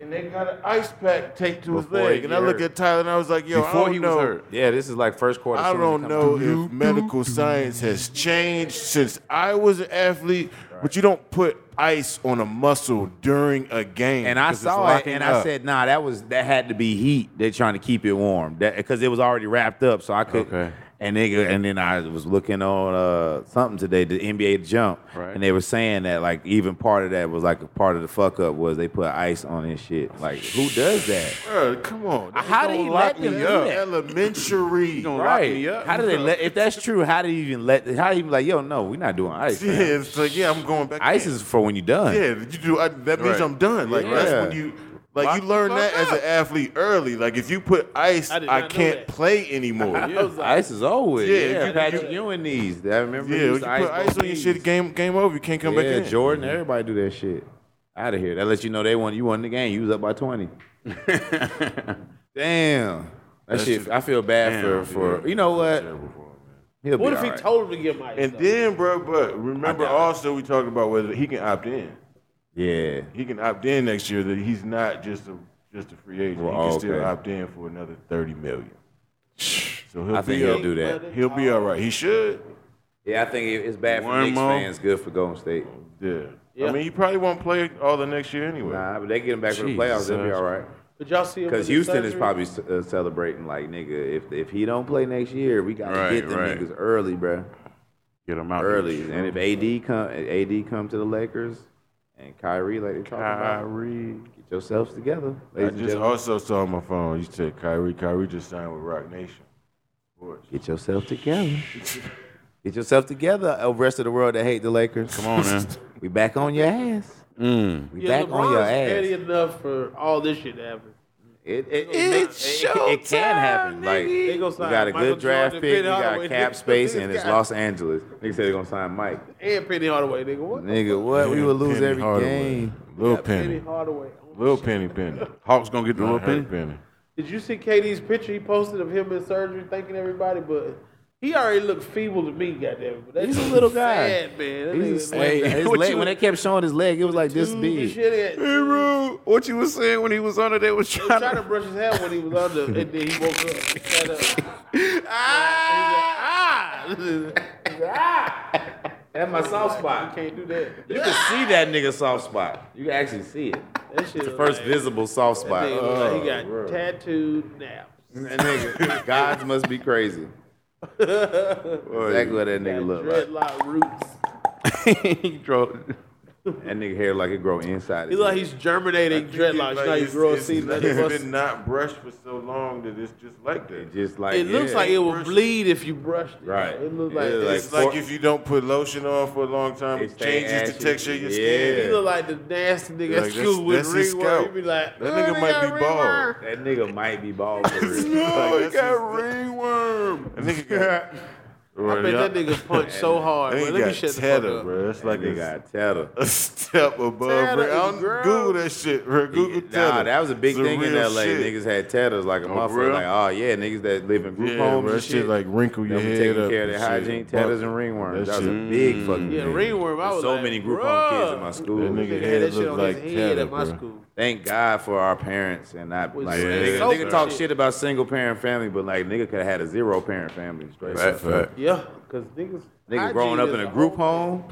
Speaker 6: and they got an ice pack taped to his
Speaker 1: Before he
Speaker 6: leg. And I
Speaker 1: get
Speaker 6: look
Speaker 1: hurt.
Speaker 6: at Tyler and I was like, Yo, I
Speaker 3: Before
Speaker 6: don't
Speaker 3: he was
Speaker 6: know.
Speaker 3: hurt.
Speaker 1: yeah, this is like first quarter.
Speaker 6: I
Speaker 1: season
Speaker 6: don't
Speaker 1: coming
Speaker 6: know if medical science has changed since I was an athlete, but you don't put ice on a muscle during a game.
Speaker 1: And I
Speaker 6: 'cause Mm-hmm. it's
Speaker 1: saw it,
Speaker 6: locking
Speaker 1: and I
Speaker 6: up.
Speaker 1: said, "Nah, that was that had to be heat. They're trying to keep it warm because it was already wrapped up, so I could."
Speaker 3: Okay.
Speaker 1: And nigga, and then I was looking on uh, something today, the NBA jump,
Speaker 3: Right.
Speaker 1: and they were saying that like even part of that was like a part of the fuck up was they put ice on his shit. Like who does that?
Speaker 6: Bro, come on.
Speaker 1: How did
Speaker 6: Don't
Speaker 1: he
Speaker 6: lock
Speaker 1: let them
Speaker 6: me
Speaker 1: do
Speaker 6: up.
Speaker 1: that?
Speaker 6: Elementary.
Speaker 3: Don't lock me up.
Speaker 1: How did they let? If that's true, how did he even let? How did he be like, yo, no, we're not doing ice.
Speaker 6: Yeah,
Speaker 1: man.
Speaker 6: it's like yeah, I'm going back.
Speaker 1: Ice
Speaker 6: in.
Speaker 1: is for when you're done.
Speaker 6: yeah. You do I, that means
Speaker 3: Right.
Speaker 6: I'm done. Like
Speaker 1: Yeah.
Speaker 6: that's when you like you learn that as an athlete early. Like if you put ice,
Speaker 4: I did
Speaker 6: I,
Speaker 4: not know that.
Speaker 6: can't play anymore. yeah,
Speaker 4: I was like,
Speaker 1: Ice is always.
Speaker 6: Yeah,
Speaker 1: Yeah,
Speaker 6: if you-
Speaker 1: Patrick Ewing knees. I remember. he
Speaker 6: when you
Speaker 1: used
Speaker 6: put
Speaker 1: to
Speaker 6: ice
Speaker 1: both
Speaker 6: on your
Speaker 1: knees.
Speaker 6: shit, game game over. You can't come
Speaker 1: yeah,
Speaker 6: back in.
Speaker 1: Jordan, everybody do that shit. Out of here. That lets you know they won. You won the game. You was up by twenty. Damn. That shit. I feel bad
Speaker 3: Damn,
Speaker 1: for for. You know what? He'll
Speaker 4: what
Speaker 1: be
Speaker 4: if
Speaker 1: all
Speaker 4: he
Speaker 1: right.
Speaker 4: told him to get Mike?
Speaker 6: And
Speaker 4: though?
Speaker 6: then, bro, but remember
Speaker 1: I doubt it.
Speaker 6: also we talked about whether he can opt in.
Speaker 1: Yeah.
Speaker 6: He can opt in next year that he's not just a just a free agent.
Speaker 1: Well,
Speaker 6: he can
Speaker 1: oh,
Speaker 6: still
Speaker 1: okay.
Speaker 6: opt in for another thirty million. So he'll
Speaker 1: I think
Speaker 6: be
Speaker 1: he'll
Speaker 6: all-
Speaker 1: do that.
Speaker 6: He'll be all right. He should.
Speaker 1: Yeah, I think it- it's bad for
Speaker 3: One
Speaker 1: Knicks
Speaker 3: more.
Speaker 1: fans. Good for Golden State.
Speaker 6: Yeah. I
Speaker 4: Yeah.
Speaker 6: mean, he probably won't play all the next year anyway.
Speaker 1: Nah, but they get him back for the
Speaker 3: Jesus.
Speaker 1: playoffs. They'll be all right.
Speaker 4: Did y'all see him? with
Speaker 1: Because
Speaker 4: the
Speaker 1: Houston is
Speaker 4: surgery?
Speaker 1: probably ce- uh, celebrating like nigga. If if he don't play next year, we gotta
Speaker 3: Right,
Speaker 1: get them
Speaker 3: right.
Speaker 1: niggas early, bruh.
Speaker 3: Get him out
Speaker 1: Early.
Speaker 3: there.
Speaker 1: And if AD come, AD come to the Lakers, and Kyrie, like they talking about,
Speaker 3: Kyrie.
Speaker 1: get yourselves together,
Speaker 6: I
Speaker 1: ladies and
Speaker 6: just
Speaker 1: gentlemen.
Speaker 6: also saw on my phone. You said Kyrie. Kyrie just signed with Rock Nation. Sports.
Speaker 1: Get yourself together. Get yourself together, oh, rest of the world that hate the Lakers.
Speaker 3: Come on, man.
Speaker 1: We back on your ass. We
Speaker 4: Yeah,
Speaker 1: back on your
Speaker 4: LeBron's petty
Speaker 1: ass.
Speaker 4: enough for all this shit to happen.
Speaker 1: It, it,
Speaker 4: It's
Speaker 1: it- it- it can happen. Like
Speaker 4: They gonna
Speaker 1: we
Speaker 4: sign
Speaker 1: got a
Speaker 4: Michael
Speaker 1: good draft
Speaker 4: Jordan,
Speaker 1: pick, we
Speaker 4: Ben Holloway,
Speaker 1: got cap
Speaker 4: nigga.
Speaker 1: space,
Speaker 4: This
Speaker 1: and it's
Speaker 4: guy-
Speaker 1: Los Angeles. Nigga said they gonna sign Mike.
Speaker 4: And Penny Hardaway, nigga. What?
Speaker 1: Nigga, what? We would lose
Speaker 6: Penny
Speaker 1: every
Speaker 6: Hardaway.
Speaker 1: game.
Speaker 6: Little
Speaker 4: Penny
Speaker 6: penny.
Speaker 4: Hardaway. Oh,
Speaker 6: Little penny penny.
Speaker 3: Hawks gonna get the little
Speaker 6: Little penny
Speaker 3: penny.
Speaker 6: penny.
Speaker 4: Did you see KD's picture he posted of him in surgery thanking everybody? But he already looked feeble to me, goddamn. But that
Speaker 1: He's a
Speaker 4: shit
Speaker 1: little
Speaker 4: was
Speaker 1: guy.
Speaker 4: Sad, man. That nigga
Speaker 1: He's a
Speaker 4: like,
Speaker 1: slim- His leg, when they kept showing his leg, it was like this
Speaker 4: dude,
Speaker 1: big.
Speaker 4: this shit had-
Speaker 3: Rude. What you was saying when he was under there was
Speaker 4: He was trying to brush his hair when he was under, and then he woke up. and sat up. ah!
Speaker 1: Ah. That's my soft
Speaker 4: You can't do that.
Speaker 1: You can see that nigga soft spot. You can actually see it.
Speaker 4: That shit. was
Speaker 1: First
Speaker 4: like-
Speaker 1: visible soft
Speaker 4: That
Speaker 1: spot.
Speaker 4: nigga look like
Speaker 1: Oh,
Speaker 4: he got tattooed naps.
Speaker 1: That nigga, gods must be crazy. exactly what that nigga look like.
Speaker 4: Dreadlock roots.
Speaker 3: he drove.
Speaker 1: That nigga hair like it grow inside.
Speaker 4: He
Speaker 1: his
Speaker 4: look like
Speaker 1: head.
Speaker 4: he's germinating dreadlocks. You know, you grow a seed.
Speaker 6: It's
Speaker 4: and it
Speaker 6: been
Speaker 4: bust-
Speaker 6: not brushed for so long that it's just like that.
Speaker 1: just like
Speaker 4: It looks
Speaker 1: yeah.
Speaker 4: like it would bleed if you brushed it.
Speaker 1: Right.
Speaker 4: It looks
Speaker 1: Yeah,
Speaker 4: like
Speaker 1: like-
Speaker 6: It's like if you don't put lotion on for a long time,
Speaker 1: It
Speaker 6: it
Speaker 1: stay
Speaker 6: changes
Speaker 1: ashy.
Speaker 6: the texture of your
Speaker 1: Yeah.
Speaker 6: skin.
Speaker 4: He look like the nasty nigga
Speaker 6: Like,
Speaker 4: at
Speaker 6: that's-
Speaker 4: school with
Speaker 6: that's his
Speaker 4: ringworm. He
Speaker 6: scalp.
Speaker 4: be like,
Speaker 6: That
Speaker 4: "Oh,
Speaker 6: nigga
Speaker 4: they
Speaker 6: might
Speaker 4: got
Speaker 6: be bald."
Speaker 4: ringworm."
Speaker 1: that nigga might be bald. For real.
Speaker 6: No, he got ringworm. That nigga got
Speaker 4: I bet that nigga punched so hard.
Speaker 6: They
Speaker 4: Bro.
Speaker 6: ain't
Speaker 4: Let me
Speaker 6: got
Speaker 4: shut the fuck
Speaker 6: tether,
Speaker 4: up.
Speaker 6: bro. It's like
Speaker 1: They
Speaker 6: a,
Speaker 1: got tether.
Speaker 6: a step above.
Speaker 4: Tether
Speaker 6: bro.
Speaker 4: is
Speaker 6: I don't-
Speaker 4: gross.
Speaker 6: Google that shit, bro. Google tether.
Speaker 1: Nah, that was a big
Speaker 6: It's
Speaker 1: thing in
Speaker 6: real
Speaker 1: LA.
Speaker 6: shit.
Speaker 1: Niggas had tatters like a motherfucker.
Speaker 6: real?
Speaker 1: Like, oh yeah, niggas that live in group
Speaker 6: Yeah,
Speaker 1: homes
Speaker 6: bro,
Speaker 1: and
Speaker 6: that shit like wrinkle your
Speaker 1: Them
Speaker 6: head
Speaker 1: taking
Speaker 6: up
Speaker 1: care of their
Speaker 6: and
Speaker 1: hygiene,
Speaker 6: shit.
Speaker 1: tatters
Speaker 6: Fuck.
Speaker 1: and ringworms.
Speaker 6: That
Speaker 1: That was
Speaker 6: shit-
Speaker 1: a big fucking
Speaker 4: Yeah,
Speaker 1: thing.
Speaker 4: ringworm. I was
Speaker 1: so
Speaker 4: like,
Speaker 1: many group home kids in my
Speaker 4: bruh.
Speaker 6: That
Speaker 1: school.
Speaker 6: nigga
Speaker 4: Nigga had
Speaker 6: head
Speaker 4: that shit
Speaker 6: looked
Speaker 4: on
Speaker 6: like
Speaker 4: his head
Speaker 6: tether,
Speaker 4: at my
Speaker 6: bro.
Speaker 4: school.
Speaker 1: Thank God for our parents and not
Speaker 4: Was
Speaker 1: like
Speaker 4: so
Speaker 1: nigga,
Speaker 4: so
Speaker 1: nigga talk
Speaker 4: shit.
Speaker 1: shit about single parent family, but like nigga could have had a zero parent family straight. up.
Speaker 4: Yeah, because niggas.
Speaker 1: Nigga
Speaker 4: hygiene
Speaker 1: growing up
Speaker 4: is
Speaker 1: in a
Speaker 4: whole
Speaker 1: group
Speaker 4: thing.
Speaker 1: home,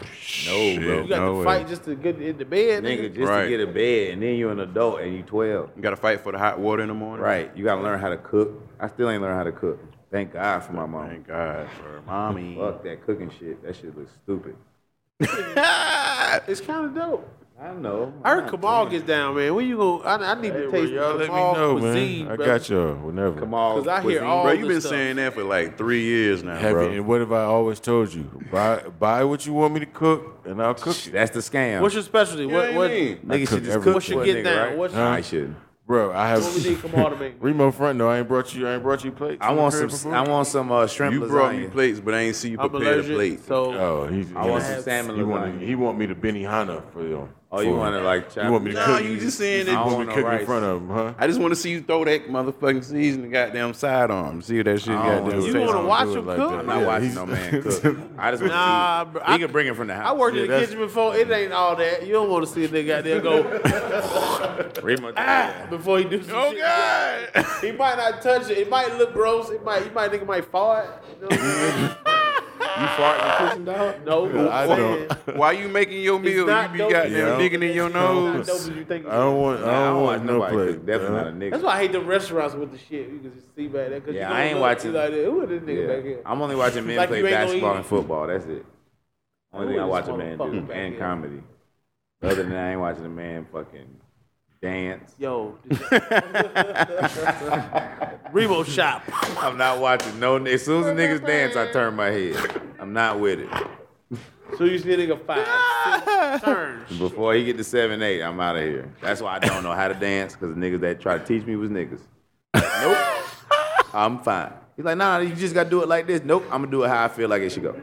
Speaker 1: no bro.
Speaker 4: You got
Speaker 3: No
Speaker 4: to
Speaker 3: way.
Speaker 4: fight just to get in the bed.
Speaker 1: Nigga
Speaker 4: Nigga.
Speaker 1: just
Speaker 3: Right.
Speaker 1: to get a bed and then you're an adult and you 12.
Speaker 3: You gotta fight for the hot water in the morning.
Speaker 1: Right, you gotta learn how to cook. I still ain't learned how to cook. Thank God for my mom.
Speaker 3: Thank God, bro. Mommy.
Speaker 1: Fuck that cooking shit. That shit looks stupid.
Speaker 4: It's kind of dope.
Speaker 1: I know.
Speaker 4: I heard Kamal gets down, man. When you gonna? I, I need to
Speaker 6: Bro,
Speaker 4: taste
Speaker 6: y'all let me
Speaker 4: Kamal
Speaker 6: know,
Speaker 4: cuisine,
Speaker 6: man. I
Speaker 4: bro.
Speaker 6: got y'all whenever.
Speaker 1: Kamal.
Speaker 4: 'Cause I hear
Speaker 1: cuisine.
Speaker 4: all
Speaker 3: Bro,
Speaker 4: the
Speaker 3: you've been
Speaker 4: stuff.
Speaker 3: saying that for like three years now,
Speaker 6: Have
Speaker 3: bro.
Speaker 6: you- and what have I always told you? Buy buy what you want me to cook, and I'll cook it.
Speaker 1: That's the scam.
Speaker 4: What's your specialty? What? What?
Speaker 6: I
Speaker 1: nigga
Speaker 6: cook
Speaker 1: should just
Speaker 6: everything.
Speaker 1: cook.
Speaker 4: What should
Speaker 1: for a
Speaker 4: get
Speaker 1: nigga,
Speaker 4: down?
Speaker 1: Right?
Speaker 4: What should-
Speaker 1: I shouldn't.
Speaker 6: Bro, I have
Speaker 4: What we need Kamal to make?
Speaker 6: Remo front though. I ain't brought you. I ain't brought you plates.
Speaker 1: I
Speaker 6: from the
Speaker 1: want
Speaker 6: crib
Speaker 1: some.
Speaker 6: before?
Speaker 1: I want some uh, shrimp
Speaker 3: You
Speaker 1: lasagna.
Speaker 3: brought me plates, but I ain't see you
Speaker 4: I'm
Speaker 3: prepare the plate.
Speaker 4: allergic, so
Speaker 6: Oh, he's.
Speaker 1: I want
Speaker 6: he-
Speaker 1: some salmon
Speaker 6: He
Speaker 1: lasagna.
Speaker 6: want. He want me to Benihana for him.
Speaker 1: oh, you want to like chop?
Speaker 6: You want me to
Speaker 3: No,
Speaker 6: cook?
Speaker 3: you just saying
Speaker 6: You
Speaker 1: I
Speaker 3: that-
Speaker 6: want me
Speaker 1: don't
Speaker 6: to
Speaker 1: want
Speaker 6: cook
Speaker 1: no
Speaker 6: in
Speaker 1: rice.
Speaker 6: front of him, huh?
Speaker 3: I just want to see you throw that motherfucking season goddamn sidearm. See if that shit
Speaker 1: I don't
Speaker 3: goddamn
Speaker 1: wanna-
Speaker 3: tastes.
Speaker 4: You wanna
Speaker 3: like-
Speaker 4: watch
Speaker 6: do it
Speaker 4: him
Speaker 6: like
Speaker 4: cook?
Speaker 6: that.
Speaker 1: I'm not
Speaker 6: Yeah,
Speaker 1: watching
Speaker 6: he's-
Speaker 1: no man cook. I just want
Speaker 4: Nah,
Speaker 1: to see.
Speaker 4: bro,
Speaker 1: He
Speaker 4: I-
Speaker 1: can bring it from the house.
Speaker 4: I worked
Speaker 6: Yeah,
Speaker 4: in the
Speaker 6: that's-
Speaker 4: kitchen before. It ain't all that. You don't want to see a nigga out there go
Speaker 1: Remo-
Speaker 6: Ah!
Speaker 4: before he do some
Speaker 3: Oh
Speaker 4: shit.
Speaker 3: God!
Speaker 4: He might not touch it. It might look gross. It might. You might nigga might fart. You know what I'm
Speaker 1: You fart in the kitchen, dog.
Speaker 4: saying? No,
Speaker 6: I
Speaker 4: man.
Speaker 6: don't.
Speaker 3: Why you making your meal? You
Speaker 4: not
Speaker 3: be
Speaker 4: dope.
Speaker 3: goddamn
Speaker 6: Yeah.
Speaker 3: digging in your
Speaker 4: Not
Speaker 3: nose.
Speaker 4: dope as you think. it
Speaker 6: I don't
Speaker 4: is.
Speaker 6: want.
Speaker 1: I
Speaker 6: I
Speaker 1: don't
Speaker 6: don't
Speaker 1: watch
Speaker 6: want no
Speaker 1: nobody
Speaker 6: plate.
Speaker 1: cook. Definitely
Speaker 6: huh?
Speaker 1: not a nigga.
Speaker 4: That's why I hate the restaurants with the shit. You can just see back there. 'cause you
Speaker 1: Yeah,
Speaker 4: gonna
Speaker 1: I ain't
Speaker 4: look,
Speaker 1: watching-
Speaker 4: you Like, Who is this nigga back
Speaker 1: Yeah.
Speaker 4: here?
Speaker 1: I'm only watching men
Speaker 4: Like
Speaker 1: play
Speaker 4: you ain't gonna
Speaker 1: basketball
Speaker 4: eat.
Speaker 1: and football. That's it. Only
Speaker 4: Ooh,
Speaker 1: thing I
Speaker 4: this
Speaker 1: watch a man
Speaker 4: motherfucker
Speaker 1: do
Speaker 4: back
Speaker 1: and
Speaker 4: here.
Speaker 1: comedy. Other than that, I ain't watching a man fucking dance.
Speaker 4: Yo, Remo shop.
Speaker 1: I'm not watching no. n- As soon as the niggas dance, I turn my head. I'm not with it.
Speaker 4: So you see a nigga five six, turn.
Speaker 1: Before he get to seven eight, I'm out of here. That's why I don't know how to dance because the niggas that try to teach me was niggas. Like, nope, I'm fine. He's like, nah, you just gotta do it like this. Nope, I'm gonna do it how I feel like it should go.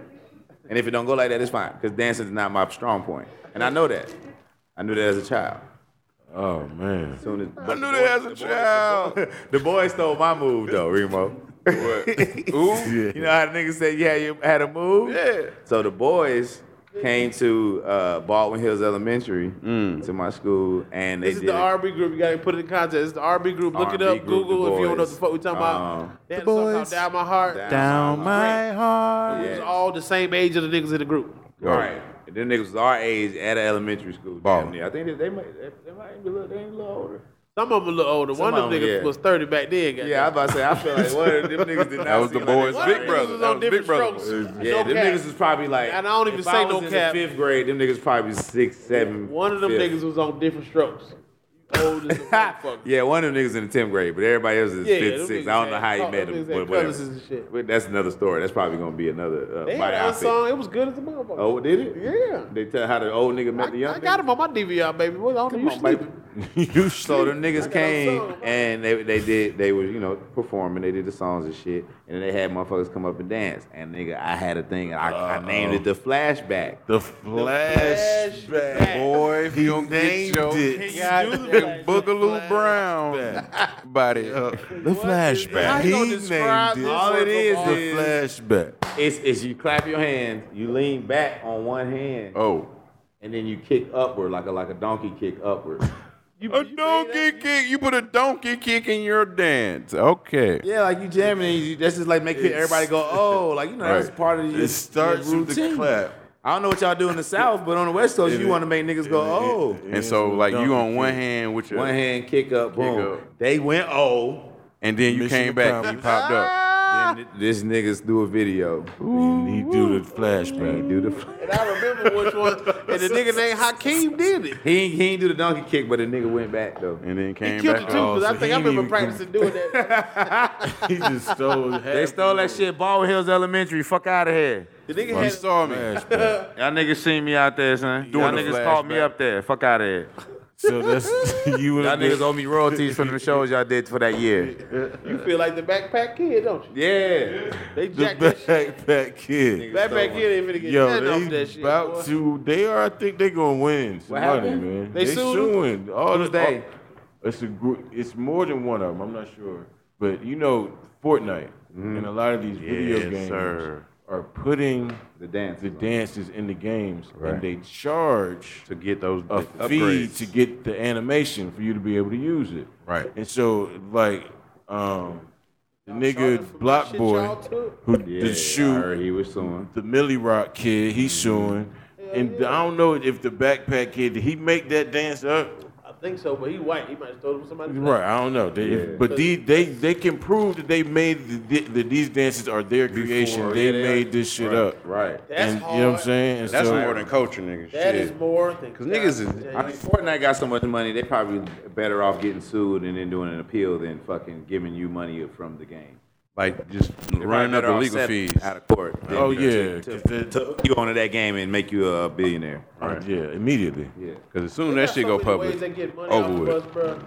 Speaker 1: And if it don't go like that, it's fine because dancing is not my strong point, and I know that. I knew that as a child.
Speaker 6: Oh man.
Speaker 1: Soon as,
Speaker 3: I knew that as a child.
Speaker 1: the boys stole my move though, Remo.
Speaker 6: Yeah.
Speaker 1: You know how the niggas said you had, you had a move?
Speaker 3: Yeah.
Speaker 1: So the boys came to uh, Baldwin Hills Elementary mm, to my school, and they
Speaker 4: This is
Speaker 1: did
Speaker 4: the RB group. You gotta put it in context. This is the RB group. Look it
Speaker 1: RB
Speaker 4: up.
Speaker 1: group,
Speaker 4: Google
Speaker 1: The
Speaker 4: if you don't know what
Speaker 1: Boys.
Speaker 4: the fuck we talking
Speaker 1: Um,
Speaker 4: about. They had a song called Down My Heart.
Speaker 1: it.
Speaker 6: Down my heart.
Speaker 4: It was
Speaker 1: Yeah.
Speaker 4: all the same age of the niggas in the group.
Speaker 1: All right. And them niggas was our age at an elementary school. damn
Speaker 3: Ballin'.
Speaker 1: near. I think they, they might they, they might be a little, they ain't a little older.
Speaker 4: Some of them a little older. One of
Speaker 1: Some
Speaker 4: them
Speaker 1: of 'em,
Speaker 4: niggas
Speaker 1: yeah.
Speaker 4: was 30 back then. goddamn.
Speaker 1: Yeah, I was about to say I feel like one of them niggas did not.
Speaker 3: That was the
Speaker 1: seem like they
Speaker 3: boys'
Speaker 1: was
Speaker 4: One
Speaker 1: our
Speaker 4: of
Speaker 3: Big
Speaker 4: them
Speaker 1: age.
Speaker 3: Brother.
Speaker 4: niggas was
Speaker 3: That
Speaker 4: on
Speaker 3: was Big
Speaker 4: different
Speaker 3: Brother.
Speaker 4: strokes.
Speaker 1: Yeah,
Speaker 4: No
Speaker 1: them
Speaker 4: cap.
Speaker 1: niggas was probably like.
Speaker 4: And I don't even
Speaker 1: if
Speaker 4: say
Speaker 1: was
Speaker 4: no
Speaker 1: in the
Speaker 4: cap.
Speaker 1: fifth grade, them niggas probably six, seven.
Speaker 4: One of them
Speaker 1: fifth.
Speaker 4: niggas was on different strokes. Old as a motherfucker.
Speaker 1: Yeah, one of them niggas in the tenth grade, but everybody else is
Speaker 4: Yeah,
Speaker 1: fifth,
Speaker 4: them
Speaker 1: sixth.
Speaker 4: niggas
Speaker 1: I don't know
Speaker 4: had-
Speaker 1: how he
Speaker 4: them
Speaker 1: met
Speaker 4: niggas
Speaker 1: him,
Speaker 4: had
Speaker 1: but whatever.
Speaker 4: colours and shit.
Speaker 1: But that's another story. That's probably gonna be another. Uh,
Speaker 4: They
Speaker 1: body
Speaker 4: had that
Speaker 1: outfit.
Speaker 4: song. It was good as a motherfucker.
Speaker 1: Oh, did it?
Speaker 4: Yeah.
Speaker 1: They tell how the old nigga met the young.
Speaker 4: I, I got
Speaker 1: nigga.
Speaker 4: him on my DVR, baby. What on you
Speaker 1: on, baby.
Speaker 4: sleeping?
Speaker 6: You
Speaker 1: So them
Speaker 4: I
Speaker 1: niggas
Speaker 4: got
Speaker 1: came
Speaker 4: outside.
Speaker 1: and they they did they were you know performing they did the songs and shit and then they had motherfuckers come up and dance and nigga I had a thing I, I named it the flashback.
Speaker 6: The flashback.
Speaker 3: Boy, if you don't
Speaker 6: named
Speaker 3: get your
Speaker 6: it.
Speaker 3: Big Boogaloo Brown body up.
Speaker 6: The flashback.
Speaker 4: How
Speaker 6: He
Speaker 4: you gonna describe
Speaker 6: named
Speaker 4: this
Speaker 6: it.
Speaker 1: All it is
Speaker 6: the
Speaker 1: is-
Speaker 6: flashback.
Speaker 1: It's it's you clap your hands you lean back on one hand
Speaker 3: Oh.
Speaker 1: and then you kick upward like a like a donkey kick upward.
Speaker 4: You,
Speaker 3: A
Speaker 4: you
Speaker 3: donkey kick. You put a donkey kick in your dance. Okay.
Speaker 1: Yeah, like you jamming and you, that's just like making
Speaker 6: It's-
Speaker 1: everybody go oh like you know that's
Speaker 3: Right.
Speaker 1: part of your,
Speaker 6: It starts
Speaker 1: your
Speaker 6: with the
Speaker 1: routine.
Speaker 6: clap.
Speaker 1: I don't know what y'all do in the south but on the west coast
Speaker 6: It-
Speaker 1: you want to make niggas go oh.
Speaker 3: And so, like, you on one hand with your
Speaker 1: One hand kick up, boom.
Speaker 3: up.
Speaker 1: They went oh.
Speaker 3: and then you
Speaker 6: Mission
Speaker 3: came back and you
Speaker 6: accomplished.
Speaker 3: popped up.
Speaker 1: Then th- this niggas do a video.
Speaker 6: And he do the flashback.
Speaker 1: He do the
Speaker 4: And I remember which one. And the nigga named Hakeem did it.
Speaker 1: he ain't, he ain't do the donkey kick, but the nigga went back though.
Speaker 3: And then
Speaker 4: He
Speaker 3: came
Speaker 4: killed it too,
Speaker 3: back.
Speaker 6: Oh,
Speaker 4: because I
Speaker 6: so
Speaker 4: think
Speaker 6: he
Speaker 4: I remember
Speaker 6: didn't even-
Speaker 4: practicing doing that.
Speaker 6: He just stole.
Speaker 1: They stole that shit. Baldwin Hills Elementary. Fuck out of here.
Speaker 4: The nigga
Speaker 3: You
Speaker 4: had
Speaker 3: saw me.
Speaker 6: Flashback.
Speaker 1: Y'all niggas seen me out there, son. Y'all
Speaker 3: Doing the
Speaker 1: niggas called me
Speaker 3: flashback.
Speaker 1: up there. Fuck out of here.
Speaker 6: So that's you would
Speaker 1: Y'all
Speaker 6: have
Speaker 1: niggas owe me royalties from the shows y'all did for that year.
Speaker 4: You feel like the backpack kid, don't you?
Speaker 1: Yeah.
Speaker 4: They
Speaker 6: the
Speaker 4: jacked that shit.
Speaker 6: backpack kid.
Speaker 4: Backpack kid ain't finna get nothing
Speaker 6: Yo,
Speaker 4: off
Speaker 6: they
Speaker 4: that shit.
Speaker 6: about
Speaker 4: boy.
Speaker 6: to. They are. I think they gonna win some money,
Speaker 4: happened?
Speaker 6: man.
Speaker 4: They sued 'em?
Speaker 6: suing all
Speaker 1: Who's
Speaker 6: the.
Speaker 1: they?
Speaker 6: all- it's a group. It's more than one of them. I'm not sure, but you know, Fortnite and a lot of
Speaker 4: Mm-hmm.
Speaker 6: these video
Speaker 3: Yes,
Speaker 6: games
Speaker 3: sir.
Speaker 6: are putting
Speaker 1: The dance.
Speaker 6: the dances in the games,
Speaker 3: Right.
Speaker 6: and they charge
Speaker 3: to get those
Speaker 6: a fee
Speaker 3: upgrades.
Speaker 6: to get the animation for you to be able to use it.
Speaker 3: Right.
Speaker 6: And so, like, um, the
Speaker 4: charging
Speaker 6: nigga
Speaker 4: for
Speaker 6: Block
Speaker 4: shit
Speaker 6: Boy,
Speaker 4: y'all took?
Speaker 6: who the
Speaker 1: I
Speaker 6: shoe,
Speaker 1: heard Mm-hmm. he was suing.
Speaker 6: the Millie Rock kid, he's suing. And I don't know if the backpack kid did he make that dance up.
Speaker 4: I think so, but he white. He might have stole it from somebody.
Speaker 6: Right, I don't know. They, But these, they they can prove that they made the, the, these dances are their creation. they made this shit up.
Speaker 1: Right.
Speaker 4: That's
Speaker 6: and
Speaker 4: hard.
Speaker 6: you know what I'm saying? And
Speaker 3: That's
Speaker 6: so,
Speaker 3: more than culture, nigga. Shit.
Speaker 4: That is more than
Speaker 3: Cause niggas is-
Speaker 1: I mean, Fortnite got so much money, they probably better off getting sued and then doing an appeal than fucking giving you money from the game.
Speaker 3: like just
Speaker 1: They
Speaker 3: running
Speaker 1: probably
Speaker 3: up
Speaker 1: better
Speaker 3: the
Speaker 1: off
Speaker 3: legal
Speaker 1: settling
Speaker 3: fees.
Speaker 1: Out of court. than
Speaker 6: oh
Speaker 1: to- To,
Speaker 6: yeah, 'cause that-
Speaker 1: to hook you onto that game and make you a billionaire.
Speaker 6: yeah, immediately.
Speaker 3: Cause as soon as that shit go public, over
Speaker 4: Over
Speaker 3: with.
Speaker 4: with. bro.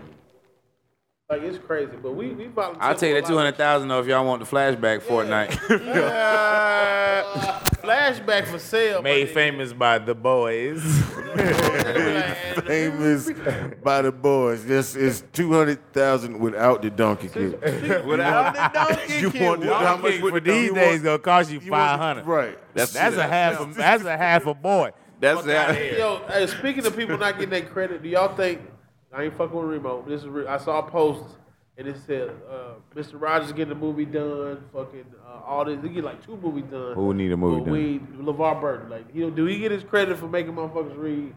Speaker 4: Like it's crazy, but we we volunteer.
Speaker 1: I'll take
Speaker 4: for a
Speaker 1: that
Speaker 4: lot
Speaker 1: two hundred thousand though if y'all want the flashback Fortnite
Speaker 4: of- Flashback for sale. my
Speaker 1: made
Speaker 4: nigga.
Speaker 1: famous by the boys.
Speaker 4: Like,
Speaker 6: famous by the boys. This is two hundred thousand without the donkey kick.
Speaker 1: Without the donkey,
Speaker 6: You want the donkey
Speaker 1: for these
Speaker 6: you
Speaker 1: days gonna cost you
Speaker 6: you want-
Speaker 1: five hundred.
Speaker 6: right?
Speaker 1: That's that's a half. A, that's a half a boy.
Speaker 3: that's
Speaker 1: outta
Speaker 3: that.
Speaker 1: here.
Speaker 4: Yo, hey, speaking of people not getting their credit, do y'all think I ain't fucking with Remo? This is real. I saw a post and it said uh, Mr. Rogers getting a movie done. Fucking uh, all this, he get like two movies done.
Speaker 1: Who would need a movie
Speaker 4: But we, LeVar Burton, like, he, do he get his credit for making motherfuckers read?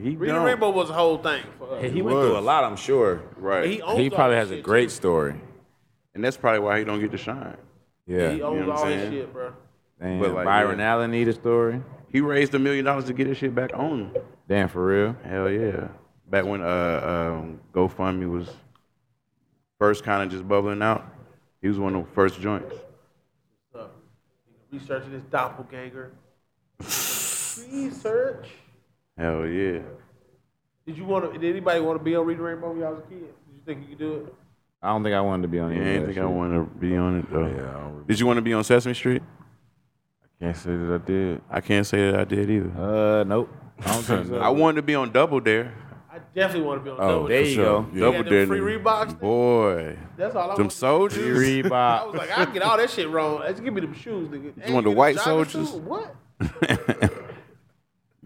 Speaker 3: He
Speaker 4: Reading
Speaker 3: don't.
Speaker 4: Rainbow was a whole thing for us.
Speaker 1: He went through a lot, I'm sure.
Speaker 3: Right.
Speaker 4: He owns
Speaker 1: He
Speaker 4: all
Speaker 1: probably
Speaker 4: that
Speaker 1: has a
Speaker 4: shit,
Speaker 1: great story.
Speaker 3: and that's probably why he don't get to shine.
Speaker 4: too. He
Speaker 1: Yeah,
Speaker 4: owns
Speaker 3: know what
Speaker 4: all
Speaker 3: I'm
Speaker 4: his
Speaker 3: saying?
Speaker 4: shit, bro.
Speaker 1: Damn,
Speaker 3: But like,
Speaker 1: Byron
Speaker 3: yeah.
Speaker 1: Allen need a story.
Speaker 3: He raised a million dollars to get his shit back on. him.
Speaker 1: Damn, for real.
Speaker 3: Hell yeah. Back when uh um, GoFundMe was first kind of just bubbling out, he was one of the first joints.
Speaker 4: So, researching his doppelganger. Research.
Speaker 3: Hell yeah.
Speaker 4: Did you want to? Did anybody want to be on Reading Rainbow when y'all was a kid? Did you think you could do it?
Speaker 1: I don't think I wanted to be on
Speaker 3: Yeah,
Speaker 1: any
Speaker 3: I
Speaker 1: of
Speaker 3: didn't
Speaker 1: that
Speaker 3: think I
Speaker 1: shit.
Speaker 3: want to be on it though.
Speaker 6: Yeah, I don't
Speaker 3: Did you want to be on Sesame Street?
Speaker 6: can't say that I did. Uh,
Speaker 3: I can't say that I did either.
Speaker 1: Uh, nope. I don't think so.
Speaker 3: I wanted to be on Double Dare.
Speaker 4: I definitely want to be on.
Speaker 1: Oh,
Speaker 4: Double
Speaker 1: there
Speaker 4: Dare.
Speaker 1: you go.
Speaker 4: They
Speaker 3: Double
Speaker 4: had
Speaker 3: Dare.
Speaker 4: them free
Speaker 3: nigga.
Speaker 4: Reeboks.
Speaker 3: Boy.
Speaker 4: That's all I
Speaker 3: Them
Speaker 4: want.
Speaker 3: soldiers.
Speaker 4: I was like, I get all that shit wrong. Just give me them shoes, nigga. Hey,
Speaker 3: want the
Speaker 4: get a
Speaker 3: white
Speaker 4: jogging
Speaker 3: soldiers?
Speaker 4: suit? What?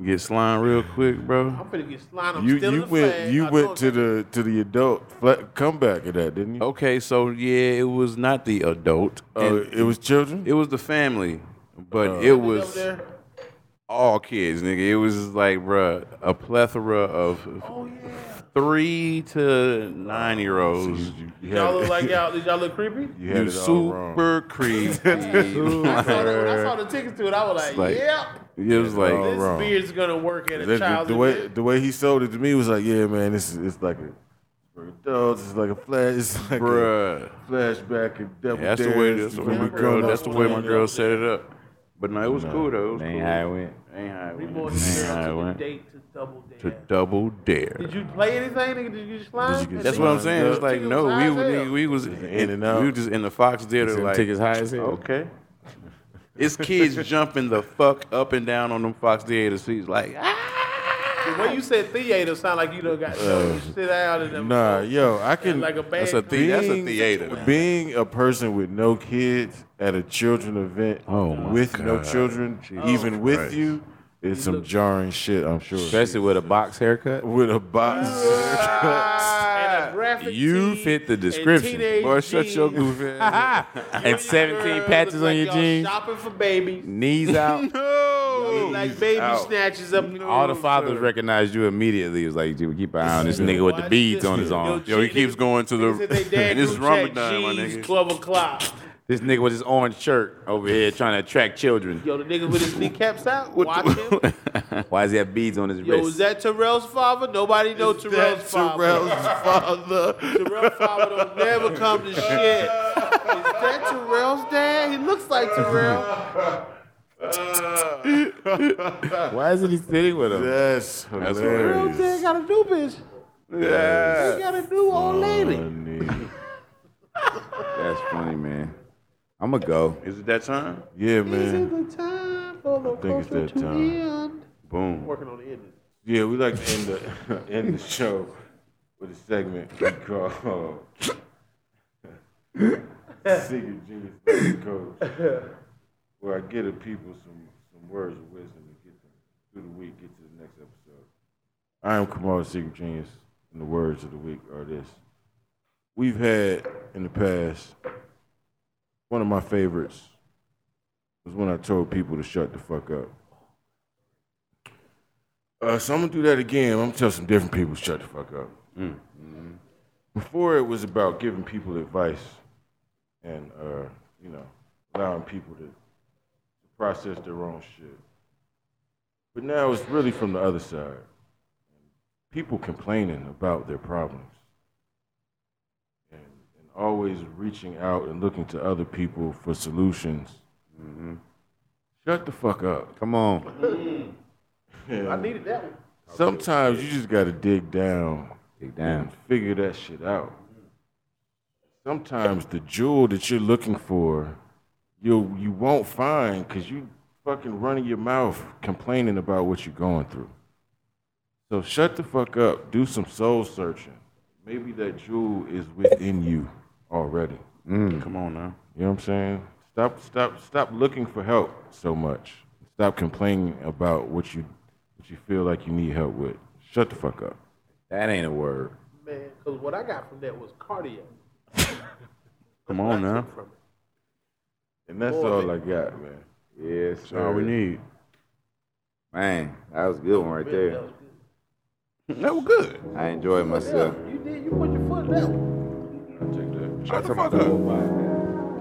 Speaker 3: Get slime real quick, bro.
Speaker 4: I'm finna get slime. I'm
Speaker 6: You
Speaker 4: still
Speaker 6: you
Speaker 4: in the
Speaker 6: went
Speaker 4: fag.
Speaker 6: you
Speaker 4: I
Speaker 6: went
Speaker 4: told
Speaker 6: to the to the adult fla- comeback of that, didn't you?
Speaker 3: Okay, so yeah, it was not the adult.
Speaker 6: Uh,
Speaker 3: And
Speaker 6: it was children.
Speaker 3: it was the family, but it
Speaker 4: you.
Speaker 3: was
Speaker 4: Double Dare.
Speaker 3: all kids, nigga. It was just like, bruh, a plethora of
Speaker 4: Oh yeah.
Speaker 3: three to nine year olds.
Speaker 6: You, you
Speaker 4: Y'all
Speaker 6: had
Speaker 4: look
Speaker 6: it,
Speaker 4: like y'all. Did y'all look creepy?
Speaker 6: you
Speaker 3: You
Speaker 6: had it all wrong.
Speaker 3: super creepy.
Speaker 4: I saw, the, when I saw the tickets to it, I was like,
Speaker 3: like-
Speaker 4: yeah,
Speaker 3: it was like,
Speaker 6: all
Speaker 4: this
Speaker 6: wrong.
Speaker 4: beard's gonna work at a
Speaker 6: The, the,
Speaker 4: child's
Speaker 6: the way
Speaker 4: event.
Speaker 6: the way he sold it to me was like, yeah, man, this is it's like a for adults. It's like a flash. It's like a
Speaker 3: bruh.
Speaker 6: flashback of double
Speaker 3: That's the
Speaker 6: Dare.
Speaker 3: way. That's the way
Speaker 4: Yeah,
Speaker 3: my
Speaker 4: bro.
Speaker 3: girl. That's the way my
Speaker 4: Yeah.
Speaker 3: girl set it up. But no, it was cool though. It was
Speaker 1: That ain't
Speaker 3: cool.
Speaker 1: how it went.
Speaker 3: Ain't how it
Speaker 4: Three
Speaker 3: went.
Speaker 4: more
Speaker 3: Ain't
Speaker 4: girls
Speaker 3: how it
Speaker 4: took a
Speaker 3: went.
Speaker 4: date to Double Dare.
Speaker 3: To double dare.
Speaker 4: Did you play anything? Nigga? Did you just slime?
Speaker 6: get
Speaker 3: That's what I'm
Speaker 6: Signed
Speaker 3: saying. It's
Speaker 6: up.
Speaker 3: like
Speaker 4: Tickets
Speaker 3: no, we
Speaker 4: high as
Speaker 3: we,
Speaker 4: hell.
Speaker 3: we was
Speaker 6: In
Speaker 3: in
Speaker 6: and out.
Speaker 3: We were just in the Fox Theater
Speaker 1: Them
Speaker 3: like
Speaker 1: tickets high as hell.
Speaker 3: okay. It's kids jumping the fuck up and down on them Fox Theater seats like ah.
Speaker 4: The way you said theater sound like you done got uh, you sit down and them
Speaker 6: Nah, yo, I can.
Speaker 4: like a bad
Speaker 3: That's a
Speaker 4: dream.
Speaker 3: thing. That's a
Speaker 6: Being-
Speaker 3: theater.
Speaker 6: Being a person with no kids at a children event with no children, even with you, is some jarring shit, I'm sure.
Speaker 1: Especially with a box haircut.
Speaker 6: with a box.
Speaker 4: And a graphic
Speaker 1: You
Speaker 4: tee
Speaker 1: fit the
Speaker 4: and
Speaker 1: description.
Speaker 4: teenage
Speaker 3: Boy, shut your
Speaker 4: jeans.
Speaker 3: goofy ass.
Speaker 1: and
Speaker 4: Girls
Speaker 1: 17
Speaker 4: look
Speaker 1: patches
Speaker 4: like
Speaker 1: on your
Speaker 4: y'all
Speaker 1: jeans.
Speaker 4: Shopping for babies.
Speaker 1: Knees out.
Speaker 4: Look like baby snatches up. in
Speaker 1: All the
Speaker 4: room.
Speaker 1: fathers recognized you immediately. It was like, dude, keep an eye on this nigga with the
Speaker 4: Watch
Speaker 1: beads
Speaker 4: this.
Speaker 1: on his arm.
Speaker 4: Yo,
Speaker 3: Yo, he keeps going to the.
Speaker 4: Said they dad
Speaker 3: This is
Speaker 4: group chat,
Speaker 3: Ramadan, my
Speaker 4: jeans,
Speaker 3: nigga.
Speaker 4: Twelve o'clock.
Speaker 1: This nigga with his orange shirt over here trying to attract children.
Speaker 4: Yo, the nigga with his kneecaps out. Watch him.
Speaker 1: Why does he have beads on his
Speaker 4: Yo, is
Speaker 1: wrist?
Speaker 4: that Terrell's father? Nobody know Terrell's father. Terrell's father don't never come to shit. Is that Terrell's dad? He looks like Terrell.
Speaker 1: Why isn't he sitting with him?
Speaker 6: That's hilarious.
Speaker 4: Terrell's dad got a new bitch.
Speaker 1: Yeah.
Speaker 4: got a new old lady.
Speaker 1: That's funny, man. I'm going to go.
Speaker 3: Is it that time?
Speaker 6: Yeah, man.
Speaker 4: the time for the
Speaker 6: think it's
Speaker 4: culture
Speaker 6: that
Speaker 4: to
Speaker 6: time.
Speaker 4: end.
Speaker 3: Boom.
Speaker 4: Working on the ending.
Speaker 6: Yeah, we like to end the end the show with a segment we call Secret Genius Life Coach, where I get the people some, some words of wisdom to get them through the week, get to the next episode. I am Kamal the Secret Genius, and the words of the week are this: We've had in the past one of my favorites was when I told people to shut the fuck up. Uh, so I'm gonna do that again. I'm gonna tell some different people shut the fuck up. Mm-hmm. Before it was about giving people advice and uh, you know allowing people to process their own shit. But now it's really from the other side. People complaining about their problems and, and always reaching out and looking to other people for solutions. Shut the fuck up.
Speaker 1: Come on.
Speaker 4: I needed that one.
Speaker 6: Sometimes you just gotta dig down
Speaker 1: Dig down.
Speaker 6: and figure that shit out. Sometimes the jewel that you're looking for, you you won't find because you fucking running your mouth complaining about what you're going through. So shut the fuck up. Do some soul searching. Maybe that jewel is within you already.
Speaker 3: Come on now.
Speaker 6: You know what I'm saying? Stop, stop, stop looking for help so much. Stop complaining about what you what you feel like you need help with. Shut the fuck up.
Speaker 1: That ain't a word.
Speaker 4: Man, because what I got from that was cardio.
Speaker 3: Come on now.
Speaker 4: From it.
Speaker 6: And that's all I got, man.
Speaker 1: Yes, sir.
Speaker 3: That's all we need.
Speaker 1: Man, that was a good one right
Speaker 4: Really, that
Speaker 1: there.
Speaker 3: That was
Speaker 4: was good.
Speaker 3: good.
Speaker 1: I enjoyed myself.
Speaker 4: You did. You put your foot down.
Speaker 3: Shut the fuck up.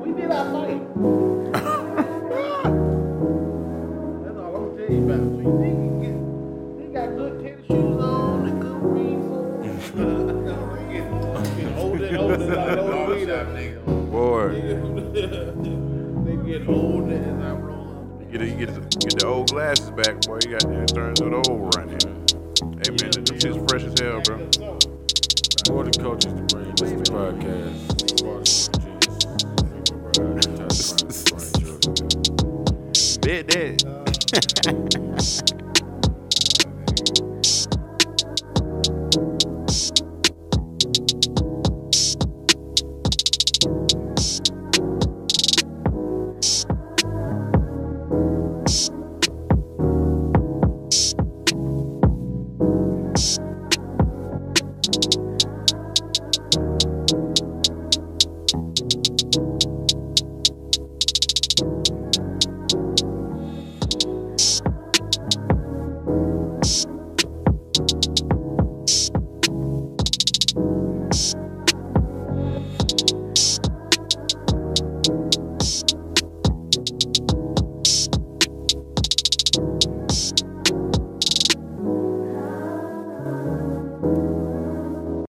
Speaker 4: We did our fight. That's all I'm telling you about. So you think you get? They got good tennis shoes on and good rings on. Getting older and older. I know the weed up, nigga.
Speaker 1: Boy,
Speaker 4: They get older as I roll up.
Speaker 3: Get, the- get, the, get the old glasses back, boy. You got there and turn to the old right here. Hey, man, them shit's fresh as hell, bro.
Speaker 6: More the coaches to bring this is the podcast.
Speaker 3: Bit that.